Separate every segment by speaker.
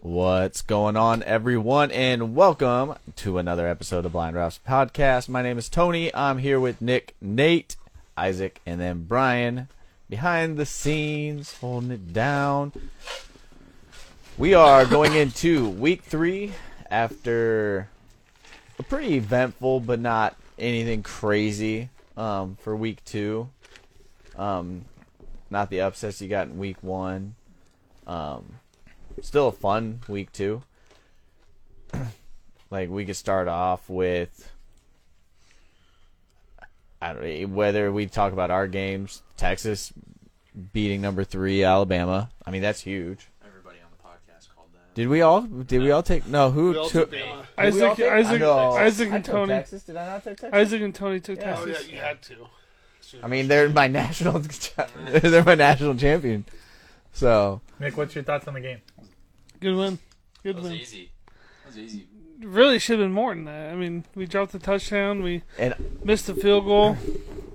Speaker 1: What's going on, everyone, and welcome to another episode of Blind Ralph's podcast. My name is Tony. I'm here with Nick, Nate, Isaac, and then Brian behind the scenes, holding it down. We are going into week three after a pretty eventful, but not anything crazy um, for week two. Um, not the upsets you got in week one. Um, still a fun week two. like we could start off with I don't know, whether we talk about our games, Texas beating number three Alabama. I mean that's huge.
Speaker 2: Everybody on the podcast called that.
Speaker 1: Did we all? Did we all take? No, who
Speaker 3: We all
Speaker 1: took?
Speaker 3: took Bama.
Speaker 1: Did we all
Speaker 4: Isaac,
Speaker 1: take-
Speaker 4: Isaac,
Speaker 1: No.
Speaker 4: Isaac
Speaker 1: I
Speaker 4: and
Speaker 1: took
Speaker 4: Tony,
Speaker 1: Texas. Did I not take Texas?
Speaker 4: Isaac and Tony took
Speaker 1: Yeah.
Speaker 3: Oh yeah,
Speaker 4: Texas.
Speaker 3: you had to.
Speaker 1: I mean, they're my national. they're my national champion. So
Speaker 5: Nick, what's your thoughts on the game?
Speaker 4: Good win, good
Speaker 2: That was
Speaker 4: win.
Speaker 2: easy. That was easy.
Speaker 4: Really should have been more than that. I mean, we dropped the touchdown, we
Speaker 1: and
Speaker 4: missed a field goal,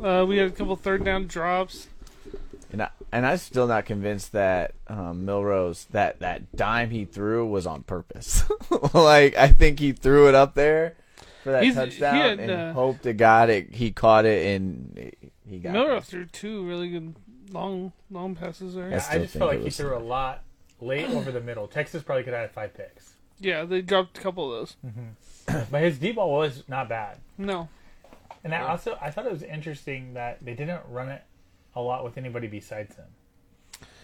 Speaker 4: uh, we had a couple third down drops.
Speaker 1: and I, and I'm still not convinced that um, Milrose that that dime he threw was on purpose. like I think he threw it up there for that
Speaker 4: He's- he
Speaker 1: touchdown
Speaker 4: had,
Speaker 1: and
Speaker 4: uh,
Speaker 1: hoped to God it he caught it and he got.
Speaker 4: Miller
Speaker 1: it.
Speaker 4: threw two really good long long passes there.
Speaker 1: Yes.
Speaker 4: Yeah,
Speaker 1: still
Speaker 5: I just
Speaker 1: think
Speaker 5: felt
Speaker 1: it
Speaker 5: like he
Speaker 1: was-
Speaker 5: threw a lot late over the middle. Texas probably could have had five picks,
Speaker 4: they dropped a couple of those.
Speaker 5: but his deep ball was not bad.
Speaker 4: No,
Speaker 5: And I also I thought it was interesting that they didn't run it a lot with anybody besides him.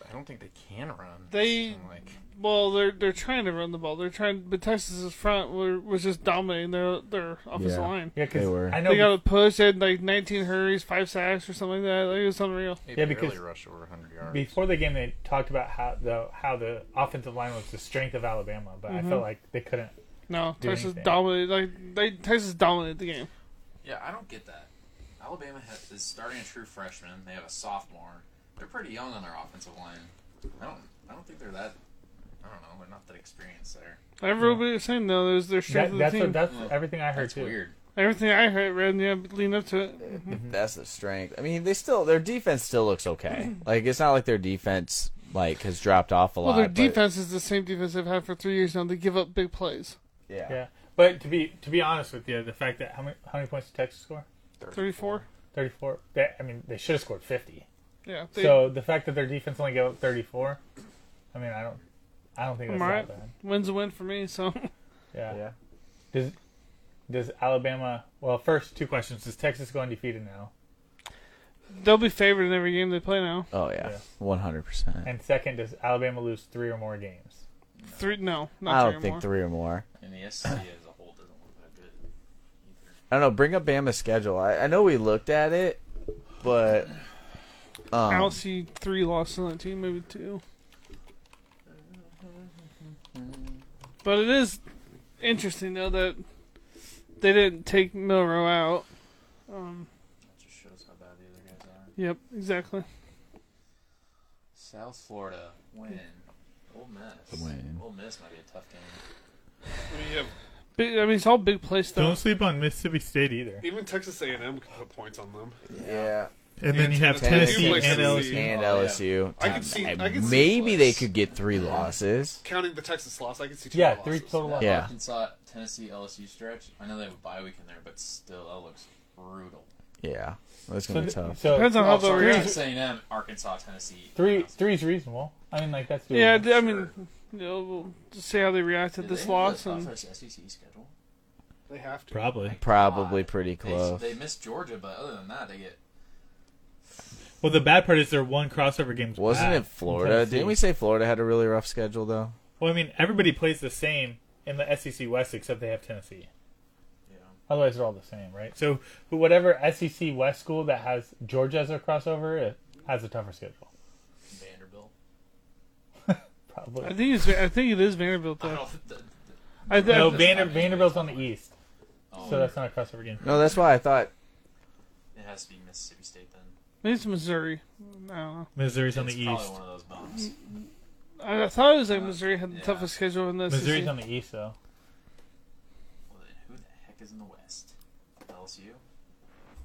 Speaker 2: I don't think they can run.
Speaker 4: They-
Speaker 2: I'm like
Speaker 4: well they're they're trying to run the ball. They're trying, but Texas's front were, was just dominating their their offensive
Speaker 1: Yeah.
Speaker 4: line.
Speaker 5: Yeah,
Speaker 1: They
Speaker 5: because
Speaker 1: were.
Speaker 5: I know.
Speaker 4: They got a push. They had like 19 hurries, five sacks, or something like that. Like, it was unreal.
Speaker 2: they
Speaker 5: Yeah,
Speaker 2: barely
Speaker 5: because-
Speaker 2: rushed over 100 yards.
Speaker 5: before the game, they talked about how the how the offensive line was the strength of Alabama, but I felt like they couldn't.
Speaker 4: No,
Speaker 5: do
Speaker 4: Texas
Speaker 5: anything.
Speaker 4: dominated. Like they Texas dominated the game.
Speaker 2: yeah, I don't get that. Alabama has, is starting a true freshman. They have a sophomore. They're pretty young on their offensive line. I don't. I don't think they're that. I don't know. They're not that experienced there.
Speaker 4: Everybody was saying though, there's their strength of
Speaker 5: That,
Speaker 4: the
Speaker 5: that's
Speaker 4: team.
Speaker 5: what, that's
Speaker 2: Mm.
Speaker 5: everything I heard
Speaker 2: That's
Speaker 5: too.
Speaker 2: weird.
Speaker 4: Everything I heard read, yeah, lean up to it.
Speaker 1: That's the strength. I mean, they still their defense still looks okay. Like it's not like their defense like has dropped off a
Speaker 4: Well,
Speaker 1: lot.
Speaker 4: their
Speaker 1: but-
Speaker 4: defense is the same defense they've had for three years now. They give up big plays,
Speaker 5: Yeah, but to be to be honest with you, the fact that how many how many points did Texas score?
Speaker 4: thirty-four.
Speaker 5: Thirty four. I mean, they should have scored fifty.
Speaker 4: Yeah, they,
Speaker 5: So the fact that their defense only gave up 34, I mean, I don't, I don't think that's
Speaker 4: Alright.
Speaker 5: that bad.
Speaker 4: wins a win for me. So
Speaker 5: Yeah. Does does Alabama? Well, first two questions. Does Texas go undefeated now?
Speaker 4: they'll be favored in every game they play now.
Speaker 1: Oh yeah,
Speaker 5: Yeah.
Speaker 1: one hundred percent.
Speaker 5: And second, does Alabama lose three or more games?
Speaker 4: Three? No, not
Speaker 1: I
Speaker 4: three
Speaker 1: don't
Speaker 4: or
Speaker 1: think
Speaker 4: more.
Speaker 1: three or more.
Speaker 2: And the SEC as a whole doesn't look that good.
Speaker 1: I don't know. Bring up Bama's schedule. I, I know we looked at it, but
Speaker 4: I
Speaker 1: um,
Speaker 4: don't see three losses on that team, maybe two. But it is interesting though that they didn't take Milrow out. Um,
Speaker 2: That just shows how bad the other guys are.
Speaker 4: yep, exactly.
Speaker 2: South Florida win. Ole Miss.
Speaker 1: Win.
Speaker 2: Ole Miss might be a tough game.
Speaker 4: Big, I mean, it's all big play stuff.
Speaker 5: sleep on Mississippi State either.
Speaker 3: Even Texas A&M can put points on them.
Speaker 1: yeah,
Speaker 5: And
Speaker 3: then you have Tennessee
Speaker 1: Tennessee
Speaker 3: plays
Speaker 1: and LSU.
Speaker 3: Tennessee.
Speaker 1: And
Speaker 2: Oh, yeah.
Speaker 1: LSU.
Speaker 3: I could see- I could see
Speaker 1: maybe they
Speaker 2: place.
Speaker 1: could get three losses.
Speaker 3: Counting the Texas loss, I can see two
Speaker 5: Yeah,
Speaker 3: losses.
Speaker 5: three total.
Speaker 2: That
Speaker 5: losses.
Speaker 1: Yeah.
Speaker 2: Arkansas, Tennessee, LSU stretch. I know they have a bye week in there, but still, that looks brutal.
Speaker 1: Yeah, that's
Speaker 5: So,
Speaker 1: gonna be tough.
Speaker 5: so
Speaker 4: Depends on how
Speaker 2: Oh,
Speaker 4: they
Speaker 2: sorry,
Speaker 4: react.
Speaker 2: I'm saying them, Arkansas, Tennessee.
Speaker 5: three
Speaker 2: Alabama.
Speaker 5: three's reasonable. I mean, like that's doable.
Speaker 4: Yeah, I mean,
Speaker 2: Sure.
Speaker 4: you know, we'll just see how they react
Speaker 2: Did
Speaker 4: at
Speaker 2: they
Speaker 4: this
Speaker 2: have
Speaker 4: loss,
Speaker 2: the
Speaker 4: and
Speaker 2: toughest SEC E schedule?
Speaker 3: They have to.
Speaker 5: probably.
Speaker 1: Probably
Speaker 2: God,
Speaker 1: pretty
Speaker 2: they-
Speaker 1: close.
Speaker 2: They, missed Georgia, but other than that, they get.
Speaker 5: Well, the bad part is their one crossover game's
Speaker 1: Wasn't it Florida? Didn't we say Florida had a really rough schedule though?
Speaker 5: Well, I mean, everybody plays the same in the SEC West except they have Tennessee.
Speaker 2: You know,
Speaker 5: Otherwise, they're all the same, right? So, who- whatever SEC West school that has Georgia as a crossover it has a tougher schedule,
Speaker 2: Vanderbilt.
Speaker 4: I
Speaker 5: probably.
Speaker 4: think it's I think it is Vanderbilt
Speaker 2: I don't
Speaker 4: though.
Speaker 2: know if the- the-
Speaker 4: I, th-
Speaker 5: No,
Speaker 2: That's
Speaker 5: Vander,
Speaker 2: not-
Speaker 5: Vanderbilt's on the East,
Speaker 2: oh,
Speaker 5: so that's not a crossover game.
Speaker 1: No, that's why I thought.
Speaker 2: it has to be Mississippi State then.
Speaker 4: maybe it's Missouri. I don't know.
Speaker 5: Missouri's on the
Speaker 2: it's probably
Speaker 5: East.
Speaker 2: one of those bumps.
Speaker 4: I, I thought it was like Missouri had the
Speaker 2: Uh, Yeah.
Speaker 4: toughest schedule in this.
Speaker 5: Missouri's on the East, though.
Speaker 2: Well, then who the heck is in the West? LSU.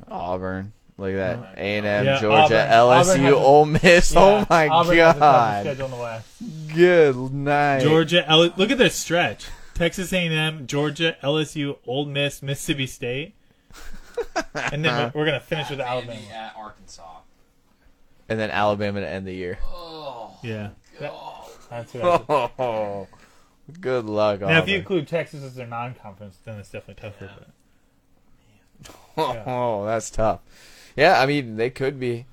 Speaker 1: Auburn. Look at that. A and M,
Speaker 5: Yeah,
Speaker 1: Georgia,
Speaker 5: Auburn. Auburn
Speaker 1: LSU,
Speaker 5: has a-
Speaker 1: Ole Miss.
Speaker 5: Yeah,
Speaker 1: oh my
Speaker 5: Auburn has a tougher
Speaker 1: god.
Speaker 5: schedule in the West.
Speaker 1: Good night.
Speaker 5: Georgia, L- look at this stretch: Texas A&M, Georgia, LSU, Old Miss, Mississippi State, and then we're- we're gonna finish with Alabama.
Speaker 2: Vandy at Arkansas.
Speaker 1: And then Alabama to end the year.
Speaker 2: Oh,
Speaker 5: Yeah, that-
Speaker 2: God.
Speaker 5: that's
Speaker 1: Oh,
Speaker 5: what I was-
Speaker 1: Good luck,
Speaker 5: Now,
Speaker 1: Auburn.
Speaker 5: if you include Texas as their non-conference, then it's definitely tougher. But
Speaker 1: oh, that's tough. Yeah, I mean, they could be.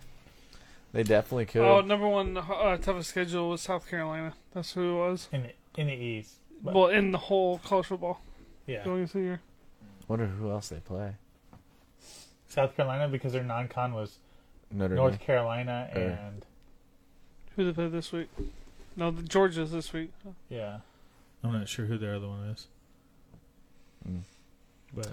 Speaker 1: They definitely could.
Speaker 4: Oh, number one uh, toughest schedule was South Carolina. That's who it was.
Speaker 5: in the, in the East, but-
Speaker 4: Well, in the whole college football
Speaker 5: yeah,
Speaker 4: going into the year.
Speaker 1: wonder who else they play.
Speaker 5: South Carolina because their non-con was
Speaker 1: Notre
Speaker 5: North
Speaker 1: Dame.
Speaker 5: Carolina
Speaker 1: Or-
Speaker 5: and
Speaker 4: Who they play this week? No, the Georgia's this week.
Speaker 5: yeah. I'm not sure who their other one is,
Speaker 1: Mm.
Speaker 5: but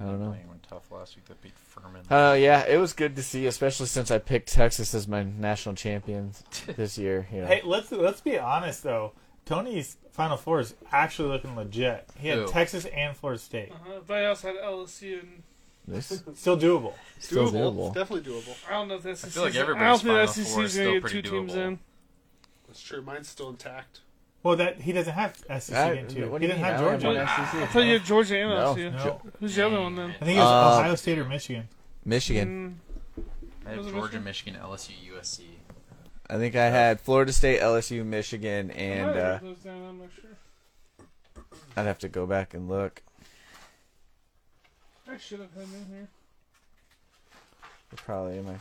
Speaker 1: I don't know.
Speaker 2: Anyone tough last week that beat Furman.
Speaker 1: Uh, yeah, it was good to see, especially since I picked Texas as my national champions this year. You know.
Speaker 5: Hey, let's let's be honest though. Tony's Final Four is actually looking legit. He had
Speaker 2: Who?
Speaker 5: Texas and Florida State.
Speaker 4: Uh-huh. They also had LSU, and
Speaker 1: This-
Speaker 5: Still doable.
Speaker 1: Still
Speaker 3: doable.
Speaker 1: doable.
Speaker 3: It's definitely doable.
Speaker 4: I don't know if that's.
Speaker 2: I feel like
Speaker 4: I don't
Speaker 2: everybody's
Speaker 4: think
Speaker 2: Final
Speaker 4: the SEC
Speaker 2: Four
Speaker 4: is
Speaker 2: is
Speaker 4: going
Speaker 2: still
Speaker 4: to get two
Speaker 2: pretty
Speaker 4: teams
Speaker 2: doable.
Speaker 4: in.
Speaker 3: That's true. Mine's still intact.
Speaker 5: Well, that he doesn't have SEC
Speaker 1: I-
Speaker 5: in two.
Speaker 1: what
Speaker 5: He
Speaker 1: do you mean?
Speaker 5: doesn't have
Speaker 1: I don't have
Speaker 5: Georgia.
Speaker 1: one SEC.
Speaker 4: I thought you had Georgia and
Speaker 1: No.
Speaker 4: LSU.
Speaker 5: No,
Speaker 4: Who's the other one then?
Speaker 5: I think it was
Speaker 1: Uh,
Speaker 5: Ohio State or Michigan.
Speaker 1: Michigan.
Speaker 2: I have
Speaker 4: Was it
Speaker 2: Georgia, Michigan, LSU, USC.
Speaker 1: I think I had Florida State, LSU, Michigan,
Speaker 4: Mm.
Speaker 1: and uh,
Speaker 4: I'm not sure.
Speaker 1: I'd have to go back and look.
Speaker 4: I should have had him in here.
Speaker 1: They're Probably in my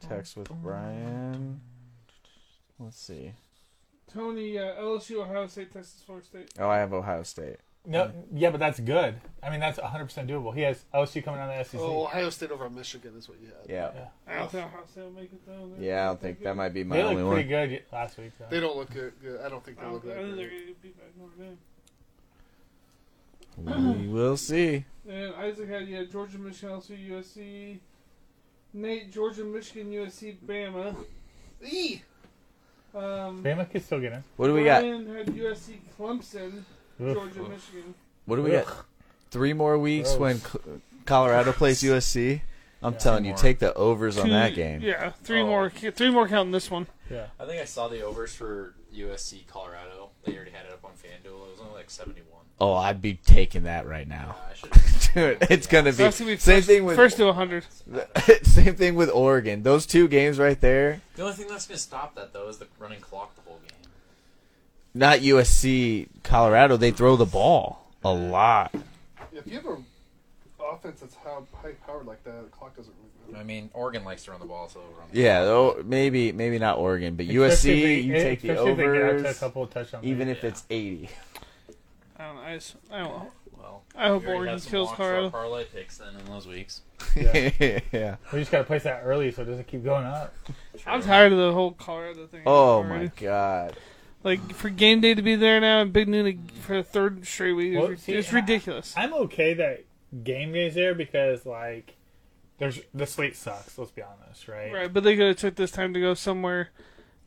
Speaker 1: text with Brian. Let's see.
Speaker 4: Tony, uh, LSU, Ohio State, Texas, Florida State.
Speaker 1: Oh, I have Ohio State.
Speaker 5: No, yeah, but that's good. I mean, that's 100 percent doable. He has LSU coming out of the E SEC.
Speaker 3: Oh, Ohio State over Michigan is what you had.
Speaker 1: Yeah.
Speaker 5: Yeah.
Speaker 4: I don't think Ohio State will make it though. They're-
Speaker 1: Yeah, I don't think that might be my
Speaker 5: they
Speaker 1: only
Speaker 5: looked pretty
Speaker 1: one.
Speaker 5: good last week. Though.
Speaker 3: They don't look good. good. I don't think
Speaker 4: I
Speaker 3: they
Speaker 4: don't
Speaker 3: look
Speaker 4: think
Speaker 3: that
Speaker 4: I think Oh, they're
Speaker 3: good.
Speaker 4: going to beat by Notre Dame.
Speaker 1: We will see.
Speaker 4: And Isaac had yeah Georgia, Michigan, LSU, USC. Nate, Georgia, Michigan, USC, Bama.
Speaker 3: Eee!
Speaker 4: Um,
Speaker 5: Bama could still get in.
Speaker 1: What do we got?
Speaker 4: Brian had USC, Clemson,
Speaker 5: Oof.
Speaker 4: Georgia, Michigan.
Speaker 1: What do we got? Three more weeks when C- Colorado plays USC. I'm
Speaker 5: Yeah.
Speaker 1: telling
Speaker 2: Two
Speaker 1: you,
Speaker 2: more.
Speaker 1: take the overs on that game.
Speaker 4: Yeah, three
Speaker 2: Oh.
Speaker 4: more. Three more counting this one.
Speaker 5: Yeah.
Speaker 2: I think I saw the overs for USC, Colorado. They already had it up on FanDuel. It was only like 71.
Speaker 1: Oh, I'd be taking that right now,
Speaker 2: I should have
Speaker 1: dude. It's gonna
Speaker 4: So
Speaker 1: be
Speaker 4: that's gonna be
Speaker 1: same
Speaker 4: first,
Speaker 1: thing with
Speaker 4: first to 100.
Speaker 1: same thing with Oregon. Those two games right there.
Speaker 2: The only thing that's going to stop that, though, is the running clock the whole game.
Speaker 1: Not USC, Colorado. They throw the ball a lot.
Speaker 3: If you have an offense that's how high powered like that, the clock doesn't really
Speaker 2: I
Speaker 3: matter.
Speaker 2: mean, Oregon likes to run the ball, so they'll run the
Speaker 1: Yeah, though, maybe maybe not Oregon, but USC.
Speaker 5: Especially if
Speaker 1: you
Speaker 5: they-
Speaker 1: take the
Speaker 5: especially if they get out to a
Speaker 1: overs,
Speaker 5: couple of touchdowns.
Speaker 1: even if
Speaker 2: Yeah.
Speaker 1: it's 80.
Speaker 4: I don't know. I, just, I don't know.
Speaker 2: ball. Well,
Speaker 4: I hope
Speaker 2: we already
Speaker 4: Oregon
Speaker 2: had some
Speaker 4: Oh, kills
Speaker 2: long-shot
Speaker 4: Colorado.
Speaker 2: parlay picks then in those weeks.
Speaker 1: Yeah.
Speaker 5: we just gotta place that early so it doesn't keep going up.
Speaker 4: I'm tired of the whole Colorado thing.
Speaker 1: Oh
Speaker 4: already.
Speaker 1: my god.
Speaker 4: Like for game day to be there now and Big Noon to- for the third straight week,
Speaker 5: Well,
Speaker 4: it's,
Speaker 5: see,
Speaker 4: it's ridiculous.
Speaker 5: I'm okay that game day's there because like there's the slate sucks. Let's be honest, right?
Speaker 4: right, but they could have took this time to go somewhere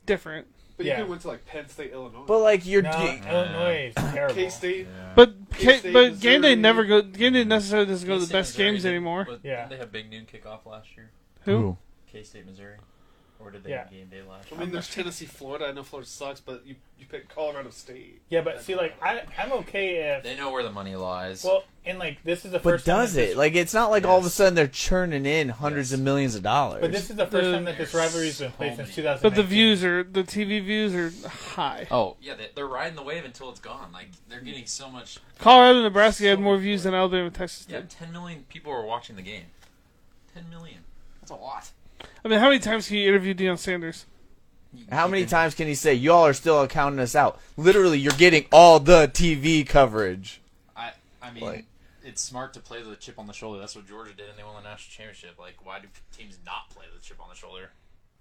Speaker 4: different.
Speaker 3: But
Speaker 5: yeah.
Speaker 3: you could went to like Penn State, Illinois.
Speaker 1: But like you're
Speaker 5: No,
Speaker 1: ge-
Speaker 5: Illinois is terrible.
Speaker 3: K State.
Speaker 4: But
Speaker 3: K-State,
Speaker 4: K- but game day
Speaker 3: Missouri.
Speaker 4: never go. Game day necessarily doesn't go to the best games anymore.
Speaker 5: Yeah.
Speaker 2: Didn't they have big noon kickoff last year?
Speaker 4: Who?
Speaker 2: K State, Missouri? Or did they
Speaker 5: Yeah.
Speaker 2: have game day last
Speaker 3: I
Speaker 2: year?
Speaker 3: mean, there's Tennessee, Florida. I know Florida sucks, but you, you pick Colorado State.
Speaker 5: Yeah, but see, like I, I'm okay if
Speaker 2: They know where the money lies.
Speaker 5: well, and like this is the
Speaker 1: But
Speaker 5: first. time
Speaker 1: does
Speaker 5: that this-
Speaker 1: it? Like it's not like all of a
Speaker 2: Yes.
Speaker 1: sudden they're churning in hundreds
Speaker 2: Yes.
Speaker 1: of millions of dollars.
Speaker 5: But this is the first
Speaker 4: The-
Speaker 5: time that this rivalry's been played since 2000.
Speaker 4: But the views are the TV views are high.
Speaker 2: oh, yeah, they, they're riding the wave until it's gone. Like, they're getting so much.
Speaker 4: Colorado, Nebraska had more views than Alabama, Texas
Speaker 2: Yeah,
Speaker 4: did.
Speaker 2: 10 million people are watching the game. 10 million. That's a lot.
Speaker 4: I mean, how many times can you interview Deion Sanders?
Speaker 1: How many times can he say y'all are still counting us out? Literally, you're getting all the TV coverage.
Speaker 2: I, I mean,
Speaker 1: Like-
Speaker 2: it's smart to play the chip on the shoulder. That's what Georgia did, and they won the national championship. Like, why do teams not play the chip on the shoulder?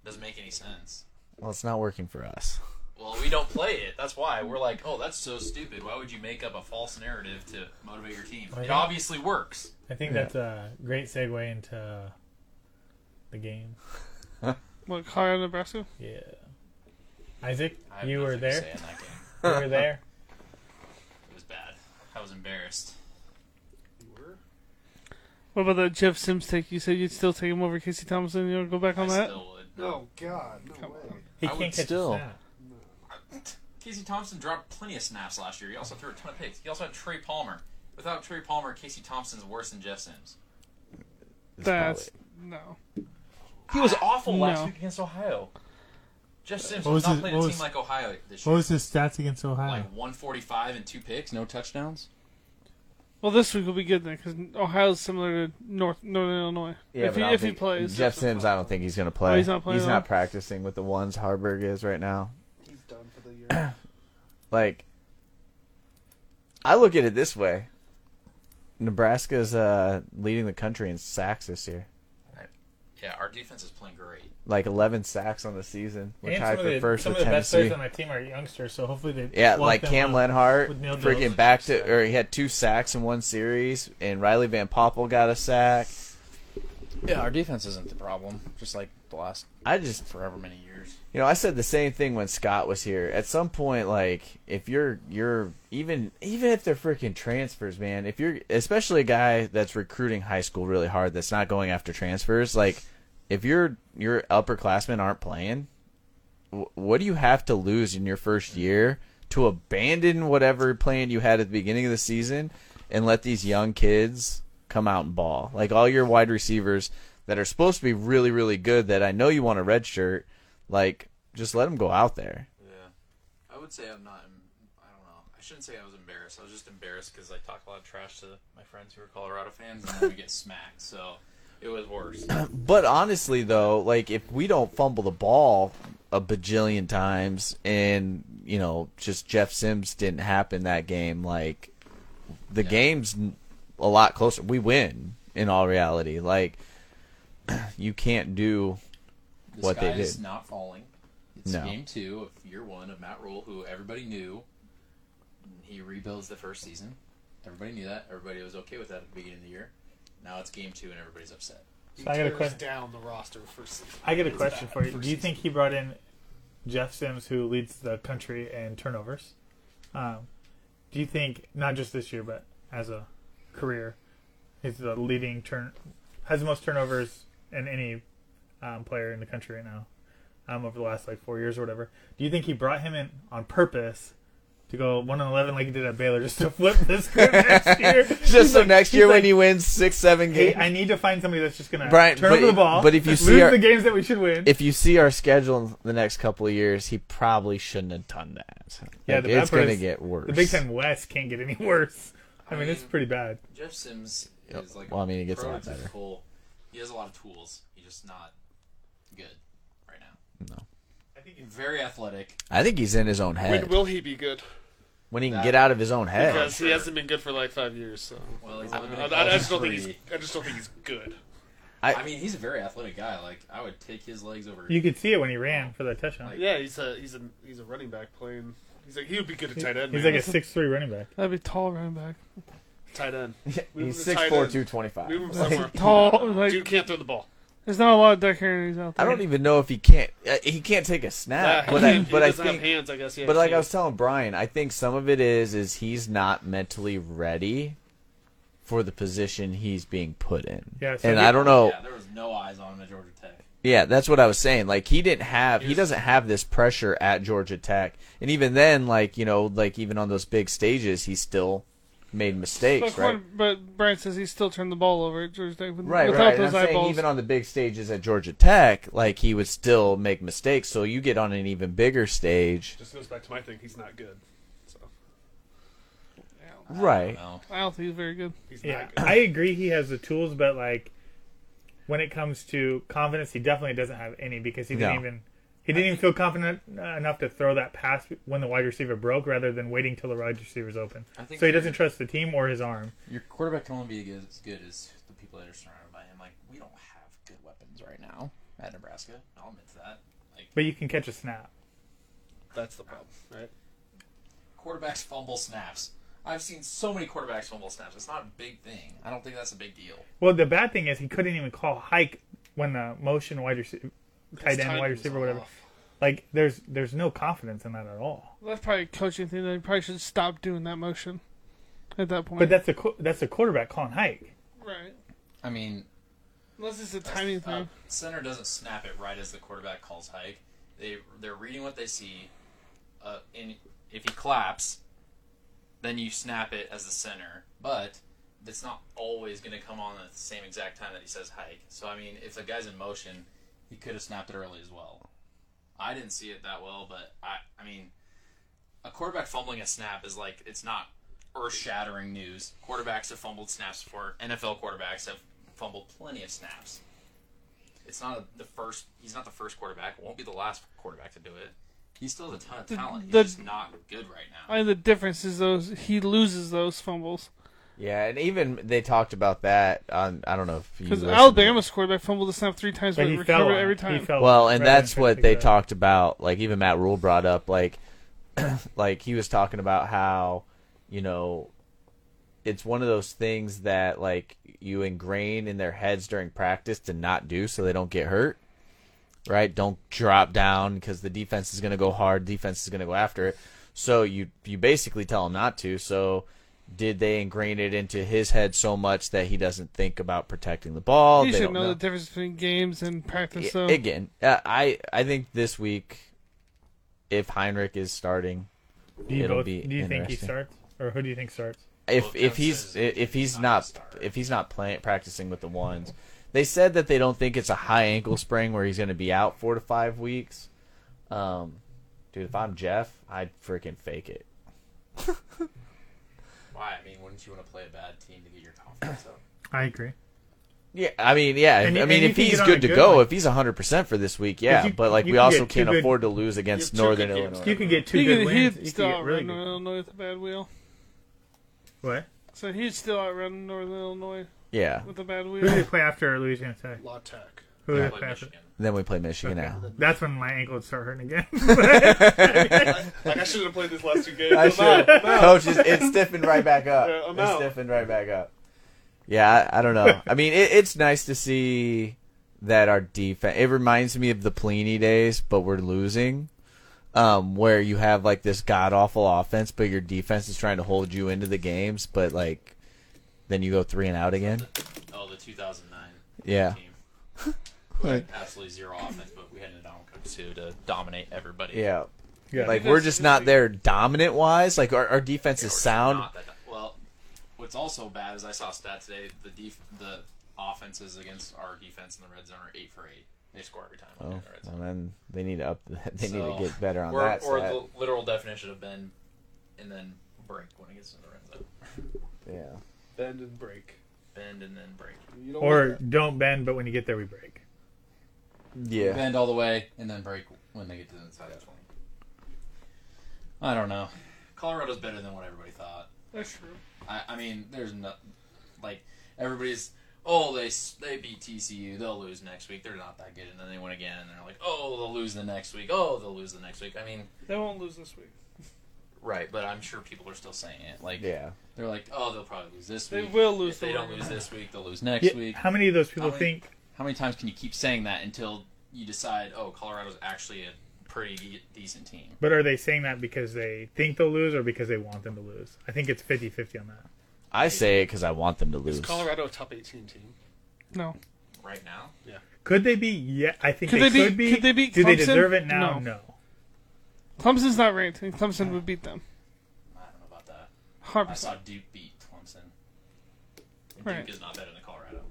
Speaker 2: doesn't make any sense.
Speaker 1: Well, it's not working for us.
Speaker 2: Well, we don't play it. That's why we're like, oh, that's so stupid. Why would you make up a false narrative to motivate your team? It
Speaker 5: Oh, yeah.
Speaker 2: obviously works.
Speaker 5: I think that's a great segue into uh, the game.
Speaker 4: What Colorado, Nebraska?
Speaker 5: Yeah. Isaac,
Speaker 2: I have
Speaker 5: you were
Speaker 2: nothing to
Speaker 5: there.
Speaker 2: say in that game.
Speaker 5: You were there.
Speaker 2: It was bad. I was embarrassed.
Speaker 3: You were?
Speaker 4: What about that Jeff Sims take? You said you'd still take him over Casey Thompson. You want to go back
Speaker 2: I
Speaker 4: on that?
Speaker 2: still would.
Speaker 3: No, God, no
Speaker 4: Come
Speaker 3: way.
Speaker 5: He
Speaker 2: I
Speaker 5: can't
Speaker 2: would
Speaker 5: catch
Speaker 1: still-
Speaker 5: a snap.
Speaker 2: Casey Thompson dropped plenty of snaps last year. He also threw a ton of picks. He also had Trey Palmer. Without Trey Palmer, Casey Thompson's worse than Jeff Sims.
Speaker 1: It's
Speaker 4: That's
Speaker 1: probably-
Speaker 4: no.
Speaker 2: He was awful last
Speaker 4: No.
Speaker 2: week against Ohio. Jeff Sims
Speaker 5: What
Speaker 2: has
Speaker 5: was
Speaker 2: not
Speaker 5: his-
Speaker 2: played
Speaker 5: what
Speaker 2: a
Speaker 5: was-
Speaker 2: team like Ohio this
Speaker 5: What
Speaker 2: year.
Speaker 5: was his stats against Ohio?
Speaker 2: Like 145 and two picks, no touchdowns.
Speaker 4: Well, this week will be good then because Ohio's similar to North Northern Illinois.
Speaker 1: Yeah,
Speaker 4: if
Speaker 1: but
Speaker 4: he
Speaker 1: I don't
Speaker 4: if he
Speaker 1: think-
Speaker 4: plays,
Speaker 1: Jeff Sims, I don't think he's gonna play.
Speaker 4: Oh, he's not playing at all?
Speaker 1: practicing with the ones Harburg is right now.
Speaker 3: He's done for the year.
Speaker 1: Like, I look at it this way: Nebraska's uh, leading the country in sacks this year,
Speaker 2: Yeah, our defense is playing great.
Speaker 1: like 11 sacks on the season,
Speaker 5: And
Speaker 1: which tied
Speaker 5: some of
Speaker 1: for
Speaker 5: the,
Speaker 1: first
Speaker 5: some
Speaker 1: with
Speaker 5: of the best
Speaker 1: Tennessee.
Speaker 5: players on our team are youngsters, so hopefully they
Speaker 1: Yeah,
Speaker 5: lock
Speaker 1: like
Speaker 5: them
Speaker 1: Cam
Speaker 5: up.
Speaker 1: Lenhart,
Speaker 5: with Neil Dillon.
Speaker 1: freaking back to, or he had two sacks in one series, and Riley Van Poppel got a sack.
Speaker 2: Yeah, our defense isn't the problem. Just like the last
Speaker 1: I just
Speaker 2: forever many years.
Speaker 1: You know, I said the same thing when Scott was here. At some point, like if you're you're even even if they're freaking transfers, man, if you're especially a guy that's recruiting high school really hard, that's not going after transfers, like if your your upperclassmen aren't playing, wh- what do you have to lose in your first year to abandon whatever plan you had at the beginning of the season and let these young kids come out and ball? Like all your wide receivers that are supposed to be really really good that I know you want a red shirt, like just let them go out there.
Speaker 2: Yeah, I would say I'm not. em- I don't know. I shouldn't say I was embarrassed. I was just embarrassed because I talk a lot of trash to my friends who are Colorado fans, and then we get smacked. So it was worse.
Speaker 1: But honestly, though, like if we don't fumble the ball a bajillion times, and you know, just Jeff Sims didn't happen that game, like the game's n- a lot closer. We win in all reality. Like you can't do
Speaker 2: The
Speaker 1: What they
Speaker 2: sky is
Speaker 1: did.
Speaker 2: not falling. It's
Speaker 1: No.
Speaker 2: game two of year one of Matt Rule, who everybody knew. He rebuilds the first season. Everybody knew that. Everybody was okay with that at the beginning of the year. Now it's game two, and everybody's upset.
Speaker 3: He
Speaker 5: So I got a
Speaker 3: tears
Speaker 5: question.
Speaker 3: down the roster for season.
Speaker 5: I get a
Speaker 3: It's
Speaker 5: question
Speaker 3: bad
Speaker 5: for you.
Speaker 3: for
Speaker 5: Do you
Speaker 3: season.
Speaker 5: think he brought in Jeff Sims, who leads the country in turnovers? Um, do you think not just this year, but as a career, he's the leading turn has the most turnovers in any um, player in the country right now um, over the last like four years or whatever? Do you think he brought him in on purpose? To go one and eleven like he did at Baylor, just to flip this script next year.
Speaker 1: just so next year when
Speaker 5: you.
Speaker 1: he wins six, seven
Speaker 5: Hey,
Speaker 1: games.
Speaker 5: I need to find somebody that's just gonna
Speaker 1: Brian,
Speaker 5: turn
Speaker 1: but-
Speaker 5: over the ball.
Speaker 1: but if you
Speaker 5: lose
Speaker 1: see our-
Speaker 5: the games that we should win,
Speaker 1: if you see our schedule in the next couple of years, he probably shouldn't have done that.
Speaker 5: Yeah,
Speaker 1: Like,
Speaker 5: the bad
Speaker 1: it's
Speaker 5: part
Speaker 1: gonna
Speaker 5: is
Speaker 1: get worse.
Speaker 5: the Big Ten West can't get any worse. I mean, it's pretty bad.
Speaker 2: Jeff Sims
Speaker 1: Yep.
Speaker 2: is like
Speaker 1: Well, I mean, it gets a lot better.
Speaker 2: prototypical- He has a lot of tools. He's just not good right now.
Speaker 5: I think
Speaker 2: Very athletic.
Speaker 1: I think he's in his own head
Speaker 6: When will he be good?
Speaker 1: when he can
Speaker 2: that-
Speaker 1: get out of his own head.
Speaker 6: Because he hasn't been good for like five years. So
Speaker 2: Well, he's
Speaker 6: I,
Speaker 2: only been
Speaker 6: I-
Speaker 2: in
Speaker 6: I
Speaker 2: college
Speaker 6: just don't think he's.
Speaker 2: three.
Speaker 6: I just don't think he's good.
Speaker 1: I-
Speaker 2: I mean, he's a very athletic guy. Like, I would take his legs over.
Speaker 5: you could see it when he ran for that touchdown.
Speaker 2: Like,
Speaker 6: Yeah, he's a he's a he's a running back playing. He's like he would be good at tight end.
Speaker 5: He's
Speaker 6: man.
Speaker 5: like a six-three running back.
Speaker 4: That'd be tall running back.
Speaker 6: tight end. Move
Speaker 1: He's
Speaker 6: him to
Speaker 1: six
Speaker 6: tight
Speaker 1: four
Speaker 6: end.
Speaker 1: two twenty five.
Speaker 6: Move him somewhere.
Speaker 4: Tall, like-
Speaker 6: Dude can't throw the ball.
Speaker 4: There's not a lot of Derek Henrys out
Speaker 1: I
Speaker 4: there.
Speaker 1: don't even know if he can't. Uh, he can't take a snap.
Speaker 6: Yeah,
Speaker 1: but
Speaker 6: he,
Speaker 1: I,
Speaker 6: he
Speaker 1: but I
Speaker 6: doesn't have
Speaker 1: think.
Speaker 6: hands. I guess. Yeah,
Speaker 1: But
Speaker 6: he
Speaker 1: like I
Speaker 6: can't.
Speaker 1: was telling Brian, I think some of it is is he's not mentally ready for the position he's being put in.
Speaker 5: Yeah, so
Speaker 1: and
Speaker 5: he-
Speaker 1: I don't know.
Speaker 2: Yeah, there was no eyes on him at Georgia Tech.
Speaker 1: Yeah, that's what I was saying. Like he didn't have he doesn't have this pressure at Georgia Tech. And even then like, you know, like even on those big stages he still made mistakes,
Speaker 4: But,
Speaker 1: right?
Speaker 4: Quan- but Brian says he still turned the ball over at Georgia Tech with,
Speaker 1: Right,
Speaker 4: without
Speaker 1: right. And I'm
Speaker 4: those
Speaker 1: saying
Speaker 4: eyeballs.
Speaker 1: even on the big stages at Georgia Tech, like he would still make mistakes. So you get on an even bigger stage,
Speaker 6: Just goes back to my thing. He's not good. So
Speaker 1: right?
Speaker 2: No.
Speaker 4: I don't think he's very good.
Speaker 6: he's
Speaker 5: Yeah,
Speaker 6: not good.
Speaker 5: I agree. He has the tools, but like when it comes to confidence, he definitely doesn't have any because he didn't
Speaker 1: No.
Speaker 5: even he didn't even feel confident enough to throw that pass when the wide receiver broke, rather than waiting till the wide receiver's open.
Speaker 2: I think
Speaker 5: So he doesn't trust the team or his arm.
Speaker 2: Your quarterback can only be as good as the people that are surrounded by him. Like, we don't have good weapons right now at Nebraska. I'll admit to that. Like,
Speaker 5: But you can catch a snap.
Speaker 6: That's the problem, right?
Speaker 2: quarterbacks fumble snaps. I've seen so many quarterbacks fumble snaps. It's not a big thing. I don't think that's a big deal.
Speaker 5: Well, the bad thing is he couldn't even call hike when the motion wide receiver, tight end, wide
Speaker 6: timing
Speaker 5: receiver,
Speaker 6: was
Speaker 5: whatever.
Speaker 6: off.
Speaker 5: Like there's there's no confidence in that at all.
Speaker 4: That's probably a coaching thing. They probably should stop doing that motion at that point.
Speaker 5: But that's a qu- that's a quarterback calling hike.
Speaker 4: right.
Speaker 2: I mean,
Speaker 4: Unless it's a timing
Speaker 2: uh,
Speaker 4: thing.
Speaker 2: center doesn't snap it right as the quarterback calls hike. They they're reading what they see, uh, and if he claps, then you snap it as the center. But it's not always going to come on at the same exact time that he says hike. So I mean, if the guy's in motion, he could have snapped it early as well. I didn't see it that well, but I I mean, a quarterback fumbling a snap is like it's not earth-shattering news. Quarterbacks have fumbled snaps before. NFL quarterbacks have fumbled plenty of snaps it's not a, the first. He's not the first quarterback. Won't be the last quarterback to do it. He still has a ton of talent. He's
Speaker 4: the-
Speaker 2: just not good right now.
Speaker 4: I mean, the difference is those he loses those fumbles
Speaker 1: Yeah, and even they talked about that. On, I don't know if you
Speaker 4: because
Speaker 1: listened.
Speaker 4: Alabama's quarterback fumbled the snap three times, but
Speaker 5: And
Speaker 4: he
Speaker 5: he fell.
Speaker 4: recovered
Speaker 5: on it.
Speaker 4: every
Speaker 5: He
Speaker 4: time.
Speaker 5: fell
Speaker 1: Well,
Speaker 5: on it
Speaker 1: and
Speaker 5: rather than
Speaker 1: that's
Speaker 5: trying
Speaker 1: what
Speaker 5: to
Speaker 1: they
Speaker 5: figure it out.
Speaker 1: talked about. Like even Matt Rule brought up, like, like he was talking about how, you know, it's one of those things that like you ingrain in their heads during practice to not do so they don't get hurt. Right? Don't drop down because the defense is going to go hard. Defense is going to go after it. So you you basically tell him not to. So did they ingrain it into his head so much that he doesn't think about protecting the ball?
Speaker 4: you
Speaker 1: They
Speaker 4: should
Speaker 1: don't
Speaker 4: know, the difference between games and practice.
Speaker 1: yeah,
Speaker 4: So
Speaker 1: again, uh, I I think this week, if Heinrich is starting,
Speaker 5: Do you,
Speaker 1: It'll
Speaker 5: both,
Speaker 1: be
Speaker 5: do you think he
Speaker 1: interesting.
Speaker 5: starts, or who do you think starts?
Speaker 1: if
Speaker 2: Well, Kev
Speaker 1: if he's
Speaker 2: says
Speaker 1: if he's
Speaker 2: not
Speaker 1: not
Speaker 2: gonna start.
Speaker 1: if he's not playing practicing with the ones, they said that they don't think it's a high ankle sprain where he's going to be out four to five weeks. Um, dude, if I'm Jeff, I'd freaking fake it.
Speaker 2: Why? I mean, wouldn't you want to play a bad team to get your confidence up?
Speaker 5: I agree.
Speaker 1: Yeah, I mean, yeah,
Speaker 5: And you-
Speaker 1: I mean,
Speaker 5: and you
Speaker 1: if
Speaker 5: can
Speaker 1: he's
Speaker 5: get on
Speaker 1: good
Speaker 5: a
Speaker 1: to
Speaker 5: good
Speaker 1: go,
Speaker 5: one.
Speaker 1: if he's hundred percent for this week, yeah,
Speaker 5: you-
Speaker 1: but like
Speaker 5: you
Speaker 1: we
Speaker 5: can
Speaker 1: also
Speaker 5: get two
Speaker 1: can't
Speaker 5: good-
Speaker 1: afford to lose
Speaker 6: have
Speaker 1: against
Speaker 6: two good
Speaker 1: Northern
Speaker 6: games.
Speaker 1: Illinois.
Speaker 5: You could get two
Speaker 4: he
Speaker 5: good
Speaker 4: could,
Speaker 5: wins.
Speaker 4: he'd
Speaker 5: You could
Speaker 4: still
Speaker 5: get really
Speaker 4: outrun
Speaker 5: good.
Speaker 4: Illinois with a bad wheel.
Speaker 5: What?
Speaker 4: So he'd still outrun Northern Illinois
Speaker 1: yeah,
Speaker 4: with a bad
Speaker 5: Who do they
Speaker 4: wheel.
Speaker 5: play after Louisiana Tech?
Speaker 6: Law Tech.
Speaker 5: Who do they
Speaker 2: Play
Speaker 5: play after?
Speaker 2: Michigan.
Speaker 1: then we play Michigan now.
Speaker 5: That's when my ankle would start hurting again.
Speaker 6: Like I should have played this last two games.
Speaker 1: I
Speaker 6: I'm
Speaker 1: should.
Speaker 6: out, I'm out.
Speaker 1: Coach, it's, it's stiffened right back up.
Speaker 6: Yeah, I'm
Speaker 1: it's
Speaker 6: out.
Speaker 1: stiffened right back up. Yeah, I, I don't know. I mean, it, it's nice to see that our defense. It reminds me of the Pliny days, but we're losing. Um, where you have like this god awful offense, but your defense is trying to hold you into the games, but like then you go three and out again.
Speaker 2: Oh, the 2009
Speaker 1: Yeah,
Speaker 2: team. We had absolutely zero offense, but we had an Adonko too to dominate everybody.
Speaker 1: yeah.
Speaker 5: yeah.
Speaker 1: Like we're just not there dominant wise. Like our, our defense
Speaker 2: They were
Speaker 1: is
Speaker 2: just
Speaker 1: sound.
Speaker 2: not that- Well, what's also bad is I saw a stat today. The def- the offenses against our defense in the red zone are eight for eight. They score every time. when
Speaker 1: Oh,
Speaker 2: they're in the red zone.
Speaker 1: and then they need to up. They
Speaker 2: So,
Speaker 1: need to get better on
Speaker 2: or,
Speaker 1: that.
Speaker 2: Or
Speaker 1: stat.
Speaker 2: the literal definition of bend and then break when it gets to the red zone.
Speaker 1: Yeah.
Speaker 6: Bend and break.
Speaker 2: Bend and then break.
Speaker 6: You don't
Speaker 5: Or
Speaker 6: want that.
Speaker 5: don't bend, but when you get there, we break.
Speaker 1: Yeah.
Speaker 2: Bend all the way and then break when they get to the inside of 20. I don't know. Colorado's better than what everybody thought.
Speaker 4: That's true.
Speaker 2: I, I mean, there's no, like, everybody's, oh, they s- they beat TCU, they'll lose next week. They're not that good, and then they win again, and they're like, oh, they'll lose the next week. Oh, they'll lose the next week. I mean,
Speaker 4: They won't lose this week.
Speaker 2: right, but I'm sure people are still saying it. Like,
Speaker 1: Yeah.
Speaker 2: they're like, oh, they'll probably lose this
Speaker 4: They
Speaker 2: week.
Speaker 4: will lose
Speaker 2: If they
Speaker 4: the
Speaker 2: don't
Speaker 4: one.
Speaker 2: lose this week, they'll lose next
Speaker 5: Yeah,
Speaker 2: week.
Speaker 5: How many of those people
Speaker 2: How many-
Speaker 5: think?
Speaker 2: How many times can you keep saying that until you decide, oh, Colorado's actually a pretty de- decent team?
Speaker 5: But are they saying that because they think they'll lose or because they want them to lose? I think it's 50-50 on that.
Speaker 1: I say it because I want them to
Speaker 6: Is
Speaker 1: lose.
Speaker 6: Colorado a top 18 team?
Speaker 4: No.
Speaker 2: Right now,
Speaker 5: Could they be? Yeah, I think
Speaker 4: Could
Speaker 5: they,
Speaker 4: they be-
Speaker 5: could be.
Speaker 4: could they beat
Speaker 5: Do they
Speaker 4: Clemson?
Speaker 5: deserve it
Speaker 4: No.
Speaker 5: now? No.
Speaker 4: Clemson's not ranked, and Clemson would beat them.
Speaker 2: I don't know about that. I
Speaker 4: 100%.
Speaker 2: saw Duke beat Clemson. And
Speaker 4: Right.
Speaker 2: Duke is not better than Colorado.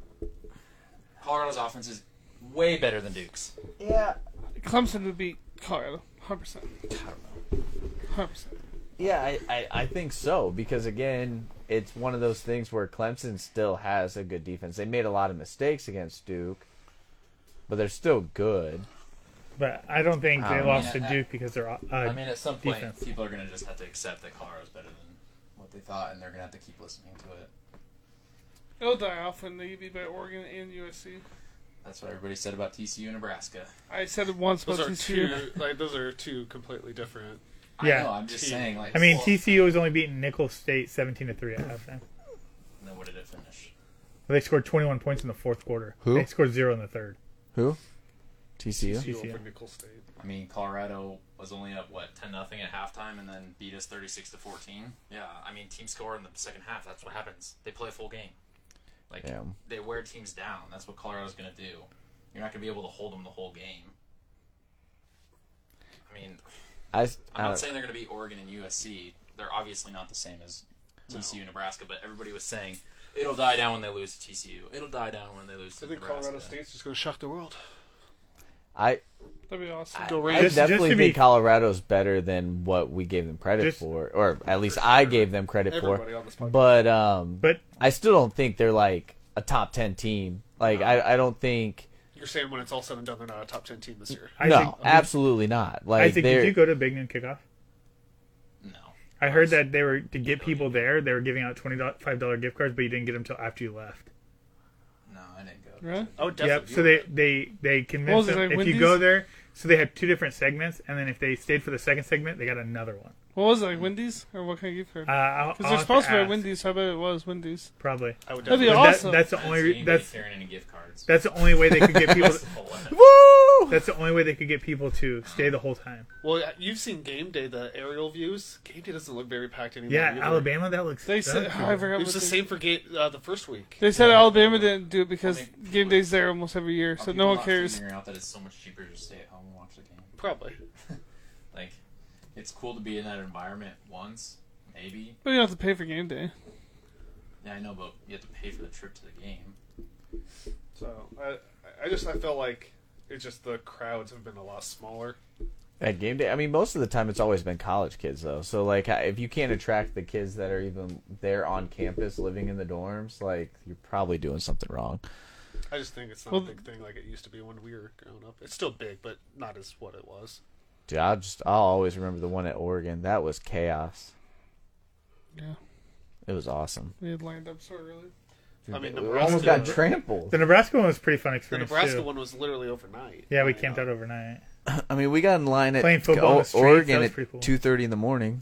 Speaker 2: Colorado's offense is way better than Duke's.
Speaker 1: Yeah.
Speaker 4: Clemson would beat Colorado. 100%. 100%.
Speaker 1: Yeah, I, I, I think so because again, it's one of those things where Clemson still has a good defense. They made a lot of mistakes against Duke, but they're still good.
Speaker 5: But I don't think
Speaker 1: I
Speaker 5: they
Speaker 1: mean,
Speaker 5: lost
Speaker 2: Um, I-
Speaker 5: to Duke because they're. Uh,
Speaker 2: I mean, at some point,
Speaker 5: defense.
Speaker 2: people are going to just have to accept that Colorado's better than what they thought, and they're going to have to keep listening to it.
Speaker 4: It'll die off when they beat by Oregon and USC.
Speaker 2: That's what everybody said about TCU and Nebraska.
Speaker 4: I said it once,
Speaker 6: Those
Speaker 4: but
Speaker 6: are
Speaker 4: this
Speaker 6: two.
Speaker 4: year.
Speaker 6: Like those are two completely different.
Speaker 2: I
Speaker 5: Yeah.
Speaker 2: know, I'm just saying. Like,
Speaker 5: I mean,
Speaker 2: well,
Speaker 5: TCU has only beaten Nickel State 17 to 3 at halftime.
Speaker 2: and then what did it finish?
Speaker 5: They scored 21 points in the fourth quarter.
Speaker 1: Who?
Speaker 5: They scored zero in the third.
Speaker 1: Who? TCU.
Speaker 6: TCU
Speaker 5: TCU.
Speaker 6: over Nickel State.
Speaker 2: I mean, Colorado was only up what ten nothing at halftime, and then beat us thirty six to fourteen. Yeah, I mean, team score in the second half. That's what happens. They play a full game. Like
Speaker 1: Yeah.
Speaker 2: they wear teams down. That's what Colorado's going to do. You're not going to be able to hold them the whole game. I mean,
Speaker 1: I, s-
Speaker 2: I'm
Speaker 1: I
Speaker 2: not
Speaker 1: don't-
Speaker 2: saying they're going to be Oregon and USC. They're obviously not the same as TCU, and Nebraska. But everybody was saying it'll die down when they lose to TCU. It'll die down when they lose to
Speaker 6: I think
Speaker 2: Nebraska.
Speaker 6: Colorado State's just going to shock the world.
Speaker 1: I,
Speaker 4: That'd be awesome.
Speaker 6: Go
Speaker 1: I
Speaker 6: Raiders.
Speaker 5: Just- just
Speaker 1: definitely
Speaker 5: to be-
Speaker 1: think Colorado's better than what we gave them credit
Speaker 5: Just-
Speaker 1: for, or at least I gave them credit
Speaker 6: Everybody
Speaker 1: for.
Speaker 6: on this podcast.
Speaker 1: But um,
Speaker 5: But
Speaker 1: I still don't think they're like a top ten team. Like I, I don't think.
Speaker 6: You're saying when it's all said and done, they're not a top 10 team this year.
Speaker 5: I
Speaker 1: no,
Speaker 5: think,
Speaker 1: absolutely not. Like
Speaker 5: I think
Speaker 1: they're
Speaker 5: did you go to Big Noon Kickoff?
Speaker 2: No.
Speaker 5: I heard that they were to get people there. They were giving out twenty five dollar gift cards, but you didn't get them till after you left.
Speaker 2: No, I didn't go.
Speaker 4: Right?
Speaker 6: Oh,
Speaker 5: Yep. So they they they
Speaker 4: was
Speaker 5: convinced
Speaker 4: it,
Speaker 5: them
Speaker 4: like
Speaker 5: if
Speaker 4: Wendy's?
Speaker 5: you go there. So they had two different segments, and then if they stayed for the second segment, they got another one.
Speaker 4: What was it, like Wendy's? Or what kind of gift card?
Speaker 5: Uh, I'll,
Speaker 4: Because
Speaker 5: I'll
Speaker 4: they're
Speaker 5: have
Speaker 4: supposed to be
Speaker 5: ask,
Speaker 4: at Wendy's, so I bet it was Wendy's.
Speaker 5: Probably.
Speaker 6: I would
Speaker 4: That'd be
Speaker 6: definitely-
Speaker 5: But
Speaker 4: awesome.
Speaker 5: That, that's the only. re-
Speaker 2: that's
Speaker 5: That's
Speaker 2: carrying any gift cards.
Speaker 5: that's the only way they could get people.
Speaker 1: woo.
Speaker 5: that's the only way they could get people to stay the whole time.
Speaker 6: Well, you've seen Game Day, the aerial views. Game Day doesn't look very packed anymore.
Speaker 5: Yeah,
Speaker 6: either.
Speaker 5: Alabama. That looks.
Speaker 4: They
Speaker 5: that
Speaker 4: said,
Speaker 5: looks
Speaker 4: oh, I
Speaker 5: cool.
Speaker 4: forgot
Speaker 6: It
Speaker 4: what
Speaker 6: was the
Speaker 4: they-
Speaker 6: same for game, uh, the first week.
Speaker 4: They said Alabama didn't do it because
Speaker 2: I mean,
Speaker 4: game day's there almost every year, so no one cares.
Speaker 2: Figuring out that it's so much cheaper to stay at home and watch the game.
Speaker 6: Probably.
Speaker 2: Like, it's cool to be in that environment once, maybe.
Speaker 4: But you don't have to pay for game day.
Speaker 2: Yeah, I know, but you have to pay for the trip to the game.
Speaker 6: So I, I just I felt like it's just the crowds have been a lot smaller.
Speaker 1: At game day, I mean, most of the time it's always been college kids though. So like, I- if you can't attract the kids that are even there on campus, living in the dorms, like you're probably doing something wrong.
Speaker 6: I just think it's not
Speaker 4: Well,
Speaker 6: a big thing like it used to be when we were growing up. It's still big, but not as what it was.
Speaker 1: Dude, I just I'll always remember the one at Oregon. That was chaos.
Speaker 4: Yeah.
Speaker 1: It was awesome.
Speaker 4: They had lined up so early.
Speaker 6: I mean,
Speaker 1: we
Speaker 6: Nebraska-
Speaker 1: almost got trampled.
Speaker 5: The Nebraska one was a pretty fun
Speaker 6: The
Speaker 5: experience
Speaker 6: Nebraska
Speaker 5: too.
Speaker 6: one was literally overnight.
Speaker 5: Yeah, we
Speaker 6: I
Speaker 5: camped
Speaker 6: know.
Speaker 5: out overnight.
Speaker 1: I mean, we got in line at
Speaker 5: Playing football in the streets, that
Speaker 1: Oregon
Speaker 5: was
Speaker 1: at
Speaker 5: pretty cool.
Speaker 1: two thirty in the morning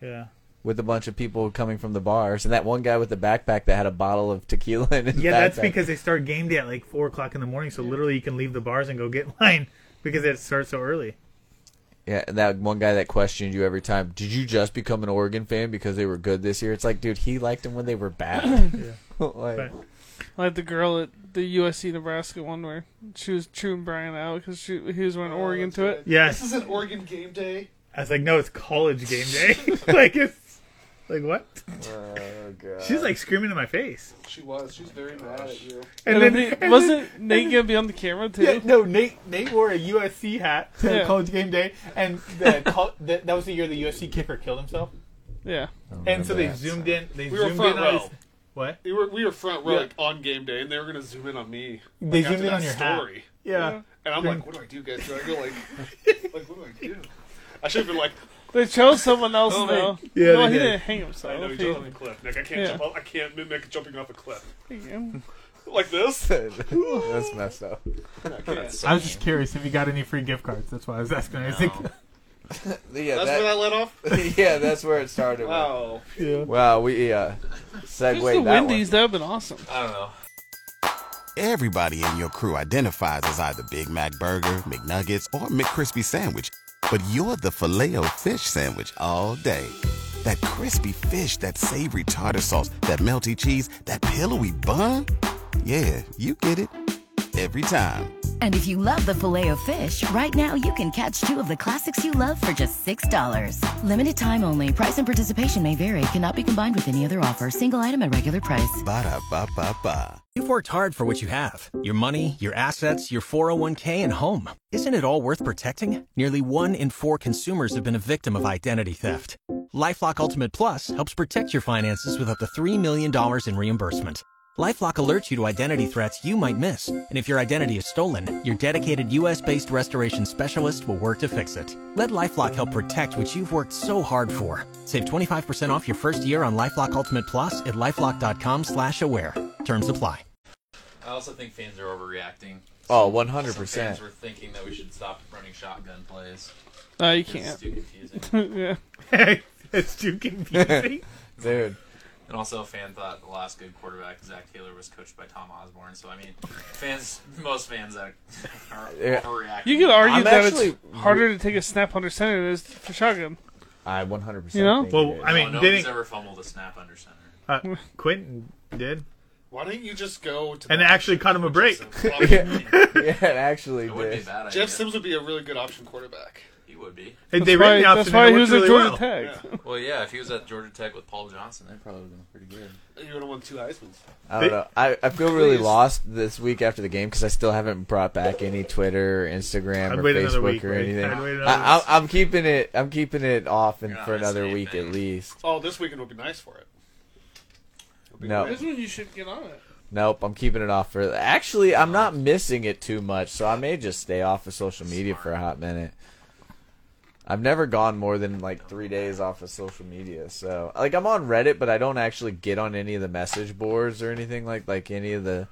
Speaker 5: Yeah.
Speaker 1: with a bunch of people coming from the bars, and that one guy with the backpack that had a bottle of tequila in his
Speaker 5: Yeah, that's
Speaker 1: backpack.
Speaker 5: because they start game day at like four o'clock in the morning. So literally, you can leave the bars and go get wine because it starts so early.
Speaker 1: Yeah, and that one guy that questioned you every time, did you just become an Oregon fan because they were good this year? It's like, dude, he liked them when they were bad. like,
Speaker 5: But-
Speaker 4: Like the girl at the USC Nebraska one where she was chewing Brian out because he was
Speaker 5: Oh,
Speaker 4: wearing Oregon to it.
Speaker 5: Yes.
Speaker 3: This is an Oregon game day.
Speaker 5: I was like, no, it's college game day. like it's like what?
Speaker 1: oh, God.
Speaker 5: She's like screaming in my face.
Speaker 3: She was. She's very mad at you.
Speaker 4: And,
Speaker 5: then-
Speaker 4: then,
Speaker 5: and
Speaker 4: wasn't Nate gonna be on the camera too?
Speaker 5: Yeah, no, Nate Nate wore a USC hat to
Speaker 4: Yeah.
Speaker 5: college game day, and the, col- the, that was the year the USC kicker killed himself.
Speaker 4: Yeah.
Speaker 5: And so they zoomed in. They
Speaker 6: We were
Speaker 5: zoomed
Speaker 6: front
Speaker 5: in on
Speaker 6: row.
Speaker 5: his, what?
Speaker 6: We were we were front row
Speaker 5: Yeah.
Speaker 6: like on game day, and they were gonna zoom in on me.
Speaker 5: They
Speaker 6: like, after
Speaker 5: zoomed in
Speaker 6: that
Speaker 5: on your
Speaker 6: story.
Speaker 5: hat. Yeah.
Speaker 6: And I'm
Speaker 5: Green-
Speaker 6: like, what do I do, guys? Do I go like, like what do I do? I should have been like,
Speaker 4: They chose someone else
Speaker 6: Oh,
Speaker 4: though.
Speaker 5: they- yeah,
Speaker 4: no,
Speaker 5: they
Speaker 4: he
Speaker 5: did.
Speaker 4: didn't hang
Speaker 6: I
Speaker 4: himself.
Speaker 6: know you
Speaker 4: He-
Speaker 6: jumped off a cliff. Nick, I can't
Speaker 4: Yeah.
Speaker 6: jump off. I can't mimic jumping off a cliff
Speaker 4: he-
Speaker 6: like this.
Speaker 1: That's messed up.
Speaker 6: That's,
Speaker 5: I was just curious if you got any free gift cards. That's why I was asking. I was like,
Speaker 1: Yeah,
Speaker 6: that's where I let off. Oh.
Speaker 1: yeah, that's where it started. Wow,
Speaker 6: Wow.
Speaker 1: wow we uh,
Speaker 4: Just
Speaker 1: segue
Speaker 4: the
Speaker 1: that one.
Speaker 4: Wendy's, that would have been awesome.
Speaker 2: I don't know.
Speaker 7: Everybody in your crew identifies as either Big Mac Burger, McNuggets, or McCrispy Sandwich. But you're the filet fish Sandwich all day. That crispy fish, that savory tartar sauce, that melty cheese, that pillowy bun. Yeah, you get it. Every time.
Speaker 8: And if you love the filet of fish, right now you can catch two of the classics you love for just $6. Limited time only. Price and participation may vary. Cannot be combined with any other offer. Single item at regular price.
Speaker 7: Ba-da-ba-ba-ba.
Speaker 9: You've worked hard for what you have your money, your assets, your 401k, and home. Isn't it all worth protecting? Nearly one in four consumers have been a victim of identity theft. Lifelock Ultimate Plus helps protect your finances with up to $3 million in reimbursement. Lifelock alerts you to identity threats you might miss. And if your identity is stolen, your dedicated US based restoration specialist will work to fix it. Let Lifelock help protect what you've worked so hard for. Save 25% off your first year on Lifelock Ultimate Plus at lifelock.com slash aware. Terms apply.
Speaker 2: I also think fans are overreacting.
Speaker 1: Oh,
Speaker 2: Some
Speaker 1: 100%.
Speaker 2: fans were thinking that we should stop running shotgun plays.
Speaker 4: No, you
Speaker 2: It's
Speaker 4: can't.
Speaker 2: too confusing.
Speaker 4: yeah.
Speaker 5: it's too confusing.
Speaker 1: Dude,
Speaker 2: And also, a fan thought the last good quarterback, Zach Taylor, was coached by Tom Osborne. So, I mean, fans, most fans that are
Speaker 1: Yeah.
Speaker 2: overreacting.
Speaker 4: You could argue
Speaker 1: I'm
Speaker 4: that
Speaker 1: actually-
Speaker 4: it's harder to take a snap under center than it is for shotgun.
Speaker 1: I 100%
Speaker 4: You know?
Speaker 1: think it
Speaker 5: well,
Speaker 1: is.
Speaker 5: I
Speaker 2: Oh,
Speaker 5: mean,
Speaker 2: no one's
Speaker 5: didn't
Speaker 2: ever fumbled a snap under center.
Speaker 5: uh, Quentin did?
Speaker 6: Why don't you just go to
Speaker 5: And
Speaker 6: the-
Speaker 5: actually cut him a break.
Speaker 2: it
Speaker 1: yeah, it actually
Speaker 2: would be a
Speaker 1: did.
Speaker 2: bad. idea.
Speaker 6: Jeff Sims would be a really good option quarterback.
Speaker 2: He would be.
Speaker 5: They,
Speaker 4: That's
Speaker 5: they
Speaker 4: why,
Speaker 5: ran the
Speaker 4: that's
Speaker 5: option.
Speaker 4: why
Speaker 5: and it
Speaker 4: he
Speaker 5: worked
Speaker 4: was at
Speaker 5: really
Speaker 4: Georgia
Speaker 5: well.
Speaker 4: Tech.
Speaker 2: Well, yeah, if he was at Georgia Tech with Paul Johnson, that probably would have been pretty good.
Speaker 6: You would have won two Heisman's.
Speaker 1: I don't know. I, I feel really lost this week after the game because I still haven't brought back any Twitter, or Instagram,
Speaker 5: I'd
Speaker 1: or
Speaker 5: wait another
Speaker 1: Facebook
Speaker 5: week,
Speaker 1: or
Speaker 5: Blake.
Speaker 1: anything.
Speaker 5: I'd wait another
Speaker 1: I,
Speaker 5: week.
Speaker 1: I, am keeping it. I'm keeping it off and
Speaker 2: You're not
Speaker 1: for another
Speaker 2: missing
Speaker 1: week at
Speaker 2: anything.
Speaker 1: least.
Speaker 6: Oh, this weekend would be nice for it. It'll be
Speaker 1: No.
Speaker 6: great.
Speaker 4: This one you should get on it.
Speaker 1: Nope, I'm keeping it off for. Actually, I'm not missing it too much, so I may just stay off of social media for a hot minute. I've never gone more than like three days off of social media, so like I'm on Reddit, but I don't actually get on any of the message boards or anything like like any of the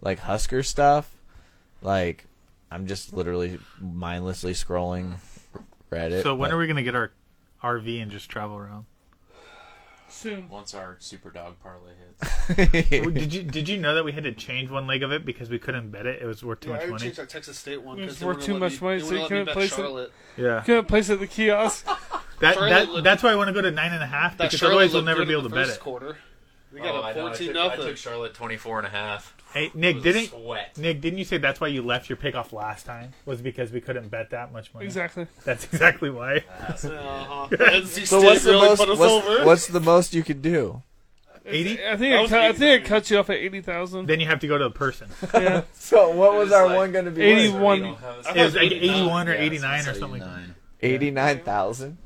Speaker 1: like Husker stuff. Like I'm just literally mindlessly scrolling Reddit.
Speaker 5: So when
Speaker 1: but-
Speaker 5: are we gonna get our RV and just travel around?
Speaker 4: Soon.
Speaker 2: Once our super dog parlay hits,
Speaker 5: Well, did you did you know that we had to change one leg of it because we couldn't bet it? It was worth too
Speaker 6: Yeah, I
Speaker 5: much
Speaker 6: already
Speaker 5: money.
Speaker 6: changed that Texas State one.
Speaker 4: It's
Speaker 6: 'cause they
Speaker 4: worth
Speaker 6: wouldn't
Speaker 4: too
Speaker 6: let
Speaker 4: much
Speaker 6: me-
Speaker 4: money,
Speaker 6: they
Speaker 4: so
Speaker 6: wouldn't
Speaker 4: you
Speaker 6: let me
Speaker 4: couldn't
Speaker 6: bet
Speaker 4: place it.
Speaker 6: Charlotte.
Speaker 5: Yeah,
Speaker 4: Couldn't place it at the kiosk.
Speaker 5: that,
Speaker 6: Charlotte
Speaker 5: that
Speaker 6: looked-
Speaker 5: that's why I want to go to nine and a half
Speaker 6: That
Speaker 5: because
Speaker 6: Charlotte
Speaker 5: otherwise we'll
Speaker 6: looked
Speaker 5: never
Speaker 6: good
Speaker 5: be
Speaker 6: in
Speaker 5: able to
Speaker 6: the
Speaker 5: bet
Speaker 6: first
Speaker 5: it.
Speaker 6: Quarter. We
Speaker 2: oh,
Speaker 6: got
Speaker 2: I
Speaker 6: a
Speaker 2: know. I took,
Speaker 6: fourteen
Speaker 2: I
Speaker 6: nothing.
Speaker 2: took Charlotte 24 and a half.
Speaker 5: Hey
Speaker 2: It
Speaker 5: Nick,
Speaker 2: was
Speaker 5: didn't
Speaker 2: sweat.
Speaker 5: Nick didn't you say that's why you left your pick off last time was because we couldn't bet that much money?
Speaker 4: Exactly.
Speaker 5: That's exactly why.
Speaker 6: Uh-huh. NC
Speaker 1: So
Speaker 6: State
Speaker 1: what's the
Speaker 6: really
Speaker 1: most?
Speaker 6: put us
Speaker 1: What's,
Speaker 6: over.
Speaker 1: what's the most you could do?
Speaker 5: Eighty.
Speaker 4: I
Speaker 6: That
Speaker 4: think it
Speaker 6: was
Speaker 4: cut, I think
Speaker 6: 80.
Speaker 4: it cuts you off at eighty thousand.
Speaker 5: Then you have to go to the person.
Speaker 4: Yeah.
Speaker 1: So what was
Speaker 2: was
Speaker 1: our
Speaker 2: like
Speaker 1: one going to be?
Speaker 4: eighty
Speaker 1: worth?
Speaker 2: We don't
Speaker 4: one.
Speaker 2: have a-
Speaker 5: It was like
Speaker 6: 89.
Speaker 5: eighty-one or
Speaker 2: Yeah,
Speaker 5: eighty-nine
Speaker 2: so
Speaker 5: or
Speaker 2: it's
Speaker 5: something. like that.
Speaker 2: 89.
Speaker 1: Eighty-nine thousand.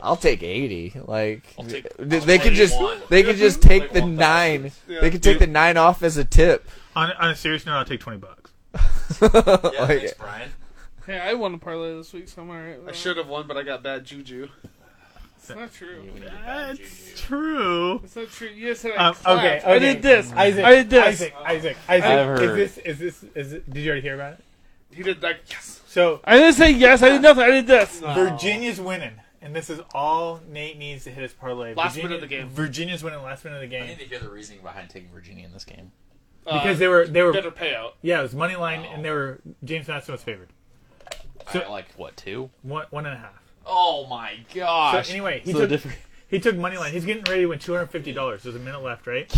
Speaker 1: I'll take eighty. Like
Speaker 6: take-
Speaker 1: they,
Speaker 6: I'll
Speaker 1: they could
Speaker 6: take
Speaker 1: just
Speaker 2: 81.
Speaker 1: they could just take
Speaker 2: Like
Speaker 1: the
Speaker 2: 1,000.
Speaker 1: nine.
Speaker 6: Yeah.
Speaker 1: They could take the nine off as a tip.
Speaker 5: On on a serious note, I'll take twenty bucks.
Speaker 2: Yeah,
Speaker 1: Like-
Speaker 2: thanks, Brian.
Speaker 4: Hey, I won a parlay this week, so I'm alright.
Speaker 6: I should have won, but I got bad juju.
Speaker 4: It's not true.
Speaker 5: That's true.
Speaker 4: It's not true. You said I
Speaker 5: Um,
Speaker 4: clapped.
Speaker 5: okay,
Speaker 4: I
Speaker 5: okay.
Speaker 4: did this.
Speaker 5: Isaac,
Speaker 4: I did this.
Speaker 5: Isaac, Isaac, Isaac.
Speaker 1: I've heard.
Speaker 5: Is this? Is this? Is it, did you already hear about it?
Speaker 6: He did like yes.
Speaker 5: So
Speaker 4: I didn't say yes. I did nothing. I did this.
Speaker 5: Virginia's winning, and this is all Nate needs to hit his parlay.
Speaker 6: Last
Speaker 5: Virginia-
Speaker 6: minute of the game.
Speaker 5: Virginia's winning last minute of the
Speaker 2: I
Speaker 5: game
Speaker 2: need to hear the reasoning behind taking Virginia in this game.
Speaker 6: Uh,
Speaker 5: because they were they were
Speaker 6: better payout.
Speaker 5: yeah it was money line and they were James Madison was favored So-
Speaker 2: I, like what two?
Speaker 5: one one and a half.
Speaker 2: Oh my
Speaker 5: So
Speaker 2: gosh!
Speaker 5: anyway, he
Speaker 2: So
Speaker 5: took
Speaker 2: different.
Speaker 5: he took money line. He's getting ready to win two hundred fifty dollars. There's a minute left, right?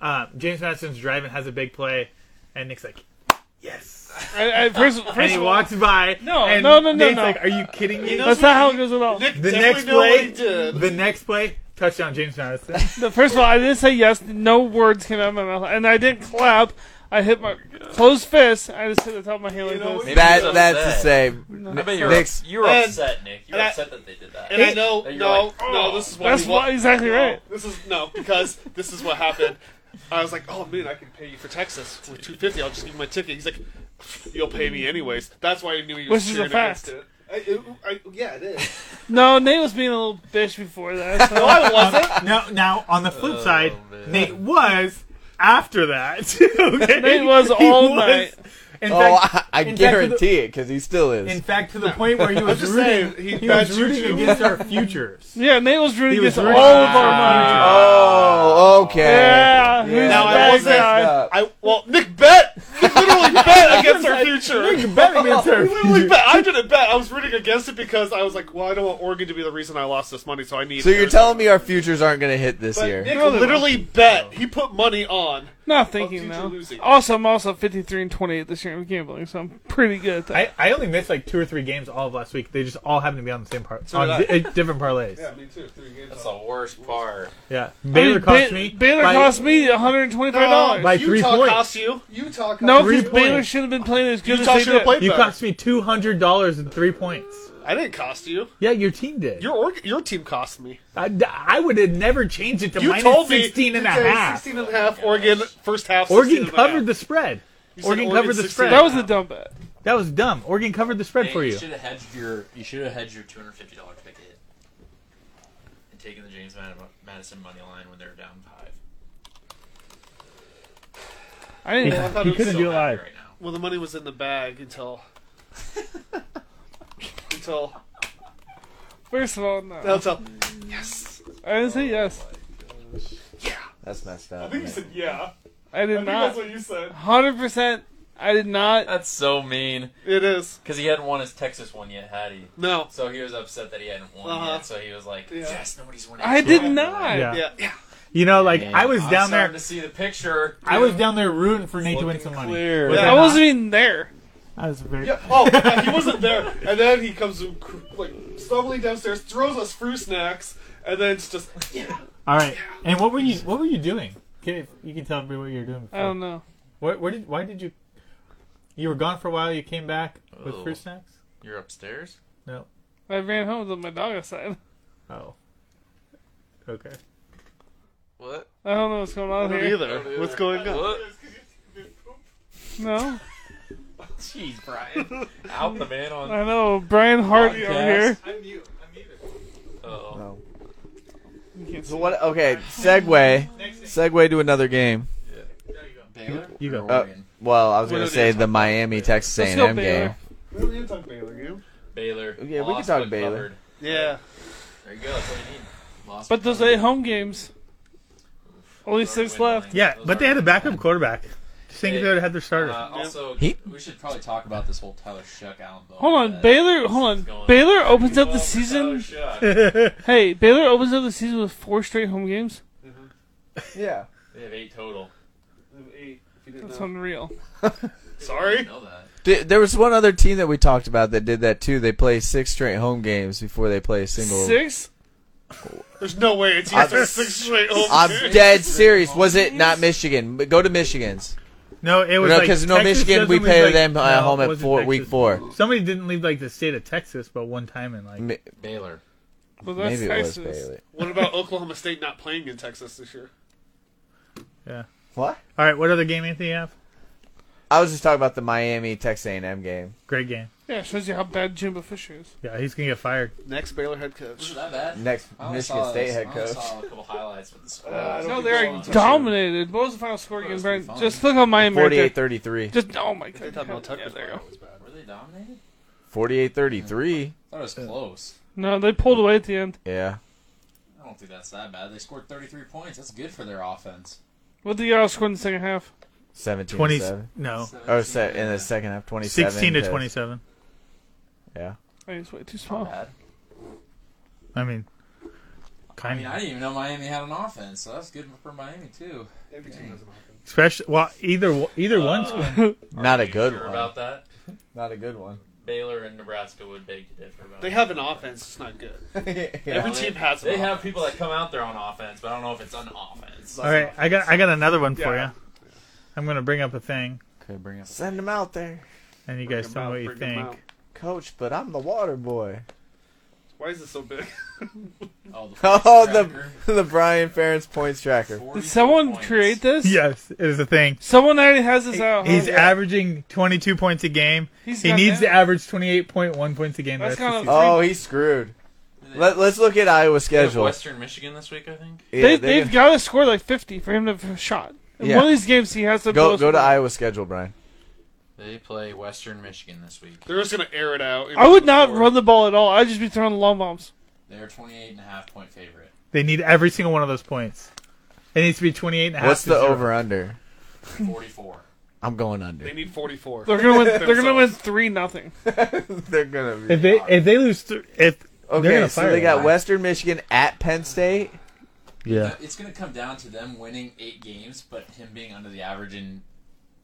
Speaker 5: Uh, James Madison's driving, has a big play, and Nick's like, "Yes!"
Speaker 4: I, I, first,
Speaker 5: And
Speaker 4: first
Speaker 5: he
Speaker 4: of all,
Speaker 5: walks by.
Speaker 4: No,
Speaker 5: and
Speaker 4: no, no, no,
Speaker 5: Nate's
Speaker 4: no.
Speaker 5: like, "Are you kidding me?"
Speaker 4: that's not how it goes at all.
Speaker 6: Nick
Speaker 5: the
Speaker 6: definitely
Speaker 5: next
Speaker 6: know what
Speaker 5: play,
Speaker 6: he did.
Speaker 5: the next play, touchdown, James Madison.
Speaker 4: The first of all, I didn't say yes. No words came out of my mouth, and I didn't clap. I hit my closed fist. I just hit the top of my hand like
Speaker 6: know,
Speaker 4: this.
Speaker 2: Maybe he
Speaker 1: That
Speaker 2: was
Speaker 1: that's the
Speaker 2: upset.
Speaker 1: same.
Speaker 2: I bet
Speaker 1: Nick-
Speaker 2: you're,
Speaker 1: Nick's
Speaker 2: ups- you're
Speaker 6: And-
Speaker 2: upset, Nick. You're
Speaker 6: and I-
Speaker 2: upset that they did that.
Speaker 6: And "Oh." I know,
Speaker 2: And you're
Speaker 6: no,
Speaker 2: like,
Speaker 6: no, this is why.
Speaker 4: That's
Speaker 6: he won.
Speaker 4: why- exactly
Speaker 6: No,
Speaker 4: right.
Speaker 6: This is no, because this is what happened. I was like, oh man, I can pay you for Texas for two fifty. I'll just give you my ticket. He's like, you'll pay me anyways. That's why I knew you was
Speaker 4: Which is a
Speaker 6: cheering
Speaker 4: fact.
Speaker 6: against it. I, it- I- yeah, it is.
Speaker 4: No, Nate was being a little bitch before that. So
Speaker 6: I wasn't.
Speaker 5: No, Um, now on the flip
Speaker 2: Oh,
Speaker 5: side, Nate was after that. okay?
Speaker 4: Nate was all night.
Speaker 5: In
Speaker 1: Oh,
Speaker 5: fact,
Speaker 1: I, I
Speaker 5: in fact, to the-
Speaker 1: guarantee it because he still
Speaker 5: In
Speaker 1: is.
Speaker 5: fact, to the point where he was
Speaker 6: just
Speaker 5: rooting,
Speaker 6: saying, he
Speaker 5: he
Speaker 6: bad
Speaker 5: was rooting
Speaker 6: juju.
Speaker 5: against our futures.
Speaker 4: yeah, Nate was rooting
Speaker 5: He was
Speaker 4: against all of
Speaker 5: rooting against
Speaker 4: our money.
Speaker 5: our
Speaker 1: Oh, okay.
Speaker 4: Yeah, who's
Speaker 6: Now, I
Speaker 4: that
Speaker 6: wasn't-
Speaker 4: guy?
Speaker 1: Up.
Speaker 6: I well, Nick bet. He literally bet against our future.
Speaker 5: futures. Bet against our
Speaker 6: Literally
Speaker 5: futures.
Speaker 6: bet. I didn't bet. I was rooting against it because I was like, well, I don't want Oregon to be the reason I lost this money, so I need.
Speaker 1: So you're
Speaker 6: Arizona.
Speaker 1: telling me our futures aren't going to hit this
Speaker 6: But
Speaker 1: year?
Speaker 6: Nick literally bet. He put money on.
Speaker 4: Not
Speaker 6: Oh,
Speaker 4: thinking
Speaker 6: teacher
Speaker 4: now.
Speaker 6: losing.
Speaker 4: Also, I'm also 53 and 28 this year in gambling, so I'm pretty good at that.
Speaker 5: I, I only missed like two or three games all of last week. They just all happened to be on the same part,
Speaker 6: did
Speaker 5: on
Speaker 6: I.
Speaker 5: di- eh, different parlays. Yeah,
Speaker 6: Yeah, me too. Three games.
Speaker 2: That's the worst part.
Speaker 5: Baylor
Speaker 4: I mean,
Speaker 5: cost
Speaker 4: Ba-
Speaker 5: me.
Speaker 4: Baylor
Speaker 5: by- Oh,
Speaker 4: cost me 125 dollars.
Speaker 5: by three
Speaker 6: Utah
Speaker 5: points.
Speaker 6: cost you.
Speaker 3: Utah.
Speaker 4: no,
Speaker 5: three
Speaker 4: because Baylor
Speaker 5: points.
Speaker 4: should have been playing as good
Speaker 6: Utah
Speaker 4: as
Speaker 6: should
Speaker 4: they
Speaker 6: have
Speaker 4: did.
Speaker 6: played
Speaker 5: You
Speaker 6: better.
Speaker 5: cost me two hundred dollars and three points.
Speaker 6: I didn't cost you.
Speaker 5: Yeah, your team did.
Speaker 6: Your org- your team cost me.
Speaker 5: I, I would have never changed it to
Speaker 6: You
Speaker 5: minus
Speaker 6: told me
Speaker 5: 16 and a
Speaker 6: you said
Speaker 5: half.
Speaker 6: 16 and a half. Oregon first half. 16
Speaker 5: Oregon
Speaker 6: and a half.
Speaker 5: covered the spread.
Speaker 6: You said
Speaker 5: Oregon
Speaker 6: Oregon
Speaker 5: covered the
Speaker 6: 16
Speaker 5: spread.
Speaker 6: and a
Speaker 4: That
Speaker 6: half.
Speaker 4: was a dumb bet.
Speaker 5: That was dumb. Oregon covered the spread
Speaker 2: Hey,
Speaker 5: for you.
Speaker 2: should have hedged your. You should have hedged your two hundred fifty dollar ticket and taken the James Mad- Madison money line when they were down five.
Speaker 4: I didn't.
Speaker 6: I
Speaker 4: know.
Speaker 6: thought
Speaker 5: You
Speaker 6: it was
Speaker 5: couldn't
Speaker 6: so
Speaker 5: do it
Speaker 6: bad.
Speaker 5: live.
Speaker 2: Right now,
Speaker 6: Well, the money was in the bag until until
Speaker 4: First of all, no.
Speaker 6: until. Yes.
Speaker 4: I didn't say yes.
Speaker 1: That's messed up.
Speaker 6: You said yeah.
Speaker 4: I did not.
Speaker 6: you said.
Speaker 4: 100%. I did not.
Speaker 2: that's so mean.
Speaker 6: It is.
Speaker 2: Because he hadn't won his Texas one yet, had he?
Speaker 6: No.
Speaker 2: So he was upset that he hadn't won
Speaker 6: Uh-huh.
Speaker 2: yet. So he was like,
Speaker 6: Yeah.
Speaker 2: "Yes, nobody's winning."
Speaker 4: I did not.
Speaker 5: Yeah.
Speaker 6: Yeah. Yeah.
Speaker 5: You know, like I was
Speaker 2: I'm
Speaker 5: down there.
Speaker 2: starting to see the picture.
Speaker 5: I was down there rooting for Nate to win
Speaker 2: Looking
Speaker 5: some money.
Speaker 2: clear.
Speaker 5: Was
Speaker 4: I
Speaker 5: not?
Speaker 4: wasn't even there.
Speaker 5: I was very.
Speaker 6: Yeah. Oh, yeah, he wasn't there. And then he comes cr- like stumbling downstairs, throws us fruit snacks, and then it's just yeah.
Speaker 5: All right. And what were you? What were you doing? Can you can tell me what you were doing. Before.
Speaker 4: I don't know.
Speaker 5: What? Where did? Why did you? You were gone for a while. You came back with
Speaker 2: Oh.
Speaker 5: fruit snacks.
Speaker 2: You're upstairs.
Speaker 5: No.
Speaker 4: I ran home with my dog outside.
Speaker 5: Oh. Okay.
Speaker 2: What?
Speaker 4: I don't know what's going on here.
Speaker 6: either. What's going on?
Speaker 2: What?
Speaker 4: No,
Speaker 2: Jeez, Brian. Out the man on.
Speaker 4: I know Brian Hardy over here.
Speaker 2: Podcast. Oh,
Speaker 1: So what? Okay, segue. Segue to another game.
Speaker 2: Baylor.
Speaker 5: You go.
Speaker 1: Uh, well, I was
Speaker 6: What
Speaker 1: gonna
Speaker 6: are
Speaker 1: say
Speaker 6: they
Speaker 1: the Miami Texas
Speaker 4: Let's go
Speaker 1: A&M game.
Speaker 4: Baylor.
Speaker 3: We don't need to talk Baylor, you.
Speaker 2: Baylor.
Speaker 1: Yeah, we can
Speaker 2: Lost
Speaker 1: talk
Speaker 2: but
Speaker 1: Baylor.
Speaker 2: covered.
Speaker 6: Yeah.
Speaker 2: There you go. That's what you need. Lost
Speaker 4: But those
Speaker 2: covered.
Speaker 4: eight home games. Only six left.
Speaker 5: Yeah,
Speaker 2: Those
Speaker 5: but they had a
Speaker 2: aren't-
Speaker 5: backup quarterback. Just think if they would have had their starter.
Speaker 2: Uh, also,
Speaker 1: He-
Speaker 2: we should probably talk about this whole Tyler Shuck Allen Bowman.
Speaker 4: Hold on,
Speaker 2: bet.
Speaker 4: Baylor. Hold on,
Speaker 2: going
Speaker 4: Baylor opens up
Speaker 2: Well,
Speaker 4: the
Speaker 2: for
Speaker 4: season.
Speaker 2: Tyler Shuck.
Speaker 4: Hey, Baylor opens up the season with four straight home games.
Speaker 1: Yeah.
Speaker 2: They have eight total.
Speaker 6: Eight, if you didn't
Speaker 4: That's
Speaker 6: know.
Speaker 4: unreal.
Speaker 2: I
Speaker 6: Sorry.
Speaker 2: know that.
Speaker 1: Th- There was one other team that we talked about that did that too. They play six straight home games before they play a single.
Speaker 4: Six.
Speaker 6: There's no way it's either six straight home.
Speaker 1: I'm
Speaker 6: games.
Speaker 1: dead serious. Was it not Michigan? But Go to Michigan's.
Speaker 5: no, it was
Speaker 1: No,
Speaker 5: like
Speaker 1: because no,
Speaker 5: Texas
Speaker 1: Michigan. We
Speaker 5: doesn't leave,
Speaker 1: play
Speaker 5: like-
Speaker 1: them
Speaker 5: no,
Speaker 1: uh,
Speaker 5: it
Speaker 1: home at
Speaker 5: wasn't
Speaker 1: four,
Speaker 5: Texas.
Speaker 1: week four.
Speaker 5: Somebody didn't leave like the state of Texas, but one time in like
Speaker 1: M-
Speaker 2: Baylor.
Speaker 4: Well, that's
Speaker 1: Maybe it was
Speaker 4: Texas.
Speaker 1: Baylor.
Speaker 6: What about Oklahoma State not playing in Texas this year?
Speaker 5: yeah.
Speaker 1: What?
Speaker 5: All right, what other game Anthony you have?
Speaker 1: I was just talking about the Miami Texas A&M game.
Speaker 5: Great game.
Speaker 4: Yeah, it shows you how bad Jimbo Fisher is.
Speaker 5: Yeah, he's gonna get fired.
Speaker 6: Next Baylor head coach.
Speaker 2: Is that bad?
Speaker 1: Next
Speaker 2: I only
Speaker 1: Michigan
Speaker 2: saw
Speaker 1: State
Speaker 2: this-
Speaker 1: head
Speaker 2: I only
Speaker 1: coach.
Speaker 2: saw a couple highlights
Speaker 6: Uh,
Speaker 2: with the score.
Speaker 4: No, they're
Speaker 6: Well,
Speaker 4: dominated. What was the final score again,
Speaker 2: That's
Speaker 4: Brian?
Speaker 2: fun.
Speaker 4: Just look on Miami. right there.
Speaker 1: 48-33.
Speaker 4: Just oh my god.
Speaker 6: They thought Mel
Speaker 4: Yeah,
Speaker 6: Tucker's
Speaker 4: there you
Speaker 6: fire
Speaker 4: go.
Speaker 6: was bad.
Speaker 2: Were they dominated?
Speaker 1: 48-33.
Speaker 2: I thought it was close.
Speaker 4: No, they pulled away at the end.
Speaker 1: Yeah.
Speaker 2: I don't think that's that bad. They scored 33 points. That's good for their offense.
Speaker 4: What did y'all score in the second half?
Speaker 1: 17
Speaker 5: Twenty.
Speaker 1: 7.
Speaker 5: No,
Speaker 1: Oh, se- in the second half, 27.
Speaker 5: sixteen to
Speaker 1: to-
Speaker 5: twenty-seven.
Speaker 1: Yeah.
Speaker 4: I was Oh, way too
Speaker 2: Not
Speaker 4: small.
Speaker 2: bad.
Speaker 5: I mean,
Speaker 2: I
Speaker 5: kind
Speaker 2: mean,
Speaker 5: of.
Speaker 2: I didn't even know Miami had an offense, so that's good for Miami too.
Speaker 3: Every team doesn't happen.
Speaker 5: Especially, well, either one- either one's good.
Speaker 1: Not a good one.
Speaker 2: about that.
Speaker 1: Not a good one.
Speaker 2: Baylor and Nebraska would beg to differ about
Speaker 6: They have an offense. It's not good. Every team has.
Speaker 2: They
Speaker 6: an
Speaker 2: have people that come out there on offense, but I don't know if it's on offense.
Speaker 5: All right, I got I got another one for
Speaker 6: Yeah.
Speaker 5: you. I'm gonna bring up a thing,
Speaker 2: Could bring us.
Speaker 1: Send him out there.
Speaker 5: and you guys tell me what you
Speaker 6: Freak 'em out.
Speaker 5: think.
Speaker 1: Coach, but I'm the water boy.
Speaker 6: Why is it so big?
Speaker 2: Oh, the,
Speaker 1: Oh, the the Brian Ferentz points tracker.
Speaker 4: Did someone create this?
Speaker 5: Yes, it is a thing.
Speaker 4: Someone already has this out. huh?
Speaker 5: He's averaging 22 points a game.
Speaker 4: Oh, He's
Speaker 5: he
Speaker 4: got
Speaker 5: needs
Speaker 4: that.
Speaker 5: to average 28.1 points a game. the
Speaker 4: That's
Speaker 5: rest of the
Speaker 4: kinda-
Speaker 1: Oh, he's screwed. Let, let's look at Iowa's schedule.
Speaker 2: Western Michigan this week, I think.
Speaker 1: Yeah,
Speaker 4: They,
Speaker 1: they're
Speaker 4: they've got to score like 50 for him to have a shot. In
Speaker 1: Yeah.
Speaker 4: One of these games, he has to
Speaker 1: gonna- go
Speaker 4: blow
Speaker 1: go to
Speaker 4: somebody.
Speaker 1: Iowa's schedule, Brian.
Speaker 2: They play Western Michigan this week.
Speaker 6: They're just gonna air it out.
Speaker 4: I would not run the ball at all. I'd just be throwing long bombs.
Speaker 2: They're 28 and a half point favorite.
Speaker 5: season. They need every single one of those points. It needs to be 28 and a half.
Speaker 1: What's
Speaker 5: to
Speaker 1: the
Speaker 5: zero.
Speaker 1: over under?
Speaker 2: 44.
Speaker 1: I'm going
Speaker 6: They
Speaker 1: under.
Speaker 6: need 44.
Speaker 4: They're gonna win. they're gonna win three nothing.
Speaker 1: They're gonna be
Speaker 5: If they if they lose th- if they're
Speaker 1: okay.
Speaker 5: gonna
Speaker 1: So
Speaker 5: fire
Speaker 1: they
Speaker 5: them.
Speaker 1: got Western Michigan at Penn State.
Speaker 5: yeah.
Speaker 2: It's going to come down to them winning eight games, but him being under the average, and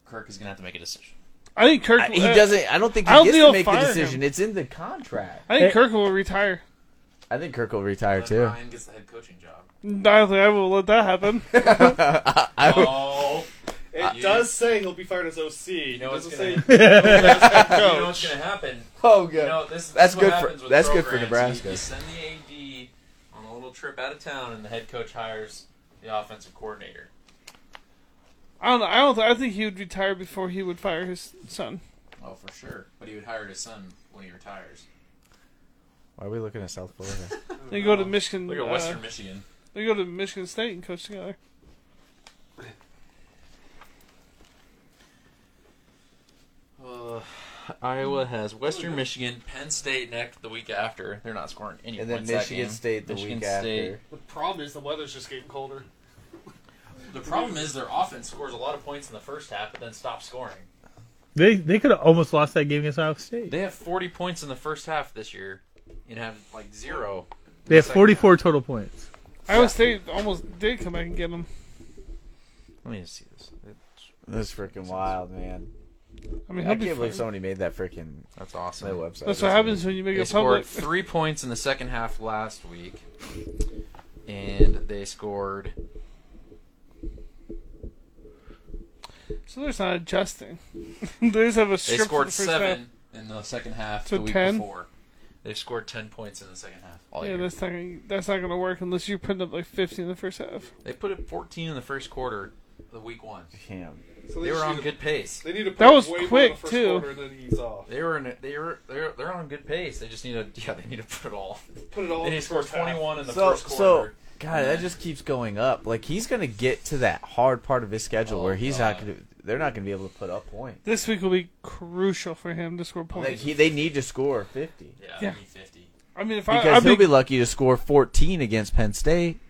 Speaker 2: Kirk is going to have to make a decision.
Speaker 4: I think Kirk.
Speaker 1: I- He
Speaker 4: uh,
Speaker 1: doesn't. I don't think he
Speaker 4: I don't
Speaker 1: gets
Speaker 4: think
Speaker 1: to
Speaker 4: he'll
Speaker 1: make the
Speaker 4: fire
Speaker 1: decision.
Speaker 4: him.
Speaker 1: It's in the contract.
Speaker 4: I think
Speaker 5: Hey.
Speaker 4: Kirk will retire.
Speaker 1: I think Kirk will retire
Speaker 2: Then
Speaker 1: too.
Speaker 2: Ryan gets the head coaching job.
Speaker 4: I don't think I will let that happen.
Speaker 2: Oh,
Speaker 6: It does say he'll be fired as OC. You
Speaker 2: know
Speaker 6: know
Speaker 2: what's
Speaker 6: doesn't say
Speaker 2: gonna-
Speaker 6: he'll be fired as head
Speaker 2: you know
Speaker 6: coach.
Speaker 2: what's going to happen?
Speaker 1: Oh, good.
Speaker 2: You know, this,
Speaker 1: That's
Speaker 2: this is what
Speaker 1: good for-
Speaker 2: happens with
Speaker 1: that's good for
Speaker 2: programs. You-
Speaker 1: Nebraska.
Speaker 2: You, send the AD on a little trip out of town, and the head coach hires the offensive coordinator.
Speaker 4: I don't. know. I don't. Th- I think he would retire before he would fire his son.
Speaker 2: Oh, for sure. But he would hire his son when he retires.
Speaker 1: Why are we looking at South Florida?
Speaker 4: They go to Michigan.
Speaker 2: Oh, Look at
Speaker 4: uh,
Speaker 2: Western Michigan.
Speaker 4: They go to Michigan State and coach together.
Speaker 2: Uh, Iowa has Western Michigan, Penn State next the week after. They're not scoring any
Speaker 1: And then
Speaker 2: points that
Speaker 1: Michigan
Speaker 2: game.
Speaker 1: State the
Speaker 2: Michigan
Speaker 1: week
Speaker 2: State.
Speaker 1: after.
Speaker 6: The problem is the weather's just getting colder.
Speaker 2: The problem is their offense scores a lot of points in the first half, but then stops scoring.
Speaker 5: They they could have almost lost that game against Iowa State.
Speaker 2: They have 40 points in the first half this year, and have like zero.
Speaker 5: They have 44 total points.
Speaker 4: Iowa State almost did come back and get him.
Speaker 2: Let me just see this. It-
Speaker 1: That's freaking wild, man.
Speaker 4: I mean,
Speaker 1: I
Speaker 4: he'll be
Speaker 1: can't believe
Speaker 4: fine.
Speaker 1: somebody made that freaking
Speaker 2: That's
Speaker 1: that
Speaker 2: awesome.
Speaker 1: website.
Speaker 4: That's what happens when you make
Speaker 2: They
Speaker 4: it public.
Speaker 2: scored three points in the second half last week, and they scored.
Speaker 4: So they're just not adjusting. they just have a
Speaker 2: They
Speaker 4: script. for
Speaker 2: scored
Speaker 4: the first half.
Speaker 2: seven in the second half.
Speaker 4: So
Speaker 2: the week
Speaker 4: 10?
Speaker 2: before, they've scored ten points in the second half. All
Speaker 4: Yeah,
Speaker 2: year.
Speaker 4: that's not gonna, that's not going to work unless you're putting up like 50 in the first half.
Speaker 2: They put up 14 in the first quarter, the week one.
Speaker 1: Damn.
Speaker 3: So
Speaker 2: They were
Speaker 3: just
Speaker 2: on
Speaker 3: need
Speaker 2: good pace.
Speaker 3: To, they need to put
Speaker 4: That was
Speaker 3: way more in
Speaker 4: quick,
Speaker 3: the first
Speaker 4: too.
Speaker 3: Quarter, and then ease off.
Speaker 2: They were in. They were. They're. They're on good pace. They just need to. Yeah, they need to put it all.
Speaker 3: Put it all.
Speaker 2: They
Speaker 3: in
Speaker 2: need
Speaker 3: the
Speaker 2: to score
Speaker 3: first half.
Speaker 2: 21 in the
Speaker 1: So
Speaker 2: first
Speaker 1: so
Speaker 2: quarter.
Speaker 1: God, that just keeps going up. Like he's gonna get to that hard part of his schedule
Speaker 2: Oh,
Speaker 1: where he's not
Speaker 2: God.
Speaker 1: gonna. They're not gonna be able to put up points.
Speaker 4: This week will be crucial for him to score points.
Speaker 1: Like he, they need to score fifty
Speaker 2: yeah,
Speaker 4: Yeah.
Speaker 2: they need 50.
Speaker 4: I mean, if I,
Speaker 1: because
Speaker 4: I'd
Speaker 1: he'll
Speaker 4: be,
Speaker 1: be lucky to score fourteen against Penn State.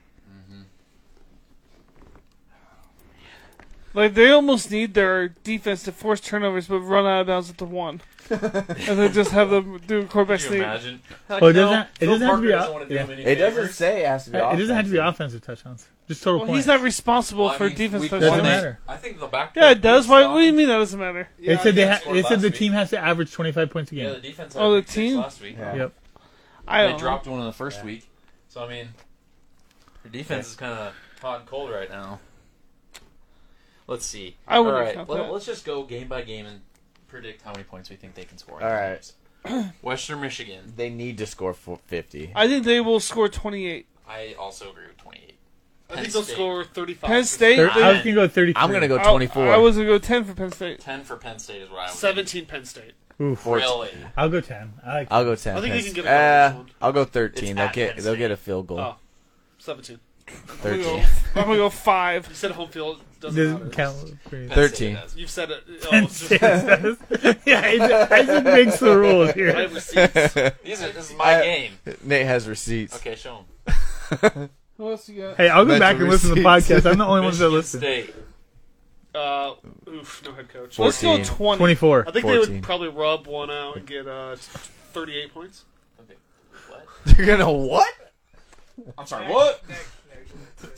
Speaker 4: like, they almost need their defense to force turnovers, but run out of bounds at the one, and then just have them do a quarterback
Speaker 2: Could you
Speaker 4: sneak.
Speaker 2: imagine?
Speaker 5: Oh, it doesn't- it doesn't have to be out-
Speaker 2: want to do
Speaker 5: yeah.
Speaker 2: him any
Speaker 1: It doesn't
Speaker 2: favors.
Speaker 1: say it has to be.
Speaker 5: It doesn't have to be
Speaker 1: offensive.
Speaker 5: offensive touchdowns. Just total
Speaker 4: Well,
Speaker 5: points.
Speaker 4: he's not responsible
Speaker 2: Well, I
Speaker 4: for
Speaker 2: mean,
Speaker 4: defense
Speaker 2: week
Speaker 5: Doesn't
Speaker 2: one, they-
Speaker 4: touchdowns.
Speaker 5: matter.
Speaker 2: I think the back.
Speaker 4: Yeah, it does. Why? What do you mean that doesn't matter?
Speaker 5: It said they.
Speaker 2: yeah,
Speaker 5: Ha-
Speaker 2: scored
Speaker 5: it said
Speaker 2: last
Speaker 5: the
Speaker 2: week.
Speaker 5: team has to average 25 points a game.
Speaker 2: Yeah, the defense.
Speaker 4: Oh,
Speaker 2: had
Speaker 4: the
Speaker 2: six
Speaker 4: team?
Speaker 2: last week.
Speaker 1: Yeah.
Speaker 5: Yep.
Speaker 4: I don't
Speaker 2: They
Speaker 4: know.
Speaker 2: dropped one in the first week. So I mean, the defense is kind of hot and cold right now. Let's see.
Speaker 4: I wouldn't
Speaker 2: All right,
Speaker 4: count
Speaker 2: let,
Speaker 4: that.
Speaker 2: us just go game by game and predict how many points we think they can score.
Speaker 1: All right.
Speaker 2: Western Michigan.
Speaker 1: They need to score fo- fifty.
Speaker 4: I think they will score 28.
Speaker 2: I also agree with 28.
Speaker 6: I think they'll
Speaker 2: Penn State.
Speaker 6: score 35.
Speaker 4: Penn State.
Speaker 5: Thir-
Speaker 4: they-
Speaker 5: I was gonna go 33.
Speaker 1: I'm gonna go
Speaker 4: I-
Speaker 1: twenty-four.
Speaker 4: I, was gonna go 10 for Penn State.
Speaker 2: 10 for Penn State is what I would
Speaker 6: 17 Penn State.
Speaker 5: Oof.
Speaker 2: do. Really?
Speaker 5: I'll go 10. I like.
Speaker 1: I'll go ten.
Speaker 6: I think they can get a
Speaker 1: Uh,
Speaker 6: goal this one.
Speaker 1: I'll go
Speaker 2: It's
Speaker 1: thirteen. They'll
Speaker 2: at
Speaker 1: get.
Speaker 2: Penn
Speaker 1: They'll
Speaker 2: State.
Speaker 1: get a field goal.
Speaker 6: Oh. 17.
Speaker 4: I'm gonna
Speaker 1: Thirteen.
Speaker 4: go, I'm gonna go five.
Speaker 6: You said home field doesn't matter.
Speaker 5: doesn't count. for you.
Speaker 2: Penn State
Speaker 1: 13.
Speaker 2: does.
Speaker 6: You've said it. Oh, it's just-
Speaker 5: yeah, I just, I just makes the rules
Speaker 6: I
Speaker 5: here.
Speaker 6: have receipts.
Speaker 2: These are, this is my
Speaker 1: I-
Speaker 2: game.
Speaker 1: Nate has receipts.
Speaker 2: Okay, show them.
Speaker 4: Who else you got?
Speaker 5: Hey, I'll go
Speaker 1: Mental
Speaker 5: back and listen to the
Speaker 1: receipts.
Speaker 5: podcast. I'm the only one that
Speaker 2: Michigan
Speaker 5: listens.
Speaker 2: State.
Speaker 6: Uh, oof, no head coach.
Speaker 1: Four-
Speaker 4: Let's go
Speaker 1: 14.
Speaker 4: 20.
Speaker 5: 24.
Speaker 6: I think they
Speaker 1: 14.
Speaker 6: would probably rub one out and get uh, 38 points.
Speaker 2: Okay. What?
Speaker 1: You're gonna what?
Speaker 2: I'm sorry, what?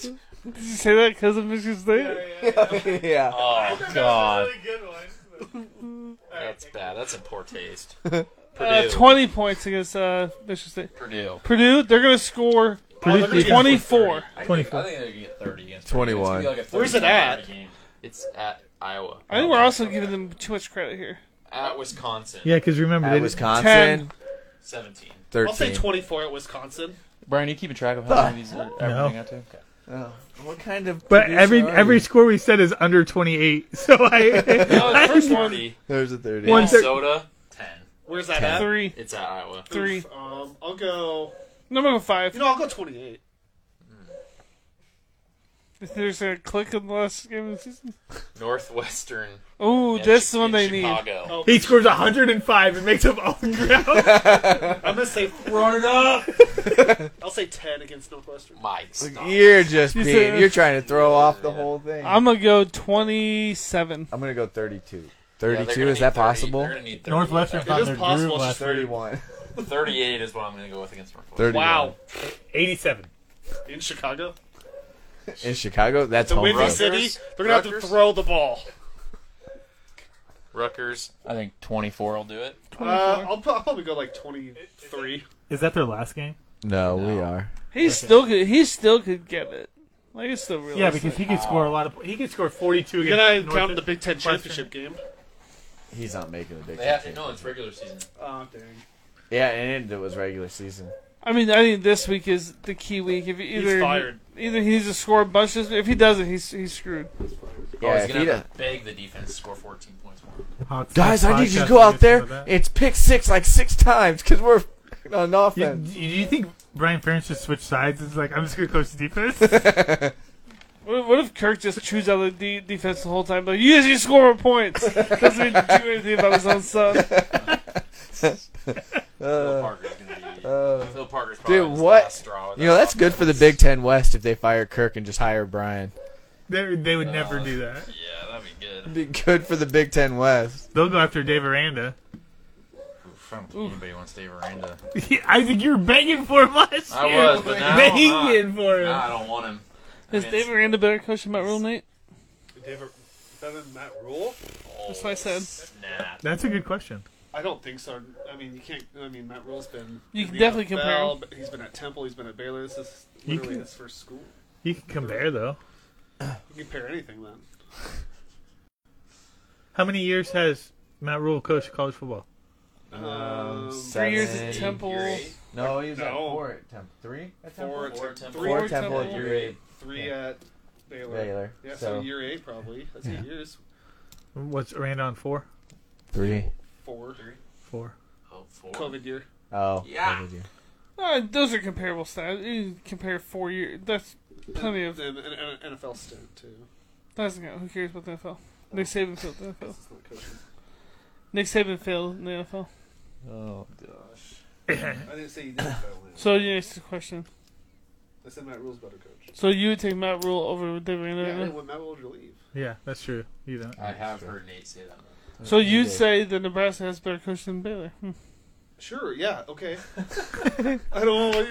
Speaker 4: Did you say that because of Michigan State?
Speaker 1: yeah.
Speaker 2: Oh, God.
Speaker 6: Good one.
Speaker 2: That's bad. That's in poor taste.
Speaker 4: Uh,
Speaker 2: Purdue.
Speaker 4: 20 points against uh, Michigan State.
Speaker 2: Purdue.
Speaker 4: Purdue, they're going to score
Speaker 5: Purdue-
Speaker 4: 24.
Speaker 2: I think-
Speaker 5: 24.
Speaker 2: I think they're gonna get thirty against.
Speaker 1: 21.
Speaker 2: Purdue. It's gonna be like a
Speaker 6: Where's it
Speaker 2: 30
Speaker 6: at?
Speaker 2: game. It's at Iowa.
Speaker 4: I think we're also giving them too much credit here.
Speaker 2: at Wisconsin.
Speaker 5: Yeah, because remember
Speaker 1: At
Speaker 5: they
Speaker 1: Wisconsin,
Speaker 4: 10.
Speaker 2: Seventeen.
Speaker 6: I'll say
Speaker 1: 13.
Speaker 6: 24 at Wisconsin.
Speaker 2: Brian, you keeping track of
Speaker 5: Ah,
Speaker 2: how many these are
Speaker 5: everything
Speaker 2: out to?
Speaker 1: What kind of?
Speaker 5: But
Speaker 1: producer
Speaker 5: every
Speaker 1: are
Speaker 5: every
Speaker 1: you?
Speaker 5: score we said is under 28. So I
Speaker 2: No, the first one.
Speaker 1: there's a thirty.
Speaker 5: One thir-
Speaker 2: Minnesota. Ten.
Speaker 6: Where's that at?
Speaker 4: Three.
Speaker 2: It's at Iowa.
Speaker 4: Three.
Speaker 6: Um, I'll go.
Speaker 4: No, I'm going to go
Speaker 6: You
Speaker 4: five.
Speaker 6: know, I'll go 28.
Speaker 4: If There's a click in the last game of the season.
Speaker 2: Northwestern.
Speaker 4: Oh,
Speaker 2: at
Speaker 4: this
Speaker 2: Chi-
Speaker 4: one
Speaker 2: in
Speaker 4: they need.
Speaker 2: Chicago.
Speaker 6: Oh.
Speaker 5: he scores 105 and makes up all the ground.
Speaker 6: I'm gonna say
Speaker 2: Run it up.
Speaker 6: I'll say 10 against Northwestern.
Speaker 2: My stop.
Speaker 1: You're just
Speaker 4: You
Speaker 1: being.
Speaker 4: said-
Speaker 1: You're trying to throw off the whole thing.
Speaker 4: I'm going to go 27.
Speaker 2: Uh,
Speaker 1: I'm gonna go 32.
Speaker 2: Yeah, they're
Speaker 1: 32
Speaker 2: gonna
Speaker 1: is
Speaker 2: need
Speaker 1: that
Speaker 2: 30.
Speaker 1: possible?
Speaker 2: They're gonna need 30.
Speaker 5: Northwestern
Speaker 6: found their possible. groove last
Speaker 1: 31.
Speaker 2: 38 is what I'm going to go with against Northwestern.
Speaker 1: 31.
Speaker 6: Wow,
Speaker 5: 87.
Speaker 6: in Chicago,
Speaker 1: In Chicago, that's
Speaker 6: the
Speaker 1: home
Speaker 6: Windy
Speaker 1: road.
Speaker 6: City,
Speaker 2: Rutgers?
Speaker 6: they're gonna have to
Speaker 2: Rutgers?
Speaker 6: throw the ball.
Speaker 2: Rutgers. I think 24 will do it.
Speaker 6: Uh, I'll, pro- I'll probably go like 23.
Speaker 5: Is that their last game?
Speaker 1: No, we are.
Speaker 4: He still could. He still could get it. Like it's still realistic.
Speaker 5: he could score a lot of. He could score 42
Speaker 6: You're gonna count the Big Ten championship game.
Speaker 1: He's not making the big.
Speaker 2: They have to. No, it's regular season.
Speaker 6: Oh dang!
Speaker 1: Yeah, and it was regular season.
Speaker 2: Oh,
Speaker 4: I mean, I think this week is the key week. If either
Speaker 6: fired.
Speaker 4: either he needs to score a bunch. This, if he doesn't, he's he's screwed.
Speaker 1: Yeah,
Speaker 2: he's
Speaker 1: if he
Speaker 2: going to
Speaker 1: does.
Speaker 2: have to beg the defense to score 14 points more.
Speaker 1: Guys, I need you to go out there. It's pick six like six times because we're on
Speaker 5: Do
Speaker 1: offense.
Speaker 5: you think Brian Ferentz just switched sides? It's like I'm just gonna coach defense.
Speaker 4: What if, what if Kirk just chews out the de- defense the whole time? Like you just score more points. Doesn't do anything about his own son.
Speaker 2: Phil Parker's going to be. Phil Parker's probably
Speaker 1: dude,
Speaker 2: his
Speaker 1: what?
Speaker 2: last straw with
Speaker 1: You know,
Speaker 2: that.
Speaker 1: that's good for the Big Ten West if they fire Kirk and just hire Brian.
Speaker 5: they, they would never do that.
Speaker 2: Yeah, that'd be good.
Speaker 1: Be good for the Big Ten West.
Speaker 5: They'll go after Dave Aranda.
Speaker 2: from anybody wants Dave Aranda.
Speaker 5: I think you were begging for him last
Speaker 2: I
Speaker 5: year.
Speaker 2: was, but now I-
Speaker 5: begging for him.
Speaker 2: Nah, I don't want him.
Speaker 4: Is
Speaker 2: mean,
Speaker 4: Dave Miranda better coach than Matt Rule, Nate?
Speaker 6: David, better than Matt Rule?
Speaker 4: That's what I said.
Speaker 2: Nah.
Speaker 5: That's a good question.
Speaker 6: I don't think so. I mean, you can't. I mean, Matt Rule's been.
Speaker 4: You
Speaker 6: in
Speaker 4: can
Speaker 6: the
Speaker 4: definitely compare
Speaker 6: NFL,
Speaker 4: him.
Speaker 6: but He's been at Temple. He's been at Baylor. This is
Speaker 5: You
Speaker 6: literally
Speaker 5: can-
Speaker 6: his first school.
Speaker 5: You can compare though.
Speaker 6: You can compare anything then.
Speaker 5: How many years has Matt Rule coached college football?
Speaker 6: Um,
Speaker 4: Three years at
Speaker 1: Seven.
Speaker 4: Temple.
Speaker 2: Year eight,
Speaker 1: No, he was at
Speaker 6: No.
Speaker 1: four at Temple. Three at Temple?
Speaker 6: four,
Speaker 2: Four
Speaker 6: at
Speaker 2: Temple.
Speaker 6: three,
Speaker 1: Four
Speaker 4: Four
Speaker 1: Temple at
Speaker 4: Temple.
Speaker 1: year eight.
Speaker 6: three at Baylor.
Speaker 1: Baylor.
Speaker 6: Yeah, so
Speaker 1: so
Speaker 6: year eight probably. That's eight years.
Speaker 5: What's Rand on four?
Speaker 1: three.
Speaker 6: Four.
Speaker 5: Four.
Speaker 2: oh, four.
Speaker 6: COVID year.
Speaker 1: Oh.
Speaker 2: Yeah.
Speaker 1: that was you.
Speaker 4: Uh, those are comparable stats. You can compare four years. That's plenty of.
Speaker 6: And, and, and NFL stint too.
Speaker 4: That's not, who cares about the NFL? Nick Saban failed the NFL.
Speaker 6: It's not coaching.
Speaker 4: Nick Saban failed in the NFL.
Speaker 1: Oh.
Speaker 6: I didn't say you didn't fail it.
Speaker 4: So you asked the question.
Speaker 6: I said Matt Rule's better coach.
Speaker 4: So you would take Matt Rule over Dave Miranda?
Speaker 6: Yeah,
Speaker 4: right
Speaker 6: I
Speaker 4: now?
Speaker 6: didn't want Matt Rule to leave.
Speaker 5: Yeah, that's true. You don't.
Speaker 2: I have heard Nate say that.
Speaker 4: So you'd say that Nebraska has better coach than Baylor? Hmm.
Speaker 6: Sure. Yeah. Okay. I don't know.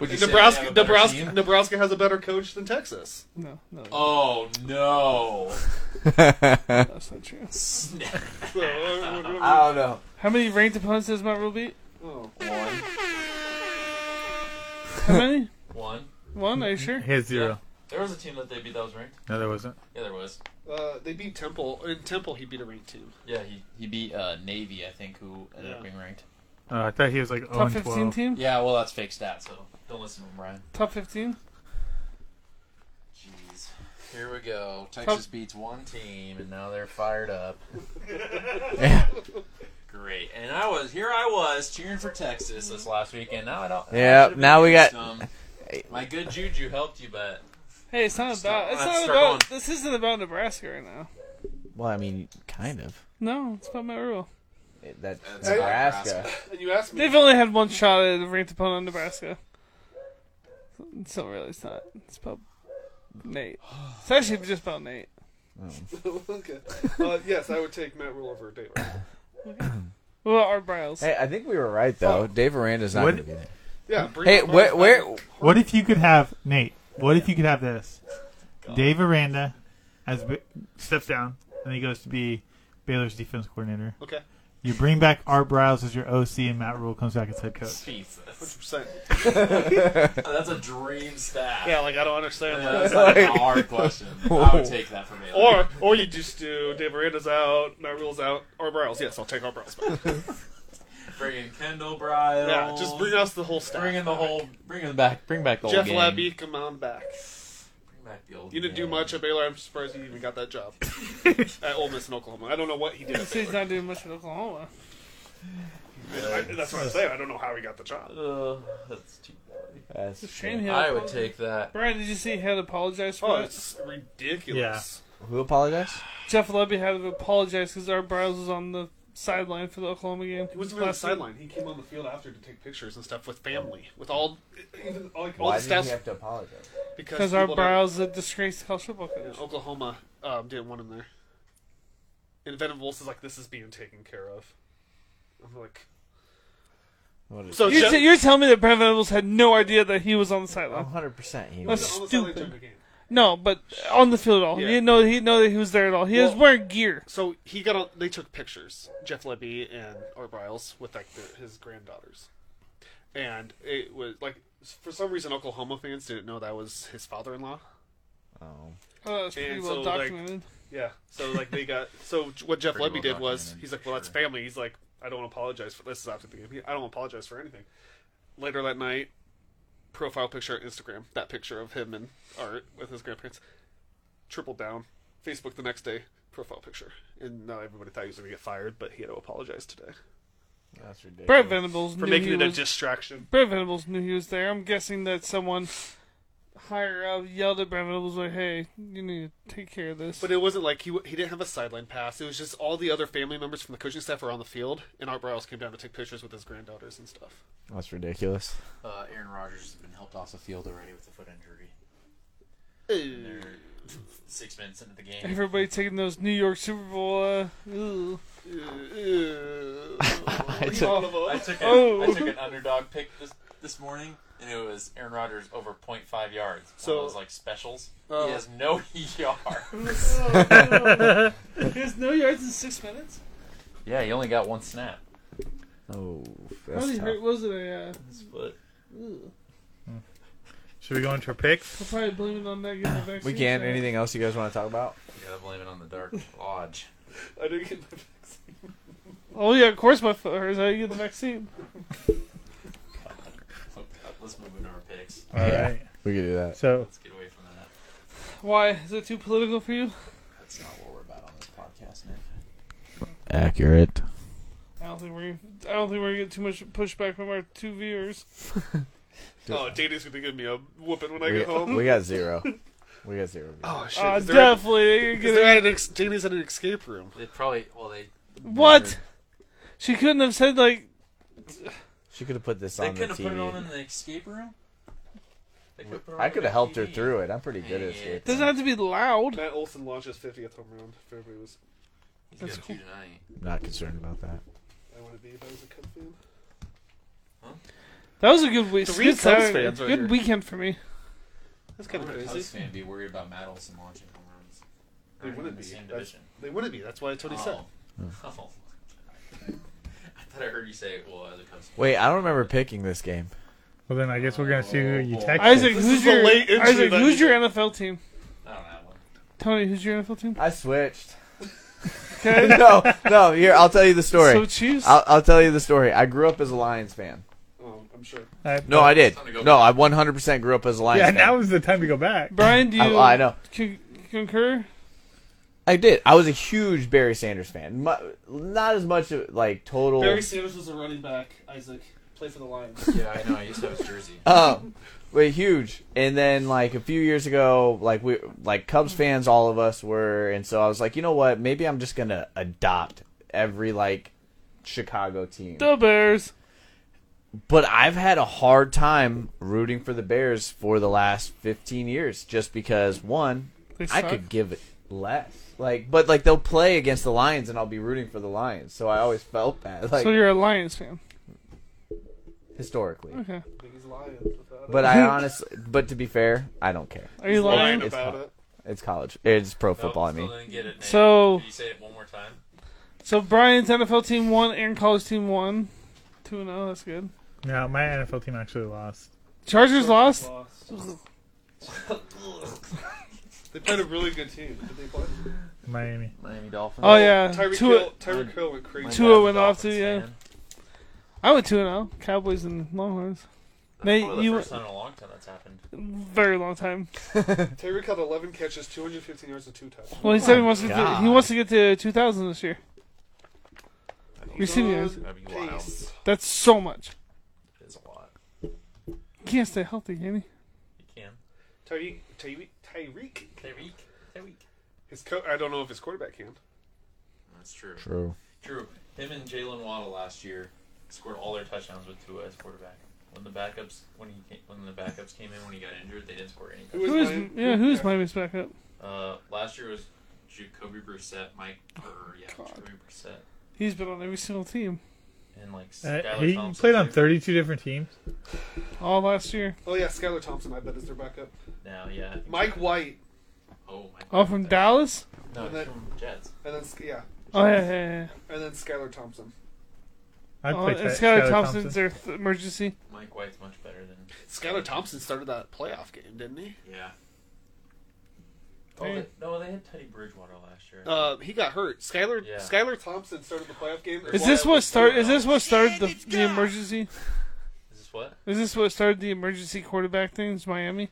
Speaker 2: Would you say they have
Speaker 6: Nebraska.
Speaker 2: a better
Speaker 6: Nebraska.
Speaker 2: team?
Speaker 6: Nebraska has a better coach than Texas.
Speaker 4: No, no,
Speaker 2: Oh no!
Speaker 4: that's not true.
Speaker 6: So, I- I- I-
Speaker 1: I don't know.
Speaker 4: How many ranked opponents does Matt Rule beat?
Speaker 6: oh.
Speaker 4: How many?
Speaker 2: One.
Speaker 4: One? Are you sure?
Speaker 5: He has zero.
Speaker 2: There was a team that they beat that was ranked.
Speaker 5: No, there wasn't.
Speaker 2: Yeah, there was.
Speaker 6: Uh, they beat Temple. In Temple, he beat a ranked team.
Speaker 2: Yeah, he he beat uh, Navy, I think, who ended
Speaker 6: Yeah.
Speaker 2: up being ranked.
Speaker 5: Uh, I thought he was like zero
Speaker 4: Top
Speaker 5: and
Speaker 4: 15
Speaker 5: twelve.
Speaker 4: team?
Speaker 2: Yeah, well, that's fake stat, so don't listen to him, Ryan.
Speaker 4: Top 15?
Speaker 2: Jeez. Here we go. Texas beats one team, and now they're fired up. Great. And I was here. I was cheering for Texas this last weekend. Now I don't. I
Speaker 1: Yeah,
Speaker 2: should've been
Speaker 1: now we
Speaker 2: doing
Speaker 1: got-
Speaker 2: some- My good juju helped you, but
Speaker 4: Hey, it's not
Speaker 2: Stop.
Speaker 4: about. It's
Speaker 2: Let's
Speaker 4: not
Speaker 2: start
Speaker 4: about. This isn't about Nebraska right now.
Speaker 1: Well, I mean, kind of.
Speaker 4: No, it's about Matt Rule.
Speaker 1: It- That's
Speaker 2: That's
Speaker 1: Nebraska.
Speaker 2: Nebraska.
Speaker 6: And you asked me.
Speaker 4: They've only had one shot at a ranked opponent on Nebraska. So really, it's not. It's about Nate. It's actually just about Nate.
Speaker 6: okay. Uh, yes, I would take Matt Rule over Dave. Ryan.
Speaker 4: What about Art Briles?
Speaker 1: Hey, I think we were right though. Dave Miranda's not
Speaker 5: What-
Speaker 1: going to be there.
Speaker 6: Yeah. bring
Speaker 1: Hey,
Speaker 6: him
Speaker 1: where-
Speaker 6: back.
Speaker 1: where-
Speaker 5: What if you could have Nate? What if you could have this? Dave Aranda as b- steps down, and he goes to be Baylor's defense coordinator.
Speaker 6: Okay.
Speaker 5: You bring back Art Briles as your OC, and Matt Rule comes back as head coach.
Speaker 2: Jesus,
Speaker 6: 100%.
Speaker 2: that's a dream stat.
Speaker 6: Yeah, like I don't understand
Speaker 2: Yeah,
Speaker 6: that.
Speaker 2: That's not a hard question. I would take that for me.
Speaker 6: Or, or you just do Dave Miranda's out, Matt Rule's out, or Briles. Yes, I'll take our Briles back.
Speaker 2: bringing Kendall Bryles.
Speaker 6: yeah, just bring us the whole staff.
Speaker 2: bring in the whole, bring in back, bring back the
Speaker 6: Jeff
Speaker 2: whole game.
Speaker 6: Labby, come on back.
Speaker 2: Bring back the old
Speaker 6: You didn't do
Speaker 2: game.
Speaker 6: much at Baylor. I'm surprised you even got that job at Ole Miss in Oklahoma. I don't know what he did.
Speaker 4: You say he's not doing much in Oklahoma.
Speaker 6: I, that's what I'm saying. I don't know how he got the job.
Speaker 2: Uh, that's too
Speaker 1: That's
Speaker 4: Shame he had
Speaker 2: I would
Speaker 4: apologized.
Speaker 2: take that.
Speaker 4: Brian, did you see he had apologized for
Speaker 6: Oh,
Speaker 4: it?
Speaker 6: it's ridiculous.
Speaker 1: Who apologized?
Speaker 4: Jeff Levy had to apologize because Art Briles was on the sideline for the Oklahoma game.
Speaker 6: He wasn't even on the sideline. He came on the field after to take pictures and stuff with family,
Speaker 4: Oh.
Speaker 6: with all, even all, all
Speaker 1: Why
Speaker 6: the
Speaker 1: did he
Speaker 6: staff
Speaker 1: have to apologize?
Speaker 6: because
Speaker 4: Because Art
Speaker 6: people don't-
Speaker 4: Briles a disgraced college football coach.
Speaker 6: And Oklahoma um, didn't want him there. And Venables is like, this is being taken care of. I'm like,
Speaker 1: What is
Speaker 6: so
Speaker 4: You're,
Speaker 6: Jeff- Oh,
Speaker 4: t- you're telling me that Brad Venables had no idea that he was on the sideline?
Speaker 1: 100% he
Speaker 4: That's
Speaker 1: was.
Speaker 6: Almost
Speaker 4: stupid.
Speaker 6: all they took again.
Speaker 4: No, but on the field at all.
Speaker 6: Yeah.
Speaker 4: He didn't know he didn't know that he was there at all. He was
Speaker 6: Well-
Speaker 4: wearing gear.
Speaker 6: So he got. On, they took pictures. Jeff Lebby and Art Briles with like their, his granddaughters, and it was like for some reason Oklahoma fans didn't know that was his father-in-law.
Speaker 1: Oh.
Speaker 4: Oh, that's pretty
Speaker 6: And
Speaker 4: well
Speaker 6: so, like-
Speaker 4: documented.
Speaker 6: Yeah. So like they got. So what Jeff
Speaker 2: Pretty
Speaker 6: Lebby
Speaker 2: well
Speaker 6: did was
Speaker 2: documented,
Speaker 6: he's like, well, that's family. He's like, I don't apologize for this is after the game. He- I don't apologize for anything. Later that night, profile picture at Instagram. That picture of him and Art with his grandparents. Triple down. Facebook the next day. Profile picture. And not everybody thought he was going to get fired, but he had to apologize today
Speaker 1: That's ridiculous.
Speaker 4: Brad Venables
Speaker 6: for
Speaker 4: knew
Speaker 6: making
Speaker 4: he
Speaker 6: it
Speaker 4: was,
Speaker 6: a distraction.
Speaker 4: Brad Venables knew he was there. I'm guessing that someone higher up yelled at Brad Venables like, "Hey, you need to take care of this."
Speaker 6: But it wasn't like he w- he didn't have a sideline pass. It was just all the other family members from the coaching staff were on the field, and Art Briles came down to take pictures with his granddaughters and stuff.
Speaker 1: That's ridiculous.
Speaker 2: Uh, Aaron Rodgers has been helped off the field already with a foot injury. They're six minutes into the game.
Speaker 4: Everybody taking those New York Super Bowl. Uh, ooh.
Speaker 1: I took,
Speaker 2: I took, a,
Speaker 4: Oh.
Speaker 2: I took an underdog pick this this morning, and it was Aaron Rodgers over 0.5 yards. So
Speaker 6: So-
Speaker 2: one of those like specials.
Speaker 6: Oh.
Speaker 2: He has no yard.
Speaker 4: There's Oh. no yards in six minutes.
Speaker 2: yeah, he only got one snap.
Speaker 1: oh,
Speaker 4: How
Speaker 1: that's
Speaker 4: many hurt
Speaker 1: tough.
Speaker 4: was it? I, uh,
Speaker 2: His foot.
Speaker 4: ugh.
Speaker 5: Should we go into our picks?
Speaker 4: I'll probably blame it on that getting the vaccine.
Speaker 1: We can.
Speaker 4: shot.
Speaker 1: Anything else you guys want to talk about?
Speaker 2: You gotta blame it on the dark lodge.
Speaker 6: I didn't get my vaccine.
Speaker 4: Oh yeah, of course my foot hurts. How you get the vaccine?
Speaker 2: Oh, God, Let's move into our picks.
Speaker 5: All right.
Speaker 1: Yeah. We could do that.
Speaker 5: So
Speaker 2: Let's get away from that.
Speaker 4: Why is it too political for you?
Speaker 2: That's not what we're about on this podcast, Nick.
Speaker 1: Accurate.
Speaker 4: I don't think we're. I don't think we're gonna get too much pushback from our two viewers.
Speaker 6: Oh, Danny's gonna give me a whooping when I
Speaker 1: We,
Speaker 6: get home.
Speaker 1: we got zero. We got zero.
Speaker 6: oh shit!
Speaker 4: Uh,
Speaker 6: is there,
Speaker 4: definitely.
Speaker 6: is there an ex- Danny's in an escape room.
Speaker 2: They probably well they
Speaker 4: What? She couldn't have said like
Speaker 1: She could have put this
Speaker 2: they
Speaker 1: on the
Speaker 2: could have
Speaker 1: TV.
Speaker 2: put it on in the escape room. They could've put it on
Speaker 1: I
Speaker 2: the
Speaker 1: could have helped her
Speaker 2: TV.
Speaker 1: through it. I'm pretty good
Speaker 2: Yeah,
Speaker 1: at
Speaker 2: yeah.
Speaker 1: escape.
Speaker 4: doesn't have to be loud.
Speaker 6: Matt Olson launched his 50th home run. If everybody was,
Speaker 2: He's got
Speaker 4: That's
Speaker 2: two
Speaker 4: cool.
Speaker 2: tonight.
Speaker 1: Not concerned about that.
Speaker 6: I want to be if I was a Cubs fan.
Speaker 4: That was a good week.
Speaker 6: Three
Speaker 4: good,
Speaker 6: Cubs
Speaker 4: Saturday.
Speaker 6: fans right
Speaker 4: good
Speaker 6: here.
Speaker 4: weekend for me.
Speaker 6: That's
Speaker 2: I
Speaker 6: kind of
Speaker 2: wonder if
Speaker 6: crazy.
Speaker 2: Cubs fan be worried about Matt Olson launching home runs.
Speaker 6: They
Speaker 2: Or in
Speaker 6: wouldn't
Speaker 2: the
Speaker 6: be.
Speaker 2: same
Speaker 6: That's,
Speaker 2: division.
Speaker 6: they wouldn't be. That's why Tony said.
Speaker 2: Oh. Oh. I thought I heard you say, well, as a Cubs fan.
Speaker 1: Wait, I don't remember picking this game.
Speaker 5: well, then I guess we're gonna see who you
Speaker 2: Oh,
Speaker 5: text.
Speaker 4: Isaac,
Speaker 6: This
Speaker 4: who's
Speaker 6: is the
Speaker 4: your
Speaker 6: late entry
Speaker 4: Isaac,
Speaker 6: that
Speaker 4: who's
Speaker 6: you-
Speaker 4: your NFL team?
Speaker 2: I don't know.
Speaker 4: Tony, who's your NFL team?
Speaker 1: I switched.
Speaker 4: Okay.
Speaker 1: no, no. Here, I'll tell you the story.
Speaker 4: So Chiefs.
Speaker 1: I'll, I'll tell you the story. I grew up as a Lions fan.
Speaker 6: Um, I'm sure.
Speaker 5: All right,
Speaker 1: No,
Speaker 5: but-
Speaker 1: I did.
Speaker 2: Time to go
Speaker 1: No, I 100% grew up as a Lions
Speaker 5: Yeah,
Speaker 1: fan.
Speaker 5: now is the time to go back.
Speaker 4: Brian, do you
Speaker 1: I, I know.
Speaker 4: con- concur?
Speaker 1: I did. I was a huge Barry Sanders fan. Mu- not as much of, like total.
Speaker 6: Sanders was a running back. Isaac played for the Lions.
Speaker 2: Yeah, I know. I used to have his jersey.
Speaker 1: Um, but huge. And then like a few years ago, like we like Cubs fans, all of us were, and so I was like, you know what? Maybe I'm just gonna adopt every like Chicago team.
Speaker 4: The Bears.
Speaker 1: But I've had a hard time rooting for the Bears for the last 15 years, just because one,
Speaker 4: They
Speaker 1: I
Speaker 4: suck.
Speaker 1: could give it less. Like, but like they'll play against the Lions, and I'll be rooting for the Lions. So I always felt that, like
Speaker 4: so you're a Lions fan.
Speaker 1: historically.
Speaker 4: Okay.
Speaker 3: I think he's lying without it.
Speaker 1: But I honestly, but to be fair, I don't care.
Speaker 4: Are you
Speaker 6: Lying
Speaker 4: lying?
Speaker 1: It's
Speaker 6: about
Speaker 1: hot.
Speaker 6: it.
Speaker 1: It's college. It's pro football. I
Speaker 2: Nope,
Speaker 1: mean,
Speaker 2: still didn't get it, Nate.
Speaker 4: So-
Speaker 2: Can you say it one more time?
Speaker 4: So Brian's NFL team won and college team won. 2 0, oh, that's good.
Speaker 5: No, my NFL team actually lost.
Speaker 4: Chargers lost? Oh,
Speaker 6: They played a really good team.
Speaker 3: Did they play?
Speaker 5: Miami.
Speaker 2: Miami Dolphins.
Speaker 4: Oh, yeah.
Speaker 6: Tyreek
Speaker 4: Tua-
Speaker 6: Hill, Tyreek Hill went crazy.
Speaker 4: Tua went
Speaker 2: Dolphins
Speaker 4: off uh, too, yeah.
Speaker 2: fan.
Speaker 4: I went 2 0. Cowboys and Longhorns.
Speaker 2: That's
Speaker 4: Nate,
Speaker 2: probably the
Speaker 4: you-
Speaker 2: first time in a long time that's happened.
Speaker 4: Very long time.
Speaker 6: Tyreek had 11 catches, 215 yards, and two touchdowns.
Speaker 4: Well, he said he wants to get to,
Speaker 1: God.
Speaker 4: he wants to get to 2,000 this year. Receiving yards.
Speaker 2: That'd be wild.
Speaker 6: Peace.
Speaker 4: That's so much.
Speaker 2: It's a lot.
Speaker 4: He can't stay healthy, can he?
Speaker 2: You can.
Speaker 6: Tyreek, Tyreek, Tyreek.
Speaker 2: Tyreek. Tyreek.
Speaker 6: His co- I don't know if his quarterback can.
Speaker 2: That's true.
Speaker 1: true.
Speaker 2: True. Him and Jalen Waddle last year scored all their touchdowns with Tua as quarterback. When the backups when he came, when the backups came in when he got injured, they didn't score any.
Speaker 6: is
Speaker 4: Who is,
Speaker 6: Miami-
Speaker 4: yeah, who's Miami's backup?
Speaker 2: Uh, last year was Jacoby Brissett, Mike. Or, yeah,
Speaker 4: God.
Speaker 2: Jacoby Brissett.
Speaker 4: He's been on every single team
Speaker 2: And like Skylar
Speaker 5: Uh, he
Speaker 2: Thompson,
Speaker 5: played on
Speaker 2: too.
Speaker 5: 32 different teams.
Speaker 4: all last year.
Speaker 6: Oh, yeah, Skylar Thompson, I bet, is their backup.
Speaker 2: Now, yeah. I think-
Speaker 6: Mike White,
Speaker 2: Oh, Mike.
Speaker 4: Oh, from Dallas?
Speaker 2: No,
Speaker 6: and
Speaker 2: he's
Speaker 6: then-
Speaker 2: from Jets.
Speaker 6: and then, Sk- yeah,
Speaker 4: Oh, yeah, yeah, yeah.
Speaker 6: and then Skylar Thompson.
Speaker 5: I'd
Speaker 4: Oh,
Speaker 5: play
Speaker 4: and
Speaker 5: Ty-
Speaker 4: Skylar
Speaker 5: Skylar
Speaker 4: Thompson's their th- emergency.
Speaker 2: Mike White's much better than.
Speaker 6: Skylar Thompson started that playoff game, didn't he?
Speaker 2: Yeah. Oh,
Speaker 4: Hey.
Speaker 2: they, no, they had Teddy Bridgewater last year.
Speaker 6: Uh, he got hurt. Skylar
Speaker 2: Yeah.
Speaker 6: Skylar Thompson started the playoff game.
Speaker 4: Is
Speaker 6: Wyatt
Speaker 4: this what
Speaker 6: was
Speaker 4: start?
Speaker 6: still
Speaker 4: Is
Speaker 6: out.
Speaker 4: this what started the, the emergency?
Speaker 2: Is this what?
Speaker 4: Is this what started the emergency quarterback thing? Is Miami?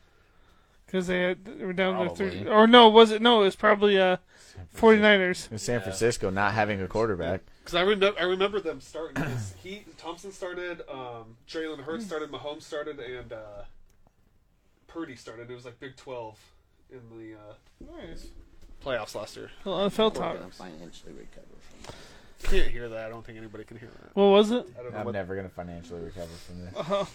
Speaker 4: Because they had they were down to three,
Speaker 2: Probably.
Speaker 4: or no? Was it no? It was probably uh, 49ers.
Speaker 1: In San Francisco, not having a quarterback.
Speaker 6: Because I remember I remember them starting. 'cause he Thompson started, um, Jalen
Speaker 4: Hmm.
Speaker 6: Hurts started, Mahomes started, and uh, Purdy started. It was like Big Twelve in the uh,
Speaker 4: Nice.
Speaker 6: playoffs last year.
Speaker 4: Well, NFL talk.
Speaker 6: Can't hear that. I don't think anybody can hear that.
Speaker 4: What was it?
Speaker 6: I don't know
Speaker 1: I'm
Speaker 6: what.
Speaker 1: never gonna financially recover from this.
Speaker 4: Oh,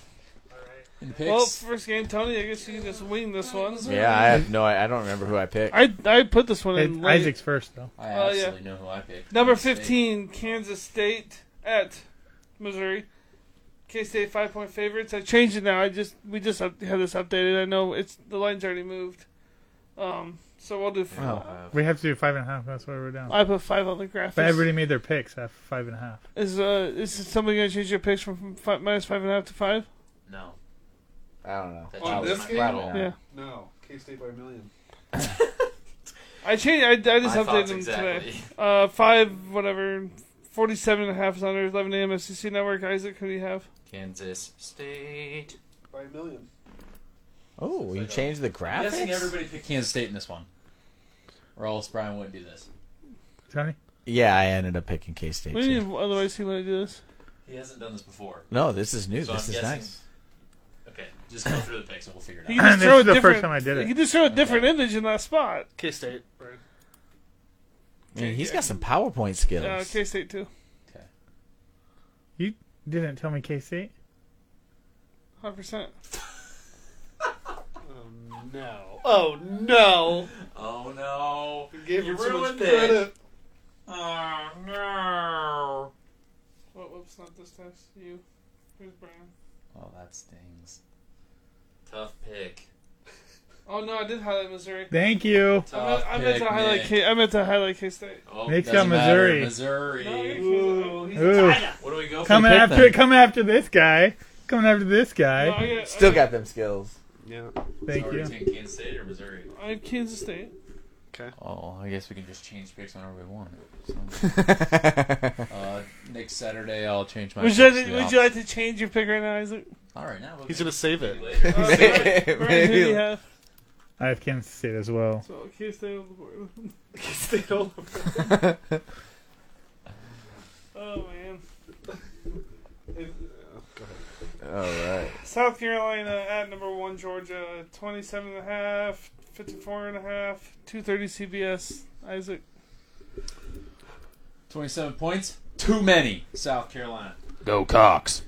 Speaker 2: In the picks.
Speaker 4: Uh-huh. Well, first game, Tony. I guess you can just wing this one.
Speaker 1: Yeah, I have no. I, I don't remember who I picked.
Speaker 4: I I put this one in.
Speaker 5: It's
Speaker 4: late.
Speaker 5: Isaac's first though.
Speaker 2: I
Speaker 4: well,
Speaker 2: absolutely know who I picked.
Speaker 4: Number
Speaker 2: Kansas State.
Speaker 4: fifteen, Kansas State at Missouri. K State five point favorites. I changed it now. I just we just up, had this updated. I know it's the line's already moved. Um, so we'll do. F-
Speaker 1: Oh.
Speaker 5: We have to do five and a half. That's why we're down.
Speaker 4: I put five on the graphics.
Speaker 5: But everybody made their picks at five and a half.
Speaker 4: Is uh is somebody gonna change your picks from five, minus five and a half to five?
Speaker 2: No.
Speaker 1: I don't know.
Speaker 2: That
Speaker 6: On
Speaker 2: was
Speaker 6: this
Speaker 2: my
Speaker 6: game?
Speaker 2: battle.
Speaker 1: Yeah.
Speaker 4: Yeah,
Speaker 6: No, K State by a million.
Speaker 4: I changed. I, I just
Speaker 2: My
Speaker 4: updated
Speaker 2: thoughts
Speaker 4: them
Speaker 2: exactly.
Speaker 4: today. Uh, five whatever, forty-seven and a half is under eleven a.m. SEC network. Isaac, who do you have?
Speaker 2: Kansas State.
Speaker 3: by a million.
Speaker 1: Oh, you changed the
Speaker 2: uh, I'm guessing
Speaker 1: graphics.
Speaker 2: everybody picked Kansas State in this one. Or else Brian wouldn't do this.
Speaker 5: Tony,
Speaker 1: Yeah, I ended up picking K State.
Speaker 4: What do you mean? Otherwise, he wouldn't do this.
Speaker 2: He hasn't done this before.
Speaker 1: No, this is new.
Speaker 2: So
Speaker 1: this
Speaker 2: I'm
Speaker 1: is
Speaker 2: guessing.
Speaker 1: nice.
Speaker 2: Okay, just go through the picks and we'll figure
Speaker 4: He
Speaker 2: it out.
Speaker 4: can just
Speaker 5: This
Speaker 4: throw a
Speaker 5: is the first
Speaker 4: different-
Speaker 5: time I did it.
Speaker 4: He can just throw a different image in that spot.
Speaker 6: K State, right?
Speaker 1: Man, he's got some PowerPoint skills.
Speaker 4: Uh, K State too.
Speaker 5: you didn't tell me K State.
Speaker 4: Hundred percent.
Speaker 6: No. Oh no!
Speaker 2: Oh no.
Speaker 6: You gave
Speaker 2: You
Speaker 6: him so much
Speaker 2: ruined it.
Speaker 6: credit.
Speaker 2: Oh no.
Speaker 4: What? Whoops, not this test. You. Who's Brian?
Speaker 2: Oh, that stings. Tough pick.
Speaker 4: Oh no, I did highlight Missouri.
Speaker 5: Thank you.
Speaker 4: I
Speaker 2: Tough
Speaker 4: meant, I meant to
Speaker 2: pick,
Speaker 4: highlight.
Speaker 2: Nick.
Speaker 4: K- I meant to highlight K State.
Speaker 2: Oh,
Speaker 5: Nick's
Speaker 2: doesn't
Speaker 5: got
Speaker 2: matter.
Speaker 5: Missouri.
Speaker 2: Missouri.
Speaker 4: No, he's-
Speaker 5: Ooh,
Speaker 2: What do we go for?
Speaker 5: coming
Speaker 1: pick
Speaker 5: after
Speaker 1: them.
Speaker 5: coming after this guy. Coming after this
Speaker 4: no, I
Speaker 5: guy.
Speaker 4: got-
Speaker 1: Still got them skills.
Speaker 6: Yeah.
Speaker 5: Thank
Speaker 2: Are we
Speaker 5: you.
Speaker 2: taking Kansas State or Missouri?
Speaker 4: I had Kansas State.
Speaker 2: Oh, I guess we can just change picks whenever we want. uh, next Saturday, I'll change my.
Speaker 4: Would
Speaker 2: picks
Speaker 4: you, like
Speaker 2: to
Speaker 4: to,
Speaker 2: the
Speaker 4: would
Speaker 2: op-
Speaker 4: you like to change your pick right now, Isaac?
Speaker 2: All right, now we'll
Speaker 6: He's gonna save it.
Speaker 2: later.
Speaker 4: Uh, Brian, Brian, who do you have?
Speaker 5: I have Kansas State as well.
Speaker 4: So K State on the board. Oh man.
Speaker 1: All right.
Speaker 4: South Carolina at number one, Georgia, 27 and a half, 54 and a half, 230 CBS. Isaac.
Speaker 2: Twenty-seven points, too many. South Carolina.
Speaker 7: Go Cox.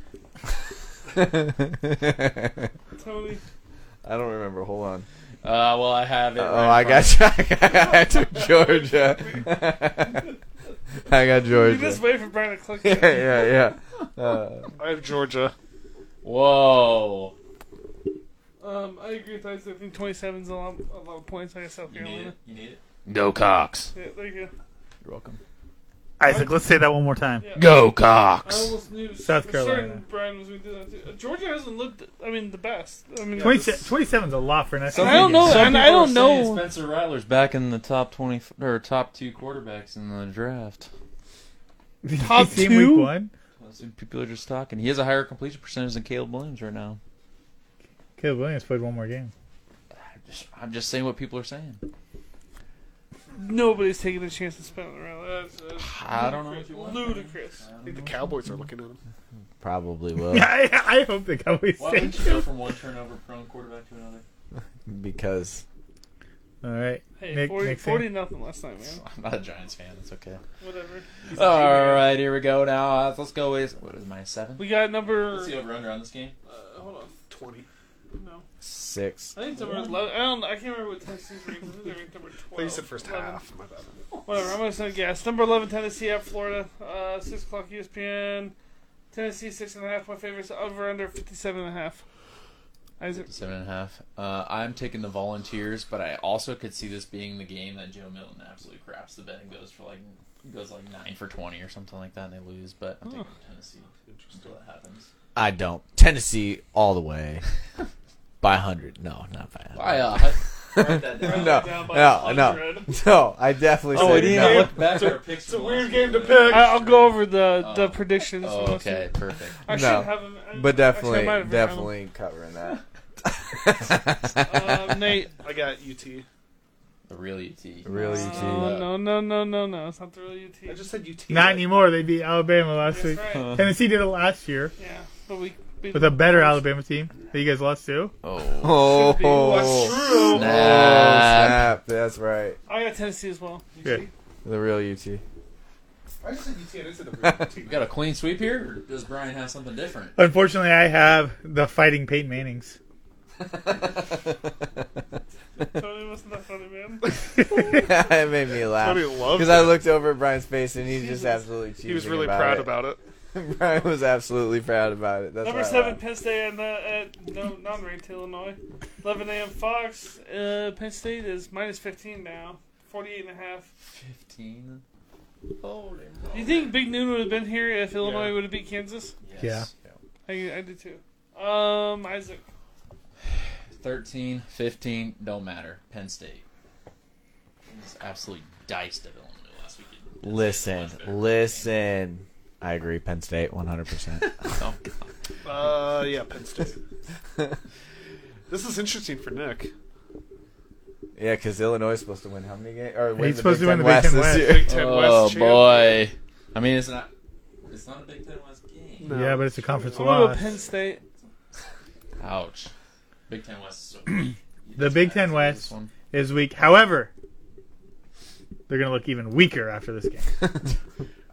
Speaker 4: Tony.
Speaker 1: I don't remember. Hold on.
Speaker 2: Uh, well, I have it.
Speaker 1: Oh,
Speaker 2: right in
Speaker 1: I
Speaker 2: front
Speaker 1: got
Speaker 2: of-
Speaker 1: I took Georgia. I got
Speaker 4: You
Speaker 1: Georgia.
Speaker 4: just wait for Brian to click
Speaker 1: Yeah,
Speaker 4: it.
Speaker 1: yeah, yeah. Uh,
Speaker 6: I have Georgia.
Speaker 2: Whoa.
Speaker 4: Um, I agree with Isaac. I think 27 is a lot, a lot of points against South
Speaker 2: You need
Speaker 4: Carolina.
Speaker 2: it. You need it.
Speaker 7: Go Cox.
Speaker 4: Yeah, there you go.
Speaker 1: you're welcome.
Speaker 5: Isaac, let's say that one more time.
Speaker 7: Go
Speaker 4: I
Speaker 7: Cox.
Speaker 4: almost knew.
Speaker 5: South
Speaker 4: for certain
Speaker 5: Carolina.
Speaker 4: Brian was going to do that too. Uh, Georgia hasn't looked, I mean, the best. I mean,
Speaker 5: 27 is a lot for an SEC.
Speaker 4: I don't know.
Speaker 2: Some
Speaker 4: And I
Speaker 2: people are
Speaker 4: don't
Speaker 2: saying
Speaker 4: know.
Speaker 2: Spencer Rattler's back in the top twenty or top two quarterbacks in the draft.
Speaker 5: Did you
Speaker 4: Top
Speaker 5: see him
Speaker 4: two?
Speaker 5: Week one?
Speaker 2: Some People are just talking. He has a higher completion percentage than Caleb Williams right now.
Speaker 5: Caleb Williams played one more game.
Speaker 2: I'm just- I'm just saying what people are saying.
Speaker 4: nobody's taking a chance to spin it around. That's, uh,
Speaker 2: I don't know if you want.
Speaker 4: ludicrous.
Speaker 6: I think the Cowboys are looking at him.
Speaker 1: Probably will
Speaker 5: I, I hope the Cowboys
Speaker 2: Why
Speaker 5: stay.
Speaker 2: wouldn't you go from one turnover prone quarterback to another?
Speaker 1: because
Speaker 5: All right.
Speaker 4: Hey,
Speaker 5: Nick-
Speaker 4: 40,
Speaker 5: Nick
Speaker 4: 40 nothing last night, man.
Speaker 2: I'm not a Giants fan. It's okay.
Speaker 4: Whatever.
Speaker 2: All right, here we go now. Uh, Let's go with what is my seven?
Speaker 4: We got number.
Speaker 2: What's the over under on this game?
Speaker 4: Uh, hold on.
Speaker 6: Twenty.
Speaker 4: No.
Speaker 1: six.
Speaker 4: I think it's number 11. I, don't, I can't remember what Tennessee's ranked. I think they're ranked number 12.
Speaker 6: They said first
Speaker 4: 11.
Speaker 6: half. My bad.
Speaker 4: Whatever. I'm going to say guess. Number 11, Tennessee at Florida. Uh, 6 o'clock ESPN. Tennessee, 6.5. My favorite's over under 57.5. Isaac.
Speaker 2: Seven and a half. Uh, I'm taking the Volunteers, but I also could see this being the game that Joe Milton absolutely craps the bet and goes for like goes like nine for twenty or something like that, and they lose. But I'm taking Tennessee until that happens.
Speaker 1: I don't. Tennessee all the way. By 100. No, not by 100.
Speaker 2: I uh, write that down.
Speaker 1: No,
Speaker 4: Down by
Speaker 1: no, no.
Speaker 4: 100.
Speaker 1: No, I definitely
Speaker 2: Oh,
Speaker 1: said
Speaker 2: we didn't
Speaker 1: no.
Speaker 2: even look back at our picks. It's a
Speaker 6: Weird game to pick.
Speaker 4: I, I'll go over the, the predictions.
Speaker 2: Oh,
Speaker 4: unless you-
Speaker 2: okay, perfect.
Speaker 4: I
Speaker 1: No.
Speaker 4: should have them. I-
Speaker 1: But
Speaker 4: actually, I
Speaker 1: definitely,
Speaker 4: might have written them.
Speaker 1: definitely covering that.
Speaker 4: Uh, Nate.
Speaker 6: I got UT.
Speaker 2: The real E UT.
Speaker 1: Really,
Speaker 4: No, uh, no, no, no, no, no. It's not the real UT.
Speaker 6: I just said UT.
Speaker 5: Not anymore. They beat Alabama last
Speaker 4: That's
Speaker 5: week.
Speaker 4: right.
Speaker 5: Tennessee did it last year
Speaker 4: Yeah, but we beat
Speaker 5: with a better Alabama team that you guys lost to.
Speaker 2: Oh,
Speaker 1: Oh,
Speaker 4: Should be.
Speaker 1: oh,
Speaker 2: snap.
Speaker 1: snap. That's right.
Speaker 4: I got Tennessee as well.
Speaker 5: Good.
Speaker 1: The real UT.
Speaker 3: I just said you can't answer the
Speaker 2: You got a clean sweep here, or does Brian have something different?
Speaker 5: Unfortunately, I have the fighting Peyton Mannings.
Speaker 4: Tony, wasn't that funny, man?
Speaker 1: it made me laugh
Speaker 6: Tony loved
Speaker 1: because I
Speaker 6: it.
Speaker 1: looked over at Brian's face and he just absolutely cheesing
Speaker 6: He was really
Speaker 1: about
Speaker 6: proud
Speaker 1: it.
Speaker 6: about it.
Speaker 1: it. Brian was absolutely proud about it. That's
Speaker 4: Number
Speaker 1: why I
Speaker 4: seven,
Speaker 1: laughed.
Speaker 4: Penn State and uh, at no, not ranked Illinois. 11 a.m. Fox. Uh, Penn State is minus 15 now, 48 and a half.
Speaker 2: Fifteen.
Speaker 4: Do you think Big Noon would have been here if Illinois
Speaker 6: Yeah.
Speaker 4: would have beat Kansas?
Speaker 2: Yes. Yeah.
Speaker 4: I, I did too. Um, Isaac.
Speaker 2: 13, 15, don't matter. Penn State. It's absolutely diced at Illinois last weekend.
Speaker 1: Listen, listen. I agree. Penn State, one hundred percent.
Speaker 2: Oh, God.
Speaker 6: Uh, yeah, Penn State. this is interesting for Nick.
Speaker 1: Oh, Yeah, because Illinois is supposed to win how many games? Or win the
Speaker 5: He's supposed
Speaker 1: Big
Speaker 5: to win
Speaker 1: Ten
Speaker 5: the Big
Speaker 1: West
Speaker 5: Ten
Speaker 1: this
Speaker 5: West.
Speaker 1: year.
Speaker 6: Big Ten
Speaker 2: Oh
Speaker 6: West champ.
Speaker 2: boy. I mean, it's not. It's not a Big Ten West game.
Speaker 5: Yeah, but it's a conference
Speaker 4: I'm going to
Speaker 5: loss.
Speaker 4: go Penn State.
Speaker 2: Ouch. Big Ten West. Is so
Speaker 5: The Big Ten West is weak. However, they're going to look even weaker after this game.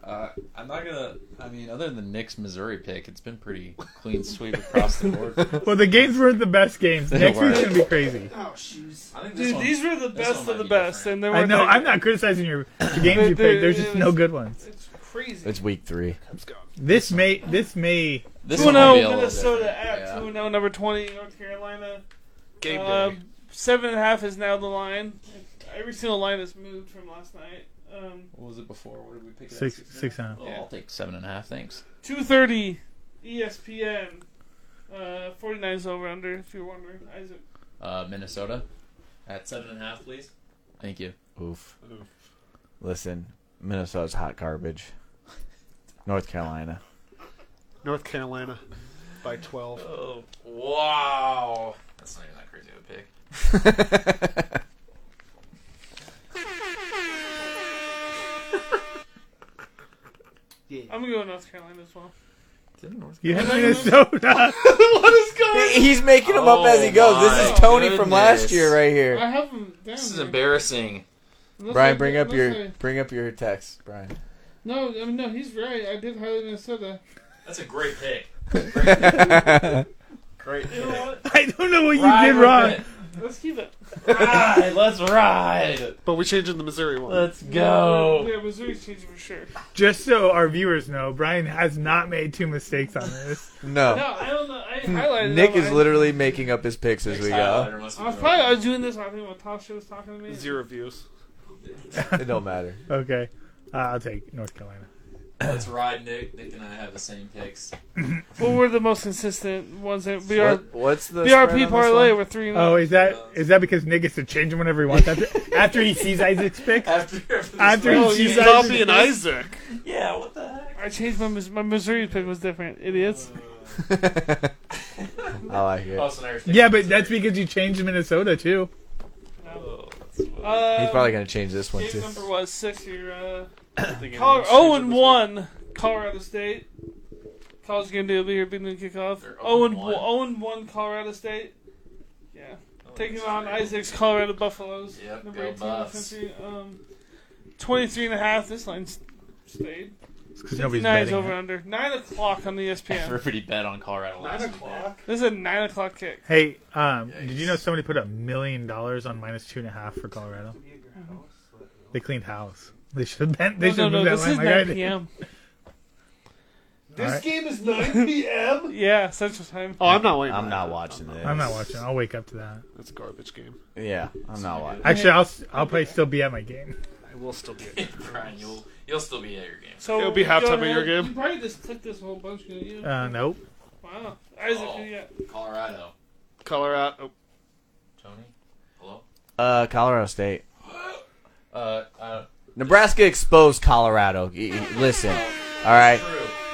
Speaker 2: Uh, I'm not gonna. I mean, other than Nick's Missouri pick, it's been pretty clean sweep across the board. I
Speaker 5: Well, the games weren't the best games.
Speaker 2: They
Speaker 5: Next week's
Speaker 2: weren't.
Speaker 5: going to be crazy.
Speaker 2: think this
Speaker 4: Dude,
Speaker 2: one-
Speaker 4: these were the
Speaker 2: this
Speaker 4: best
Speaker 2: one
Speaker 4: of the
Speaker 2: might be
Speaker 4: best,
Speaker 2: different.
Speaker 4: and they were.
Speaker 5: I know. I'm not criticizing your the games you picked. There's just no good ones.
Speaker 4: It's crazy.
Speaker 1: It's week three.
Speaker 5: This may this may
Speaker 2: This
Speaker 4: Two
Speaker 2: one might be a
Speaker 4: 0
Speaker 2: little
Speaker 4: Minnesota
Speaker 2: different,
Speaker 4: at two 0 number twenty North Carolina.
Speaker 6: Game day.
Speaker 4: Uh, seven and a half is now the line. Every single line has moved from last night. Um,
Speaker 2: What was it before? What did we pick? it at?
Speaker 5: six six and a half.
Speaker 2: Oh, I'll take seven and a half. Thanks.
Speaker 4: two thirty, E ESPN. Uh, forty nine is over under. If you're wondering, Isaac.
Speaker 2: Uh, Minnesota at seven and a half, please. Thank you.
Speaker 1: Oof. Listen, Minnesota's hot garbage. North Carolina.
Speaker 6: North Carolina by 12.
Speaker 2: Oh wow! That's not even that crazy of a pick.
Speaker 4: I'm gonna go with North Carolina as well.
Speaker 5: You have Minnesota.
Speaker 1: He's making them up as he
Speaker 2: Oh
Speaker 1: goes. This
Speaker 2: my
Speaker 1: is Tony from last
Speaker 2: goodness.
Speaker 1: year right
Speaker 4: I
Speaker 1: here.
Speaker 4: have them down.
Speaker 2: This is
Speaker 4: here.
Speaker 2: embarrassing.
Speaker 4: Unless
Speaker 1: Brian,
Speaker 4: I-
Speaker 1: bring up
Speaker 4: unless
Speaker 1: your
Speaker 4: I-
Speaker 1: bring up your text, Brian.
Speaker 4: No, I mean, no, he's right. I did highlight Minnesota.
Speaker 2: That's a great pick. Great pick.
Speaker 5: I don't know what you did wrong.
Speaker 4: Let's keep it.
Speaker 2: Ride, let's ride.
Speaker 6: But we're changing the Missouri one.
Speaker 2: Let's
Speaker 1: Oh.
Speaker 2: go.
Speaker 4: Yeah, Missouri's changing for sure.
Speaker 5: Just so our viewers know, Brian has not made two mistakes on this.
Speaker 1: No.
Speaker 4: No, I don't know. I highlighted.
Speaker 1: Oh. Hmm. Nick
Speaker 4: them.
Speaker 1: is
Speaker 4: I-
Speaker 1: literally making up his picks as we go.
Speaker 4: I was probably I was doing this. I think when Tasha was talking to me.
Speaker 6: Zero views.
Speaker 1: It don't matter.
Speaker 5: Okay, uh, I'll take North Carolina.
Speaker 2: Let's ride, Nick. Nick and I have the same picks.
Speaker 4: Well, we're the most consistent ones. That we are.
Speaker 1: What, what's the spread on
Speaker 4: BRP
Speaker 1: this
Speaker 4: parlay.
Speaker 1: one?
Speaker 4: We're three. and
Speaker 5: Oh, is that is that because Nick gets to change them whenever he wants after after he sees Isaac's pick?
Speaker 2: After,
Speaker 5: After he sees Isaac's
Speaker 6: Copy and
Speaker 5: pick?
Speaker 6: Isaac.
Speaker 2: yeah, what the heck?
Speaker 4: I changed my Mis- my Missouri pick was different. Idiots.
Speaker 1: I like it.
Speaker 5: Yeah, but that's because you changed Minnesota too.
Speaker 4: Uh,
Speaker 1: Oh. He's probably gonna change this one
Speaker 4: game
Speaker 1: too.
Speaker 4: number was six. Your uh, Colorado, zero oh and one. Colorado State. College game day will be here. Big noon kickoff.
Speaker 2: They're
Speaker 4: Zero Oh and
Speaker 2: 0-1.
Speaker 4: one. Zero and one. Colorado State. Yeah. Taking on Isaac's Colorado Buffaloes.
Speaker 2: Yep,
Speaker 4: number
Speaker 2: go
Speaker 4: 18 in the
Speaker 2: Buffs.
Speaker 4: country. Um, 23 and a half. This line's stayed.
Speaker 5: Because nobody's
Speaker 4: Nine's
Speaker 5: betting.
Speaker 4: over
Speaker 5: it.
Speaker 4: under. Nine o'clock on E ESPN.
Speaker 2: Everybody bet on Colorado last
Speaker 3: Nine
Speaker 2: week.
Speaker 3: o'clock.
Speaker 4: This is a nine o'clock kick.
Speaker 5: Hey, um, did you know somebody put a million dollars on minus two and a half for Colorado? They cleaned house. They should have been. They
Speaker 4: no,
Speaker 5: should
Speaker 4: no,
Speaker 5: have
Speaker 4: no.
Speaker 5: moved
Speaker 4: This
Speaker 5: that
Speaker 4: is
Speaker 5: line. like I
Speaker 4: 9
Speaker 5: did.
Speaker 4: p.m.
Speaker 3: This game is 9 p.m.
Speaker 4: Yeah, Central Time.
Speaker 6: Oh, I'm not waiting.
Speaker 1: I'm not watching this.
Speaker 5: I'm not watching. I'll wake up to that.
Speaker 6: That's a garbage game.
Speaker 1: Yeah, I'm not watching.
Speaker 5: Actually, I'll s- I'll probably still be at my game.
Speaker 6: I will still be it.
Speaker 2: Brian, you'll you'll still be at your game.
Speaker 4: So
Speaker 6: It'll be
Speaker 4: go
Speaker 6: halftime of your
Speaker 4: ahead.
Speaker 6: game.
Speaker 4: You probably just clicked this whole bunch, didn't you?
Speaker 5: Uh, nope.
Speaker 4: wow. Isaac,
Speaker 2: Oh.
Speaker 4: who you got?
Speaker 2: Colorado.
Speaker 6: Colorado.
Speaker 2: Tony. Hello.
Speaker 1: Uh, Colorado State.
Speaker 2: Uh, uh,
Speaker 1: Nebraska exposed Colorado. Y- y- Listen, all right,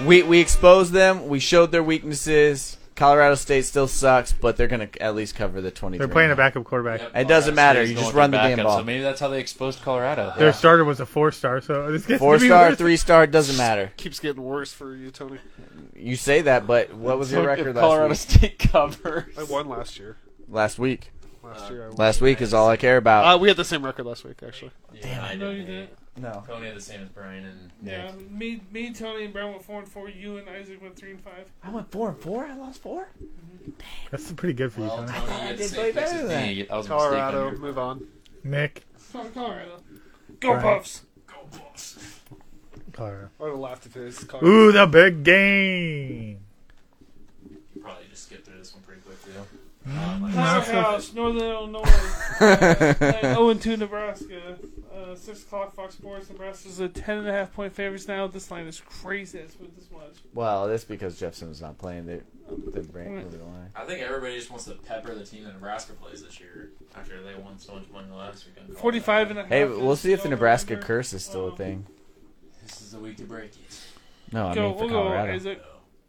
Speaker 1: we we exposed them. We showed their weaknesses. Colorado State still sucks, but they're gonna at least cover the twenty.
Speaker 5: They're playing a backup quarterback.
Speaker 2: yep,
Speaker 1: It doesn't
Speaker 2: Colorado
Speaker 1: matter.
Speaker 2: State's
Speaker 1: You just
Speaker 2: going
Speaker 1: run the
Speaker 2: through
Speaker 1: damn
Speaker 2: backup,
Speaker 1: ball.
Speaker 2: So maybe that's how they exposed Colorado.
Speaker 5: Their starter was a four star, so this gets
Speaker 1: Four
Speaker 5: to be
Speaker 1: star,
Speaker 5: worse.
Speaker 1: three star, doesn't matter.
Speaker 6: Keeps getting worse for you, Tony.
Speaker 1: You say that, but what was your
Speaker 2: If
Speaker 1: record
Speaker 2: Colorado
Speaker 1: last week?
Speaker 2: State covers.
Speaker 6: I won last year.
Speaker 1: Last week.
Speaker 6: Last year I won.
Speaker 1: Last week is all I care about.
Speaker 6: Uh, we had the same record last week, actually.
Speaker 2: Damn, I
Speaker 4: No, you didn't.
Speaker 1: No.
Speaker 2: Tony had the same as Brian and
Speaker 4: Yeah, Um, me, me, Tony, and Brown went four and four. You and Isaac went three and five.
Speaker 1: I went four and four. I lost four.
Speaker 5: That's pretty good for you,
Speaker 2: well,
Speaker 5: Tony.
Speaker 2: Tony
Speaker 1: I
Speaker 2: had the
Speaker 1: did
Speaker 2: same
Speaker 1: way
Speaker 2: picks
Speaker 1: better
Speaker 2: as
Speaker 1: than that.
Speaker 2: me. That was a mistake.
Speaker 6: Colorado,
Speaker 2: on your-
Speaker 6: move on.
Speaker 5: Nick,
Speaker 4: Sorry, Colorado. Go
Speaker 5: Right.
Speaker 4: Puffs.
Speaker 5: Colorado.
Speaker 6: I would have laughed if it was Colorado.
Speaker 5: Ooh, the big game.
Speaker 2: You probably just skipped through this one pretty quick too. Um, like-
Speaker 4: Powerhouse, Northern Illinois. uh, at 0 and 2 Nebraska. Uh, 6 o'clock, Fox Sports. Nebraska's a 10.5 point favorites now. This line is crazy. That's what this was.
Speaker 1: Well, that's because Jeff Simmons not playing. They they bring over the line.
Speaker 2: I think everybody just wants to pepper the team that Nebraska plays this year after they won so much money last weekend.
Speaker 4: 45 and a half.
Speaker 1: Hey,
Speaker 4: is
Speaker 1: we'll see if the
Speaker 4: still
Speaker 1: Nebraska
Speaker 4: November.
Speaker 1: curse is still a thing.
Speaker 2: This is the week to break it.
Speaker 1: No, I
Speaker 4: Go,
Speaker 1: mean for
Speaker 4: we'll go,
Speaker 1: Colorado.
Speaker 4: Isaac.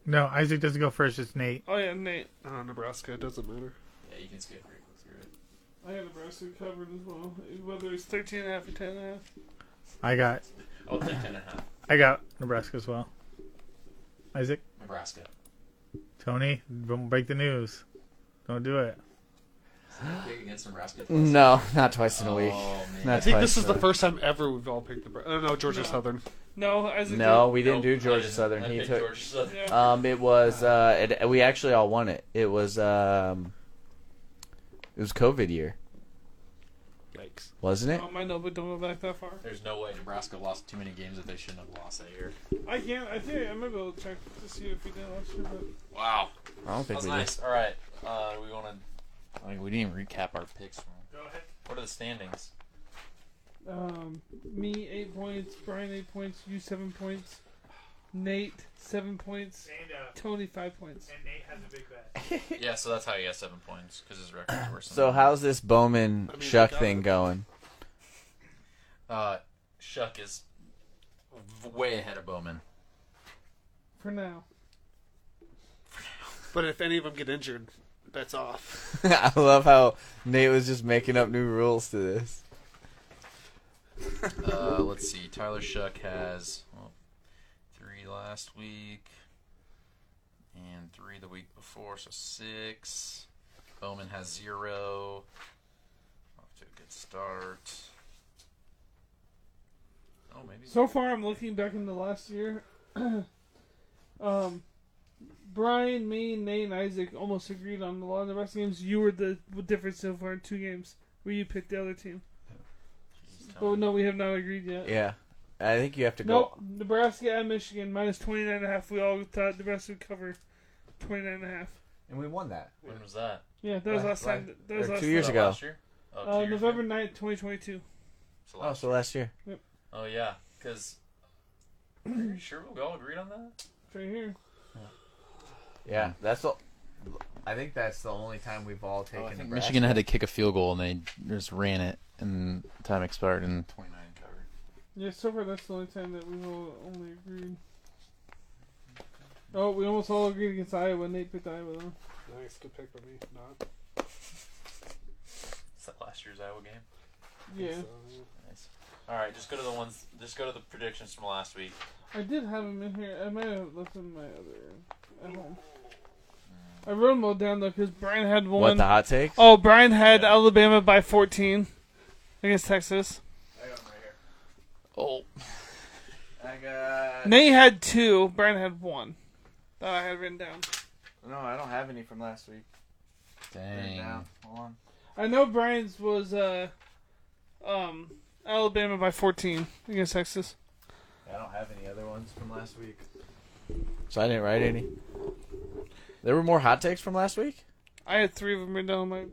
Speaker 5: No, Isaac doesn't go first. It's Nate.
Speaker 4: Oh, yeah, Nate.
Speaker 6: Uh, Nebraska, it doesn't matter.
Speaker 2: Yeah, you can skip pretty quick through it.
Speaker 4: I got Nebraska covered as well. Whether it's 13 and a half or 10 and a half.
Speaker 5: I got,
Speaker 2: Oh, 10 and a half.
Speaker 5: I got Nebraska as well. Isaac,
Speaker 2: Nebraska.
Speaker 5: Tony, don't break the news. Don't do it.
Speaker 2: Is there a pick against Nebraska? twice?
Speaker 1: No, not twice in a week.
Speaker 2: Oh man.
Speaker 1: Not
Speaker 6: I think
Speaker 1: twice
Speaker 6: this is
Speaker 1: in
Speaker 6: the
Speaker 1: a-
Speaker 6: first time ever we've all picked Nebraska. Uh, no, Georgia Southern.
Speaker 4: No, Isaac.
Speaker 1: No, we
Speaker 2: Nope,
Speaker 1: didn't do
Speaker 2: I
Speaker 1: Georgia
Speaker 2: didn't.
Speaker 1: Southern.
Speaker 2: I
Speaker 1: He
Speaker 2: picked
Speaker 1: took.
Speaker 2: Georgia Southern.
Speaker 4: Yeah.
Speaker 1: Um, it was. Uh, it, we actually all won it. It was. Um, it was COVID year,
Speaker 6: Yikes.
Speaker 1: wasn't it?
Speaker 4: Um, I know, but don't go back that far.
Speaker 2: There's no way Nebraska lost too many games that they shouldn't have lost that year.
Speaker 4: I can't. I think I'm gonna go check to see if we did last year, but
Speaker 2: Wow.
Speaker 1: I don't
Speaker 2: That
Speaker 1: think
Speaker 2: was
Speaker 1: we
Speaker 2: nice. All right. Uh, we want to. Like, we didn't even recap our picks. From, what are the standings?
Speaker 4: Um, me eight points, Brian eight points, you seven points, Nate seven points, Tony five points.
Speaker 5: Nate has a big bet.
Speaker 2: yeah, so that's how he got seven points because his records were.
Speaker 1: did. So how's this Bowman
Speaker 6: I mean,
Speaker 1: Shuck
Speaker 6: I got
Speaker 1: thing
Speaker 6: it.
Speaker 1: going?
Speaker 2: Uh, Shuck is v- way ahead of Bowman.
Speaker 4: For now,
Speaker 6: But if any of them get injured, that's off.
Speaker 1: I love how Nate was just making up new rules to this.
Speaker 2: Uh, let's see. Tyler Shuck has well, three last week and three the week before, so six. Bowman has zero. Off to a good start. Oh, maybe.
Speaker 4: so far I'm looking back into last year. um, Brian, me, Nate, and Isaac almost agreed on a lot of the rest of the games. You were the difference so far in two games where you picked the other team. Oh no, we have not agreed yet.
Speaker 1: Yeah, I think you have to
Speaker 4: Nope,
Speaker 1: go.
Speaker 4: Nebraska at Michigan minus 29 and a half. We all thought Nebraska would cover 29 and a half.
Speaker 1: And we won that.
Speaker 2: When was that?
Speaker 4: Yeah, that was
Speaker 1: Right,
Speaker 4: last time.
Speaker 1: right.
Speaker 4: That was
Speaker 1: Or
Speaker 4: last
Speaker 1: two years
Speaker 4: time.
Speaker 2: Was that
Speaker 1: ago.
Speaker 2: Last year? Oh, two
Speaker 4: Uh,
Speaker 2: years ago?
Speaker 4: November 9th, 2022.
Speaker 2: So
Speaker 1: Oh,
Speaker 2: last-
Speaker 1: so last year.
Speaker 2: oh yeah, because. Are you sure we all agreed on that?
Speaker 4: It's right here.
Speaker 1: Yeah, Mm. that's Oh, the. I think that's the only time we've all taken.
Speaker 2: Michigan had to kick a field goal and they just ran it, and time expired and 29 covered.
Speaker 4: Yeah, so far that's the only time that we've all only agreed. Oh, we almost all agreed against Iowa. Nate picked Iowa, though.
Speaker 6: nice, good pick by me. Not.
Speaker 2: Is that last year's Iowa game?
Speaker 4: Yeah.
Speaker 2: Nice. All right, just go to the ones. Just go to the predictions from last week.
Speaker 4: I did have him in here. I might have left him in my other at home. I wrote them all down, though, because Brian had one.
Speaker 1: What the hot takes?
Speaker 4: Oh, Brian had Alabama by 14 against Texas.
Speaker 2: Oh,
Speaker 1: I got.
Speaker 4: Nate had two. Brian had one. That I had written down.
Speaker 1: No, I don't have any from last week.
Speaker 2: dang!
Speaker 1: Hold on.
Speaker 4: I know Brian's was uh, um, Alabama by 14 against Texas.
Speaker 1: I don't have any other ones from last week. So I didn't write any. There were more hot takes from last week.
Speaker 4: I had three of them written down on my.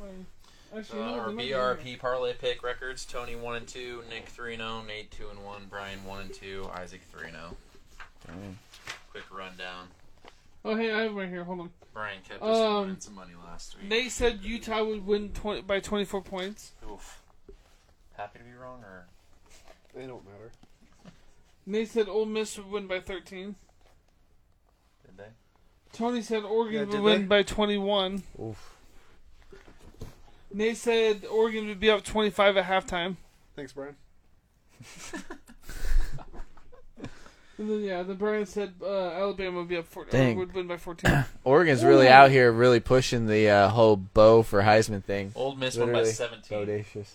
Speaker 4: my actually,
Speaker 2: Uh,
Speaker 4: no,
Speaker 2: our
Speaker 4: they might be here.
Speaker 2: BRP parlay pick records: Tony one and two, Nick three and zero, Nate two and one, Brian one and two, Isaac three and zero. Quick rundown.
Speaker 4: Oh, hey, I have them right here. Hold on.
Speaker 2: Brian kept us from
Speaker 4: Um,
Speaker 2: winning some money last week.
Speaker 4: Nate said Utah would win 20, by 24 points.
Speaker 2: Oof. Happy to be wrong, or
Speaker 6: They don't matter.
Speaker 4: Nate said Ole Miss would win by 13.
Speaker 2: did they?
Speaker 4: Tony said Oregon
Speaker 6: Yeah,
Speaker 4: would
Speaker 6: did
Speaker 4: win
Speaker 6: they?
Speaker 4: by 21.
Speaker 1: Oof.
Speaker 4: Nate said Oregon would be up 25 at halftime.
Speaker 6: Thanks, Brian.
Speaker 4: And then, yeah, the Brian said uh, Alabama would be up 40, or
Speaker 1: Dang.
Speaker 4: would win by 14.
Speaker 1: Oregon's really out here, really pushing the uh, whole bow for Heisman thing.
Speaker 2: Old Miss won by
Speaker 1: Literally
Speaker 2: seventeen.
Speaker 1: Bodacious.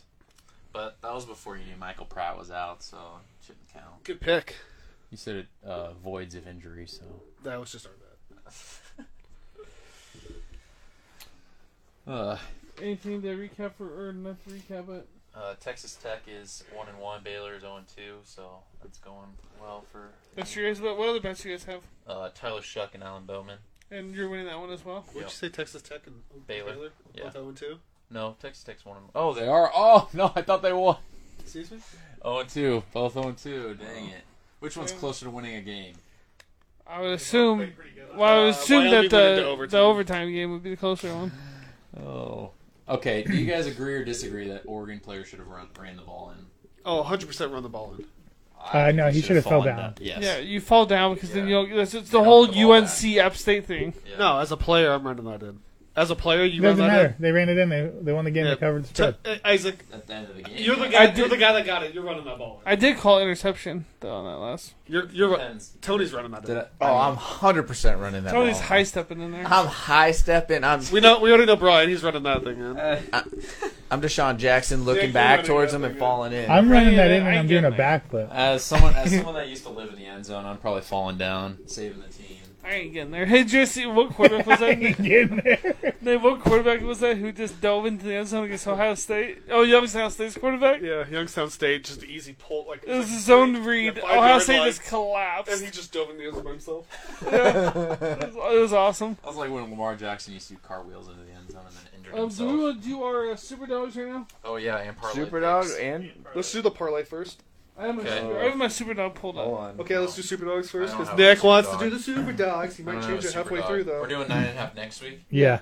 Speaker 2: but that was before you knew Michael Pratt was out, so it shouldn't count.
Speaker 6: Good pick.
Speaker 10: You said it uh, voids of injury, so.
Speaker 6: That was just our bet.
Speaker 10: Uh,
Speaker 4: Anything to recap or, or not to recap it?
Speaker 2: Uh, Texas Tech is one and one. Baylor is zero and two, so that's going well for.
Speaker 4: That's your guys. What, what other bets you guys have?
Speaker 2: Uh, Tyler Shuck and Alan Bowman.
Speaker 4: And you're winning that one as well.
Speaker 6: Would you say Texas Tech and
Speaker 2: Baylor.
Speaker 6: Baylor?
Speaker 2: Yeah.
Speaker 6: Both 0 and 2?
Speaker 2: No, Texas Tech's one and oh
Speaker 10: oh, they are. Oh, no, I thought they won.
Speaker 6: Excuse me?
Speaker 10: 0 and 2. Both 0 and 2. Dang it. Which one's closer to winning a game?
Speaker 4: I would assume. Well, I would
Speaker 6: Uh,
Speaker 4: assume
Speaker 6: Wyoming
Speaker 4: that
Speaker 6: went into
Speaker 4: the the
Speaker 6: overtime.
Speaker 4: overtime game would be the closer one.
Speaker 10: Oh. Okay, do you guys agree or disagree that Oregon players should have run, ran the ball in?
Speaker 6: Oh, 100% run the ball in.
Speaker 5: Uh, no, he should have fell
Speaker 10: fallen
Speaker 5: down.
Speaker 10: Yes.
Speaker 4: Yeah, you fall down because then
Speaker 2: Yeah.
Speaker 4: you'll. That's, it's the
Speaker 2: Yeah,
Speaker 4: whole
Speaker 2: the ball
Speaker 4: UNC App State thing.
Speaker 2: Yeah.
Speaker 6: No, as a player, I'm running that in. As a player, you
Speaker 5: It
Speaker 6: run
Speaker 5: doesn't
Speaker 6: that
Speaker 5: matter. They ran it in. They, they won the game.
Speaker 6: in.
Speaker 5: They covered the spread.
Speaker 6: T- uh, Isaac,
Speaker 2: At the end of the game.
Speaker 6: you're the
Speaker 4: I
Speaker 6: guy.
Speaker 4: did-
Speaker 6: You're the guy that got it. You're running that ball. In.
Speaker 4: I did call interception though on that last.
Speaker 6: You're you're ru-
Speaker 2: Depends.
Speaker 6: Tony's running that
Speaker 1: Did
Speaker 6: in.
Speaker 1: I, oh, I'm hundred percent running that.
Speaker 4: Tony's
Speaker 1: ball.
Speaker 4: high stepping in there.
Speaker 1: I'm high stepping. I'm
Speaker 6: We know. We already know Brian. He's running that thing in.
Speaker 1: I'm Deshaun Jackson looking
Speaker 6: Yeah, you're
Speaker 1: back
Speaker 6: running
Speaker 1: towards
Speaker 6: that
Speaker 1: him and
Speaker 6: thing,
Speaker 1: falling in.
Speaker 5: I'm running that in
Speaker 4: I
Speaker 5: and I'm
Speaker 4: get
Speaker 5: doing a
Speaker 4: it.
Speaker 5: backflip.
Speaker 10: As someone as someone that used to live in the end zone, I'm probably falling down, saving the team.
Speaker 4: I ain't getting there. Hey, Jesse, what quarterback was that?
Speaker 5: Getting there.
Speaker 4: Nate, what quarterback was that who just dove into the end zone against Ohio State? Oh, Youngstown State's quarterback.
Speaker 6: Yeah, Youngstown State just easy pull. Like
Speaker 4: It was a zone read.
Speaker 6: five
Speaker 4: Ohio
Speaker 6: yard
Speaker 4: State
Speaker 6: line.
Speaker 4: just collapsed.
Speaker 6: and he just dove in the end zone by himself.
Speaker 4: It was- it was awesome.
Speaker 10: That was like when Lamar Jackson used to do cartwheels into the end zone and then injured
Speaker 6: Oh,
Speaker 4: Um, do we want to do our uh, super dogs right now?
Speaker 2: Oh yeah, and parlay
Speaker 1: Superdog
Speaker 2: picks.
Speaker 1: and
Speaker 6: Let's do the parlay first.
Speaker 4: I have my,
Speaker 2: Okay.
Speaker 4: super, I have my super dog pulled
Speaker 1: hold
Speaker 4: up.
Speaker 1: on.
Speaker 6: Okay, let's do Super Dogs first
Speaker 2: I don't
Speaker 6: because
Speaker 2: have
Speaker 6: Nick
Speaker 2: Super
Speaker 6: wants
Speaker 2: Dog.
Speaker 6: to do the Super Dogs. He
Speaker 2: No,
Speaker 6: might
Speaker 2: no, no,
Speaker 6: change it halfway
Speaker 2: Superdog.
Speaker 6: through though.
Speaker 2: We're doing nine and a half next week.
Speaker 5: Yeah.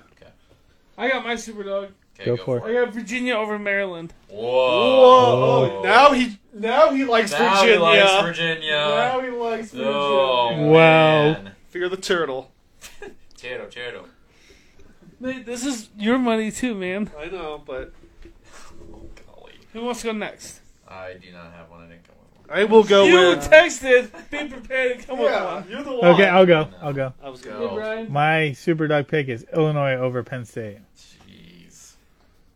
Speaker 4: I got my super dog.
Speaker 2: Okay,
Speaker 5: Go for it.
Speaker 4: I got Virginia over Maryland.
Speaker 2: Whoa.
Speaker 6: Whoa! Oh, Now he now he likes
Speaker 2: Now
Speaker 6: Virginia.
Speaker 2: he likes Virginia.
Speaker 6: Now he likes Virginia.
Speaker 2: Oh,
Speaker 5: Wow.
Speaker 2: man.
Speaker 6: Fear the turtle.
Speaker 2: Cheeto, cheeto.
Speaker 4: Nate, this is your money too, man.
Speaker 6: I know, but
Speaker 2: Golly.
Speaker 4: Who wants to go next?
Speaker 2: I do not have one. I didn't come with
Speaker 6: I will go
Speaker 4: you
Speaker 6: with.
Speaker 4: texted. Be prepared to come
Speaker 6: yeah,
Speaker 4: up
Speaker 6: you're the one.
Speaker 5: Okay, I'll go. I'll go.
Speaker 6: I was
Speaker 2: one.
Speaker 4: with one. Hey,
Speaker 2: Go.
Speaker 4: Brian.
Speaker 5: My super dog pick is Illinois over Penn State.
Speaker 2: Jeez.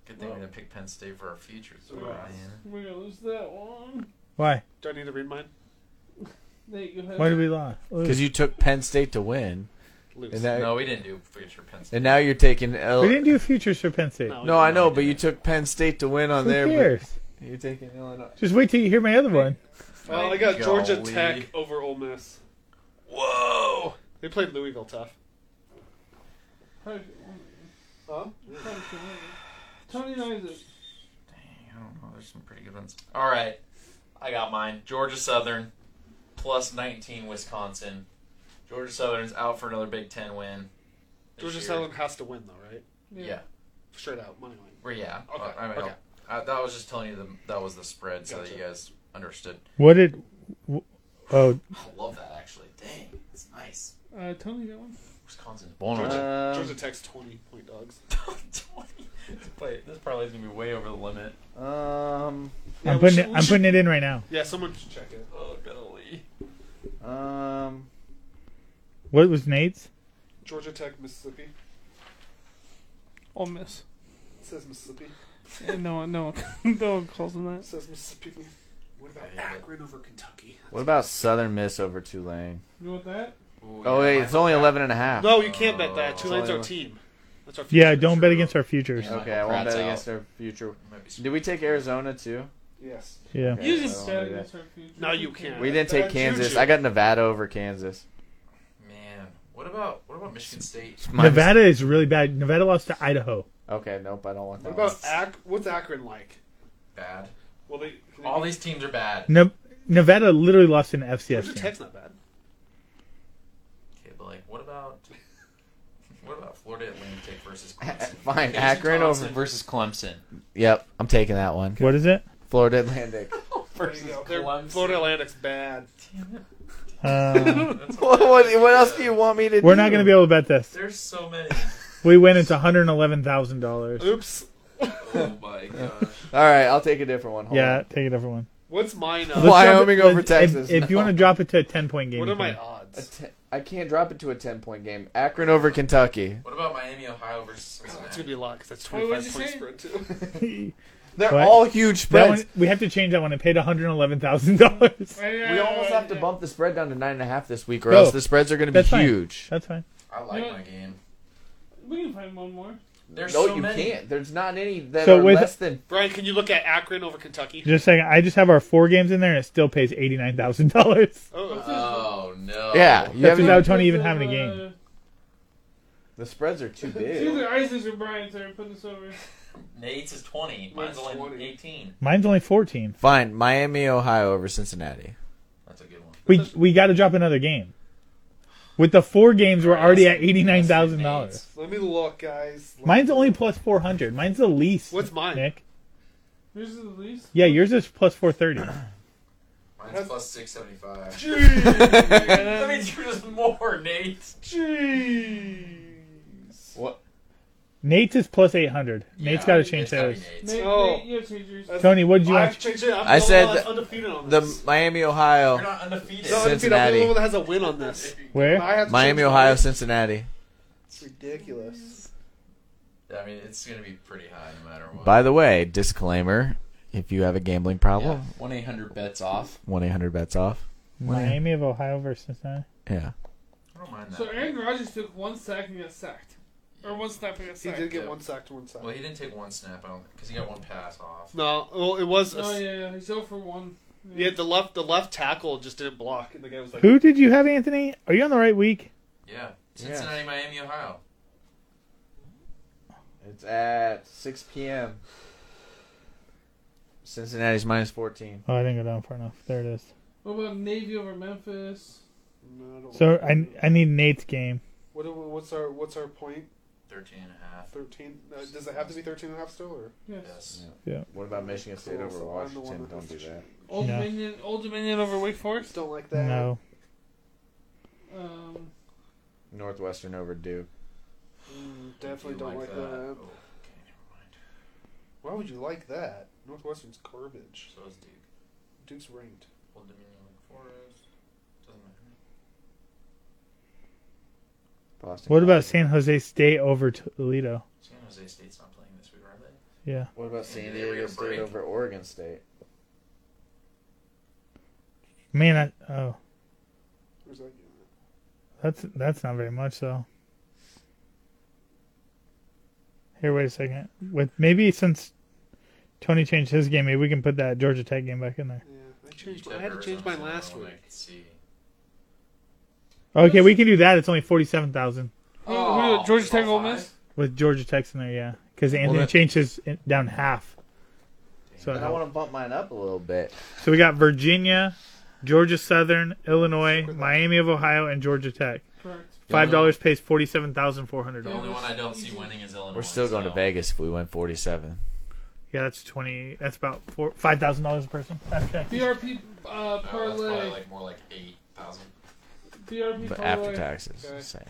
Speaker 2: Good thing we didn't pick Penn State for our futures. Brian.
Speaker 4: We're gonna lose that one.
Speaker 5: Why?
Speaker 6: Do I need to read mine?
Speaker 4: Nate, go ahead.
Speaker 5: Why did we lose?
Speaker 1: Because you took Penn State to win,
Speaker 6: Lose.
Speaker 1: and that,
Speaker 2: No, we didn't do future Penn State.
Speaker 1: and now you're taking L.
Speaker 5: We didn't do futures for Penn State.
Speaker 1: no, I know, but you took Penn State to win on
Speaker 5: Who
Speaker 1: there.
Speaker 5: cares?
Speaker 1: But you're taking Illinois.
Speaker 5: Just wait till you hear my other one.
Speaker 6: Well, Oh, I got Georgia
Speaker 2: Golly.
Speaker 6: Tech over Ole Miss.
Speaker 2: Whoa!
Speaker 6: They played Louisville tough. Huh?
Speaker 4: Tony and Isaac.
Speaker 2: I don't know. There's some pretty good ones. All right, I got mine. Georgia Southern plus 19 Wisconsin. Georgia Southern's out for another Big Ten win. this
Speaker 6: Georgia
Speaker 2: year.
Speaker 6: Southern has to win though, right?
Speaker 2: Yeah.
Speaker 6: Straight out money line.
Speaker 2: Well, yeah. Uh,
Speaker 6: Okay,
Speaker 2: I mean,
Speaker 6: okay.
Speaker 2: I, that was just telling you the, that was the spread so that
Speaker 6: Gotcha.
Speaker 2: you guys understood.
Speaker 5: What did? wh- Oh,
Speaker 2: I love that actually. Dang, that's nice.
Speaker 4: Uh, Tony got one.
Speaker 2: Wisconsin's
Speaker 1: Georgia.
Speaker 2: vulnerable.
Speaker 5: Um,
Speaker 1: Um,
Speaker 6: Georgia Tech's twenty point dogs.
Speaker 2: Wait, this probably is gonna be way over the limit.
Speaker 1: Um,
Speaker 5: I'm putting it, I'm putting it in right now.
Speaker 6: Yeah, someone should check it.
Speaker 2: Oh golly.
Speaker 1: um,
Speaker 5: What was Nate's?
Speaker 6: Georgia Tech, Mississippi. It
Speaker 4: Ole Miss.
Speaker 6: says Mississippi.
Speaker 4: And no one, no one, no one calls them
Speaker 6: It
Speaker 4: that.
Speaker 6: says Mississippi. What about
Speaker 2: Yeah.
Speaker 6: Akron over Kentucky?
Speaker 1: what about Southern Miss over Tulane?
Speaker 4: You want that?
Speaker 2: Ooh,
Speaker 1: Oh
Speaker 2: yeah,
Speaker 1: wait,
Speaker 2: my-
Speaker 1: it's only eleven and a half.
Speaker 6: No, you can't bet that. Tulane's our
Speaker 1: Oh.
Speaker 6: team. That's our
Speaker 5: Yeah,
Speaker 6: future.
Speaker 5: don't bet against our futures.
Speaker 10: Yeah.
Speaker 1: Okay, I won't
Speaker 10: Pratt's
Speaker 1: bet
Speaker 10: out.
Speaker 1: against our future.
Speaker 2: might be
Speaker 1: Did we take Arizona too?
Speaker 6: Yes.
Speaker 5: Yeah.
Speaker 1: Okay,
Speaker 4: You
Speaker 1: I
Speaker 4: can
Speaker 1: won't
Speaker 4: bet
Speaker 1: do that.
Speaker 4: against our future.
Speaker 6: No, you can't.
Speaker 1: We didn't
Speaker 6: Bad
Speaker 1: take Kansas.
Speaker 6: juju.
Speaker 1: I got Nevada over Kansas.
Speaker 2: Man, what about what about Michigan State?
Speaker 1: Minus-
Speaker 5: Nevada is really bad. Nevada lost to Idaho.
Speaker 1: Okay, nope, I don't want
Speaker 6: What
Speaker 1: that.
Speaker 6: about Ak? What's Akron like?
Speaker 2: Bad.
Speaker 6: Well, they,
Speaker 2: All these teams are bad.
Speaker 5: Ne- Nevada literally lost an
Speaker 6: Georgia
Speaker 5: FCS game.
Speaker 6: Tech's not bad.
Speaker 2: Okay, but like, what about what about Florida Atlantic versus
Speaker 1: one.
Speaker 2: Clemson?
Speaker 1: Fine,
Speaker 2: Jason
Speaker 1: Akron
Speaker 2: Thompson
Speaker 1: over.
Speaker 2: versus Clemson.
Speaker 1: Yep, I'm taking that one.
Speaker 5: What is it?
Speaker 1: Florida Atlantic.
Speaker 2: Versus
Speaker 6: They're-
Speaker 2: Clemson.
Speaker 6: Florida Atlantic's bad.
Speaker 5: Uh,
Speaker 1: what, what, what else do you want me to do?
Speaker 5: we're not going to be able to bet this.
Speaker 2: There's so many.
Speaker 5: We win. It's one hundred eleven thousand dollars.
Speaker 6: Oops.
Speaker 2: Oh my gosh.
Speaker 1: All right, I'll take a different one. Hold
Speaker 5: Yeah, take it, everyone.
Speaker 6: What's mine?
Speaker 1: Why-
Speaker 6: Uh,
Speaker 1: Wyoming
Speaker 5: Let's drop
Speaker 1: over
Speaker 5: it-
Speaker 1: Texas.
Speaker 5: If, if you want to drop it to a ten point game,
Speaker 6: what
Speaker 5: you
Speaker 6: are my
Speaker 5: can.
Speaker 6: odds?
Speaker 1: I
Speaker 6: points.
Speaker 1: t- I can't drop it to a ten point game. Akron over Kentucky.
Speaker 2: What about Miami, Ohio versus
Speaker 6: It's
Speaker 2: Cincinnati?
Speaker 6: gonna be a lot because that's
Speaker 4: Wait,
Speaker 6: twenty
Speaker 4: what'd
Speaker 6: five
Speaker 4: you
Speaker 6: point
Speaker 4: say?
Speaker 6: spread too.
Speaker 1: They're
Speaker 5: What?
Speaker 1: all huge
Speaker 5: That
Speaker 1: spreads.
Speaker 5: one, we have to change that one. It paid one hundred eleven thousand dollars.
Speaker 1: we almost have to bump the spread down to nine and a half this week, or
Speaker 5: No,
Speaker 1: else the spreads are going to be
Speaker 5: that's fine.
Speaker 1: huge.
Speaker 5: That's fine.
Speaker 2: I
Speaker 4: Yeah.
Speaker 2: like my game.
Speaker 4: We can find one more.
Speaker 2: There's
Speaker 1: no,
Speaker 2: so
Speaker 1: you
Speaker 2: many.
Speaker 1: can't. There's not any that
Speaker 5: So
Speaker 1: are
Speaker 5: with-
Speaker 1: less than.
Speaker 6: Brian, can you look at Akron over Kentucky?
Speaker 5: Just saying, I just have our four games in there, and it still pays eighty nine thousand dollars.
Speaker 6: Oh,
Speaker 2: Oh no.
Speaker 1: Yeah, you
Speaker 5: That's
Speaker 1: haven't.
Speaker 5: without Tony even having a game.
Speaker 1: The spreads are too
Speaker 4: It's
Speaker 1: big.
Speaker 4: either Isaac's or Brian's that are putting this over.
Speaker 2: Nate's is twenty. Mine's,
Speaker 6: Mine's
Speaker 2: only
Speaker 6: 20.
Speaker 2: eighteen.
Speaker 5: Mine's only fourteen.
Speaker 1: Fine, Miami, Ohio over Cincinnati.
Speaker 2: That's a good one.
Speaker 5: We we got to drop another game. With the four games, we're already at eighty nine thousand dollars.
Speaker 3: Let me look, guys. Let
Speaker 5: Mine's only plus four hundred. Mine's the least.
Speaker 6: What's mine?
Speaker 5: Nick?
Speaker 4: Yours is the least.
Speaker 5: Yeah, yours is plus four thirty.
Speaker 2: Mine's plus six seventy five.
Speaker 4: Yeah,
Speaker 2: That means yours is more, Nate.
Speaker 4: Jeez.
Speaker 1: What?
Speaker 5: Nate's is plus eight hundred. Nate's got to change theirs.
Speaker 4: Nate,
Speaker 6: Oh.
Speaker 4: Nate, you have to change yours.
Speaker 5: Tony, what did you
Speaker 6: I
Speaker 5: want?
Speaker 6: changed it. I'm
Speaker 1: I
Speaker 6: the
Speaker 1: said
Speaker 6: one that's
Speaker 1: the-
Speaker 6: undefeated on
Speaker 1: The
Speaker 6: this.
Speaker 1: Miami, Ohio,
Speaker 2: You're not undefeated.
Speaker 6: No, undefeated. I'm the
Speaker 1: Cincinnati.
Speaker 6: only one that has a win on this.
Speaker 3: me- I
Speaker 5: Where?
Speaker 3: have to
Speaker 1: Miami,
Speaker 3: change
Speaker 1: Ohio,
Speaker 3: mine.
Speaker 1: Cincinnati.
Speaker 3: It's ridiculous.
Speaker 2: I mean, it's gonna be pretty high no matter what.
Speaker 1: By the way, disclaimer: if you have a gambling problem,
Speaker 10: One eight hundred bets off.
Speaker 1: one eight hundred bets off.
Speaker 5: Miami of Ohio versus Cincinnati.
Speaker 1: Yeah.
Speaker 2: I don't mind that.
Speaker 4: So Aaron Rodgers took one sack and got sacked. Or one snap and got
Speaker 3: He
Speaker 4: sacked.
Speaker 3: did get one sack to one sack.
Speaker 2: well, he didn't take one snap. I don't because he got one pass off.
Speaker 6: No, well, it was. A, yeah.
Speaker 4: Oh, yeah, yeah. He's 0 for 1.
Speaker 6: the left the left tackle just didn't block, and the guy was like,
Speaker 5: Who did you have, Anthony? Are you on the right week?
Speaker 2: Yeah, Cincinnati, Miami, Ohio.
Speaker 1: It's at six p.m. Cincinnati's minus fourteen.
Speaker 5: Oh, I didn't go down far enough. There it is.
Speaker 4: What about Navy over Memphis?
Speaker 3: No, I don't
Speaker 5: So I I need Nate's game.
Speaker 3: What, do- what's our what's our point?
Speaker 2: 13 and a half.
Speaker 3: 13? Uh, does it have to be 13 and a half still? Or?
Speaker 4: Yes.
Speaker 2: Yes.
Speaker 1: What about Michigan State
Speaker 3: Cool,
Speaker 1: over
Speaker 3: so I'm the one
Speaker 1: Washington?
Speaker 3: that
Speaker 1: Don't do
Speaker 3: has to
Speaker 1: that.
Speaker 4: Old
Speaker 5: No.
Speaker 4: Dominion, Old Dominion over Wake
Speaker 3: Just
Speaker 4: Forest.
Speaker 3: Don't like that.
Speaker 5: No,
Speaker 4: Um,
Speaker 1: Northwestern over Duke.
Speaker 3: Mm, definitely don't like that.
Speaker 2: Oh, okay, never mind.
Speaker 3: Why would you like that? Northwestern's garbage.
Speaker 2: So is Duke.
Speaker 3: Duke's ranked.
Speaker 2: Old Dominion, Wake Forest. Doesn't matter.
Speaker 1: Boston.
Speaker 5: What about
Speaker 1: College.
Speaker 5: San Jose State over Toledo?
Speaker 2: San Jose State's not playing this week, are they?
Speaker 5: Yeah.
Speaker 1: What about
Speaker 2: San
Speaker 1: San
Speaker 2: Diego
Speaker 1: Diego
Speaker 2: break?
Speaker 1: State over Oregon State?
Speaker 5: Man, I, oh,
Speaker 3: Where's that?
Speaker 5: that's that's not very much though. Here, wait a second. With maybe since Tony changed his game, maybe we can put that Georgia Tech game back in there.
Speaker 3: Yeah, I changed.
Speaker 2: You
Speaker 3: I
Speaker 2: took
Speaker 3: had to change
Speaker 2: Arizona's
Speaker 3: mine
Speaker 2: the only
Speaker 3: last
Speaker 2: one
Speaker 3: week.
Speaker 2: I could see.
Speaker 5: Okay, we can do that. It's only forty-seven thousand
Speaker 4: who, who, Georgia Tech Ole Miss?
Speaker 5: with Georgia Tech's in there, yeah. Because Anthony
Speaker 1: that-
Speaker 5: changed his in- down half. So it
Speaker 1: I want to bump mine up a little bit.
Speaker 5: So we got Virginia, Georgia Southern, Illinois, Miami of Ohio, and Georgia Tech.
Speaker 4: Correct.
Speaker 5: Five dollars pays forty seven thousand four hundred
Speaker 2: The
Speaker 5: dollars.
Speaker 2: only one I don't see winning is Illinois.
Speaker 1: We're still going to
Speaker 2: so-
Speaker 1: Vegas if we win forty-seven.
Speaker 5: Yeah, that's twenty. That's about four five thousand dollars a person. Okay.
Speaker 4: BRP uh,
Speaker 2: No, that's probably
Speaker 4: parlay.
Speaker 2: like more like 8,000.
Speaker 4: BRP
Speaker 1: But
Speaker 4: parlay.
Speaker 1: after taxes,
Speaker 4: Okay.
Speaker 1: same.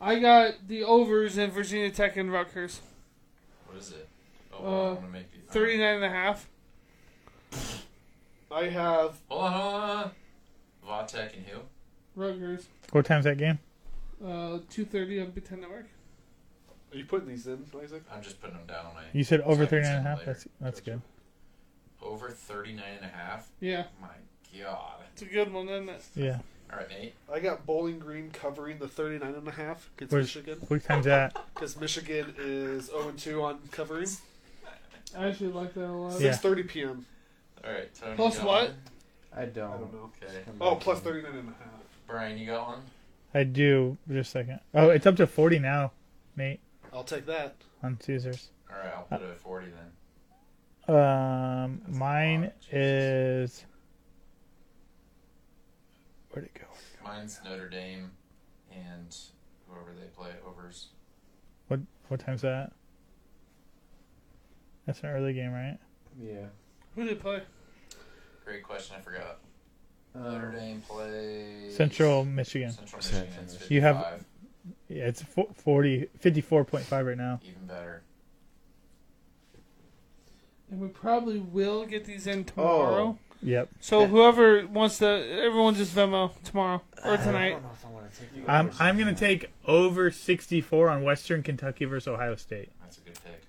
Speaker 4: I got the overs in Virginia Tech and Rutgers.
Speaker 2: What is it? Oh, well,
Speaker 4: Uh,
Speaker 2: I'm going to make these.
Speaker 4: 39 and a half.
Speaker 3: I have
Speaker 2: Hold on, hold on. Vatek and who?
Speaker 4: Rutgers.
Speaker 5: What time's that game?
Speaker 4: Uh, 2.30 on Big Ten Network.
Speaker 3: Are you putting these in, Isaac?
Speaker 2: I'm just putting them down on my
Speaker 5: You said over
Speaker 2: Second
Speaker 5: thirty nine and a
Speaker 2: time
Speaker 5: half. That's that's good.
Speaker 2: over 39 and a half.
Speaker 4: Yeah,
Speaker 2: My God.
Speaker 4: it's a good one, isn't it?
Speaker 5: Yeah.
Speaker 2: All right, Nate.
Speaker 3: I got Bowling Green covering the 39 and a half against
Speaker 5: Where's-
Speaker 3: Michigan
Speaker 5: What time's that?
Speaker 3: because Michigan is 0 and 2 on covering.
Speaker 4: I actually like that a lot.
Speaker 5: Yeah.
Speaker 3: 6:30 p.m.
Speaker 2: All right, Tony.
Speaker 4: Plus
Speaker 2: got
Speaker 4: what?
Speaker 2: one?
Speaker 1: I
Speaker 3: I don't know.
Speaker 2: Okay.
Speaker 3: Oh, plus 39 and a half.
Speaker 2: Brian, you got one?
Speaker 5: I do just a second. Oh, it's up to forty now, Nate,
Speaker 3: I'll take that.
Speaker 5: on Caesars.
Speaker 2: All right, I'll put it at 40 then.
Speaker 5: Um, mine
Speaker 2: lot, Jesus.
Speaker 5: is. Where'd it go?
Speaker 2: Mine's Notre Dame and whoever they play overs.
Speaker 5: What what time's that? That's an early game, right?
Speaker 1: Yeah.
Speaker 4: Who did play?
Speaker 2: Great question. I forgot. Notre Dame plays
Speaker 5: Central Michigan.
Speaker 2: Central Michigan. It's
Speaker 5: You have-
Speaker 2: 55,
Speaker 5: Yeah, it's fo- 40, 54.5 right now.
Speaker 2: even better.
Speaker 1: Oh.
Speaker 4: And we probably will get these in tomorrow.
Speaker 5: Yep.
Speaker 4: So whoever wants to, everyone just Venmo tomorrow
Speaker 1: Uh,
Speaker 4: or tonight. Um,
Speaker 5: I'm I'm gonna take over 64 on Western Kentucky versus Ohio State.
Speaker 2: That's a good pick.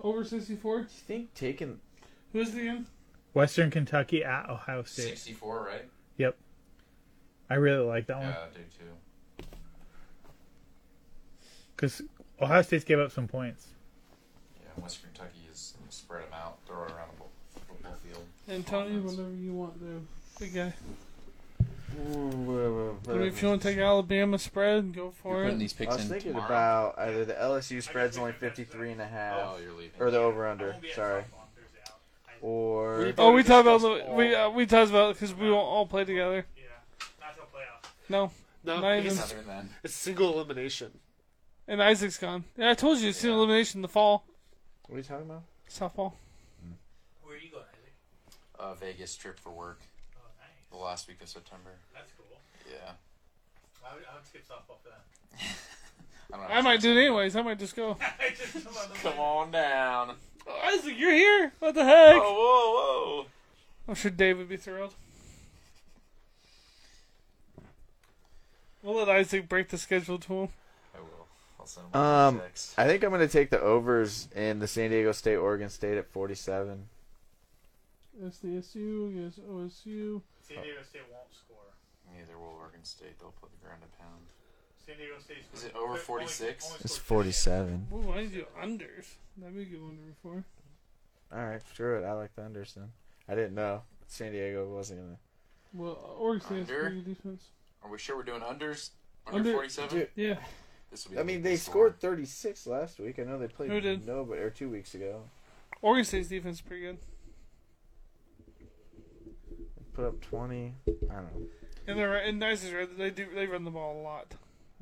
Speaker 4: Over sixty-four.
Speaker 1: you think taking
Speaker 4: Who's the game?
Speaker 5: Western Kentucky at Ohio State.
Speaker 2: 64, right?
Speaker 5: Yep. I really like that one
Speaker 2: Yeah, I do too.
Speaker 5: because Ohio State's gave up some points.
Speaker 2: Yeah, West Kentucky is spread them out, throw it around the fo- football field.
Speaker 4: Antonio, whatever you want, there. Big guy. I mean, if you want to take Alabama spread, go for
Speaker 2: Putting
Speaker 4: it.
Speaker 2: these
Speaker 1: I
Speaker 2: picks
Speaker 1: was
Speaker 2: in
Speaker 1: thinking
Speaker 2: tomorrow.
Speaker 1: about either the LSU spread's only 53 and a half,
Speaker 2: oh, you're leaving.
Speaker 1: or the over/under. Sorry, or
Speaker 4: Oh, we talked about the, we uh, we talked about because we won't all play together.
Speaker 5: Yeah, not till playoffs.
Speaker 4: No,
Speaker 6: No,
Speaker 4: Not
Speaker 6: it's,
Speaker 4: even-
Speaker 2: Other than
Speaker 6: it's single elimination.
Speaker 4: and Isaac's gone. Yeah, I told you, it's an elimination in the fall
Speaker 1: what are you talking about?
Speaker 4: softball.
Speaker 11: Where are you going, Isaac?
Speaker 2: a Vegas trip for work
Speaker 11: Oh, nice.
Speaker 2: the last week of September.
Speaker 11: That's cool.
Speaker 2: Yeah.
Speaker 11: I would, I would skip softball for that.
Speaker 2: I, don't know.
Speaker 4: I might do it anyways. I might just go.
Speaker 11: I just come on the
Speaker 2: Come on down.
Speaker 4: Oh, Isaac, you're here. What the heck?
Speaker 2: Oh, whoa, whoa.
Speaker 4: I'm sure Dave would be thrilled. We'll let Isaac break the schedule to him.
Speaker 2: I will. I'll send him
Speaker 1: Um,
Speaker 2: a text.
Speaker 1: I think I'm going to take the overs in the San Diego State Oregon State at 47.
Speaker 4: SDSU against OSU.
Speaker 5: San Diego State won't score.
Speaker 2: Neither will Oregon State. They'll put the ground to pound.
Speaker 5: San Diego State.
Speaker 2: Is it over 46?
Speaker 1: It's 47.
Speaker 4: Ooh, I do unders. That'd be a good one to root for.
Speaker 1: All right, screw it. I like the unders then. I didn't know San Diego wasn't going to.
Speaker 4: Well, uh, Oregon State's
Speaker 2: Under?
Speaker 4: pretty good defense.
Speaker 2: Are we sure we're doing unders? Under,
Speaker 4: Under-
Speaker 2: 47?
Speaker 4: Yeah.
Speaker 2: This will be
Speaker 1: I
Speaker 2: the
Speaker 1: mean,
Speaker 2: week
Speaker 1: they
Speaker 2: score.
Speaker 1: scored 36 last week. I know they played
Speaker 4: Who did?
Speaker 1: no, but or two weeks ago.
Speaker 4: Oregon State's defense is pretty good.
Speaker 1: Put up 20. I don't know.
Speaker 4: And they're and nice is right. They do they run the ball a lot.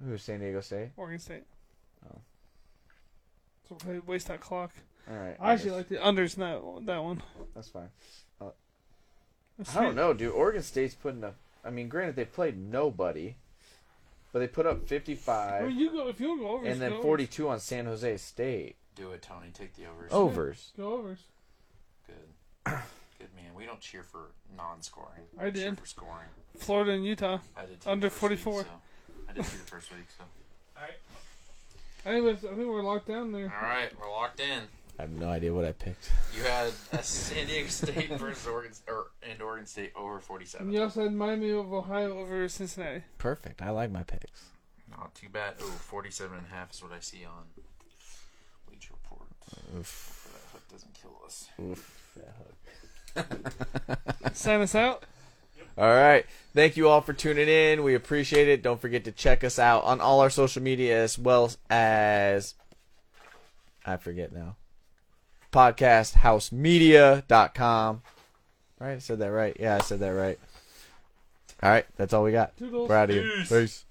Speaker 1: Who's San Diego State?
Speaker 4: Oregon State.
Speaker 1: Oh.
Speaker 4: So they waste that clock.
Speaker 1: All right.
Speaker 4: I actually
Speaker 1: guess.
Speaker 4: like the unders in that that one.
Speaker 1: That's fine. Uh, I don't know, dude. Oregon State's putting up. I mean, granted, they played nobody, but they put up
Speaker 4: I
Speaker 1: 55
Speaker 4: mean, you go if you go overs.
Speaker 1: and
Speaker 4: go
Speaker 1: then
Speaker 4: overs.
Speaker 1: 42 on San Jose State.
Speaker 2: Do it, Tony. Take the overs.
Speaker 1: Overs.
Speaker 4: Go overs.
Speaker 2: Good. Good man. We don't cheer for non-scoring.
Speaker 4: I
Speaker 2: We Cheer
Speaker 4: did.
Speaker 2: for scoring.
Speaker 4: Florida and Utah.
Speaker 2: I did. too
Speaker 4: Under
Speaker 2: the first week,
Speaker 4: 44.
Speaker 2: so- I did too the first week. So.
Speaker 4: Anyways, I think we're locked down there.
Speaker 2: All right, we're locked in.
Speaker 1: I have no idea what I picked.
Speaker 2: You had uh, San Diego State versus Oregon, or, and Oregon State over
Speaker 4: And
Speaker 2: 47.
Speaker 4: you also had Miami of Ohio over Cincinnati.
Speaker 1: Perfect. I like my picks.
Speaker 2: Not too bad. Oh, 47 and a half is what I see on Bleach Report. Oof. That hook doesn't kill us.
Speaker 4: Sign us out.
Speaker 1: All right. Thank you all for tuning in. We appreciate it. Don't forget to check us out on all our social media as well as I forget now. Podcasthousemedia.com. Right? I said that right. Yeah, I said that right. All right. That's all we got.
Speaker 4: Toodles.
Speaker 1: We're out of here. Peace.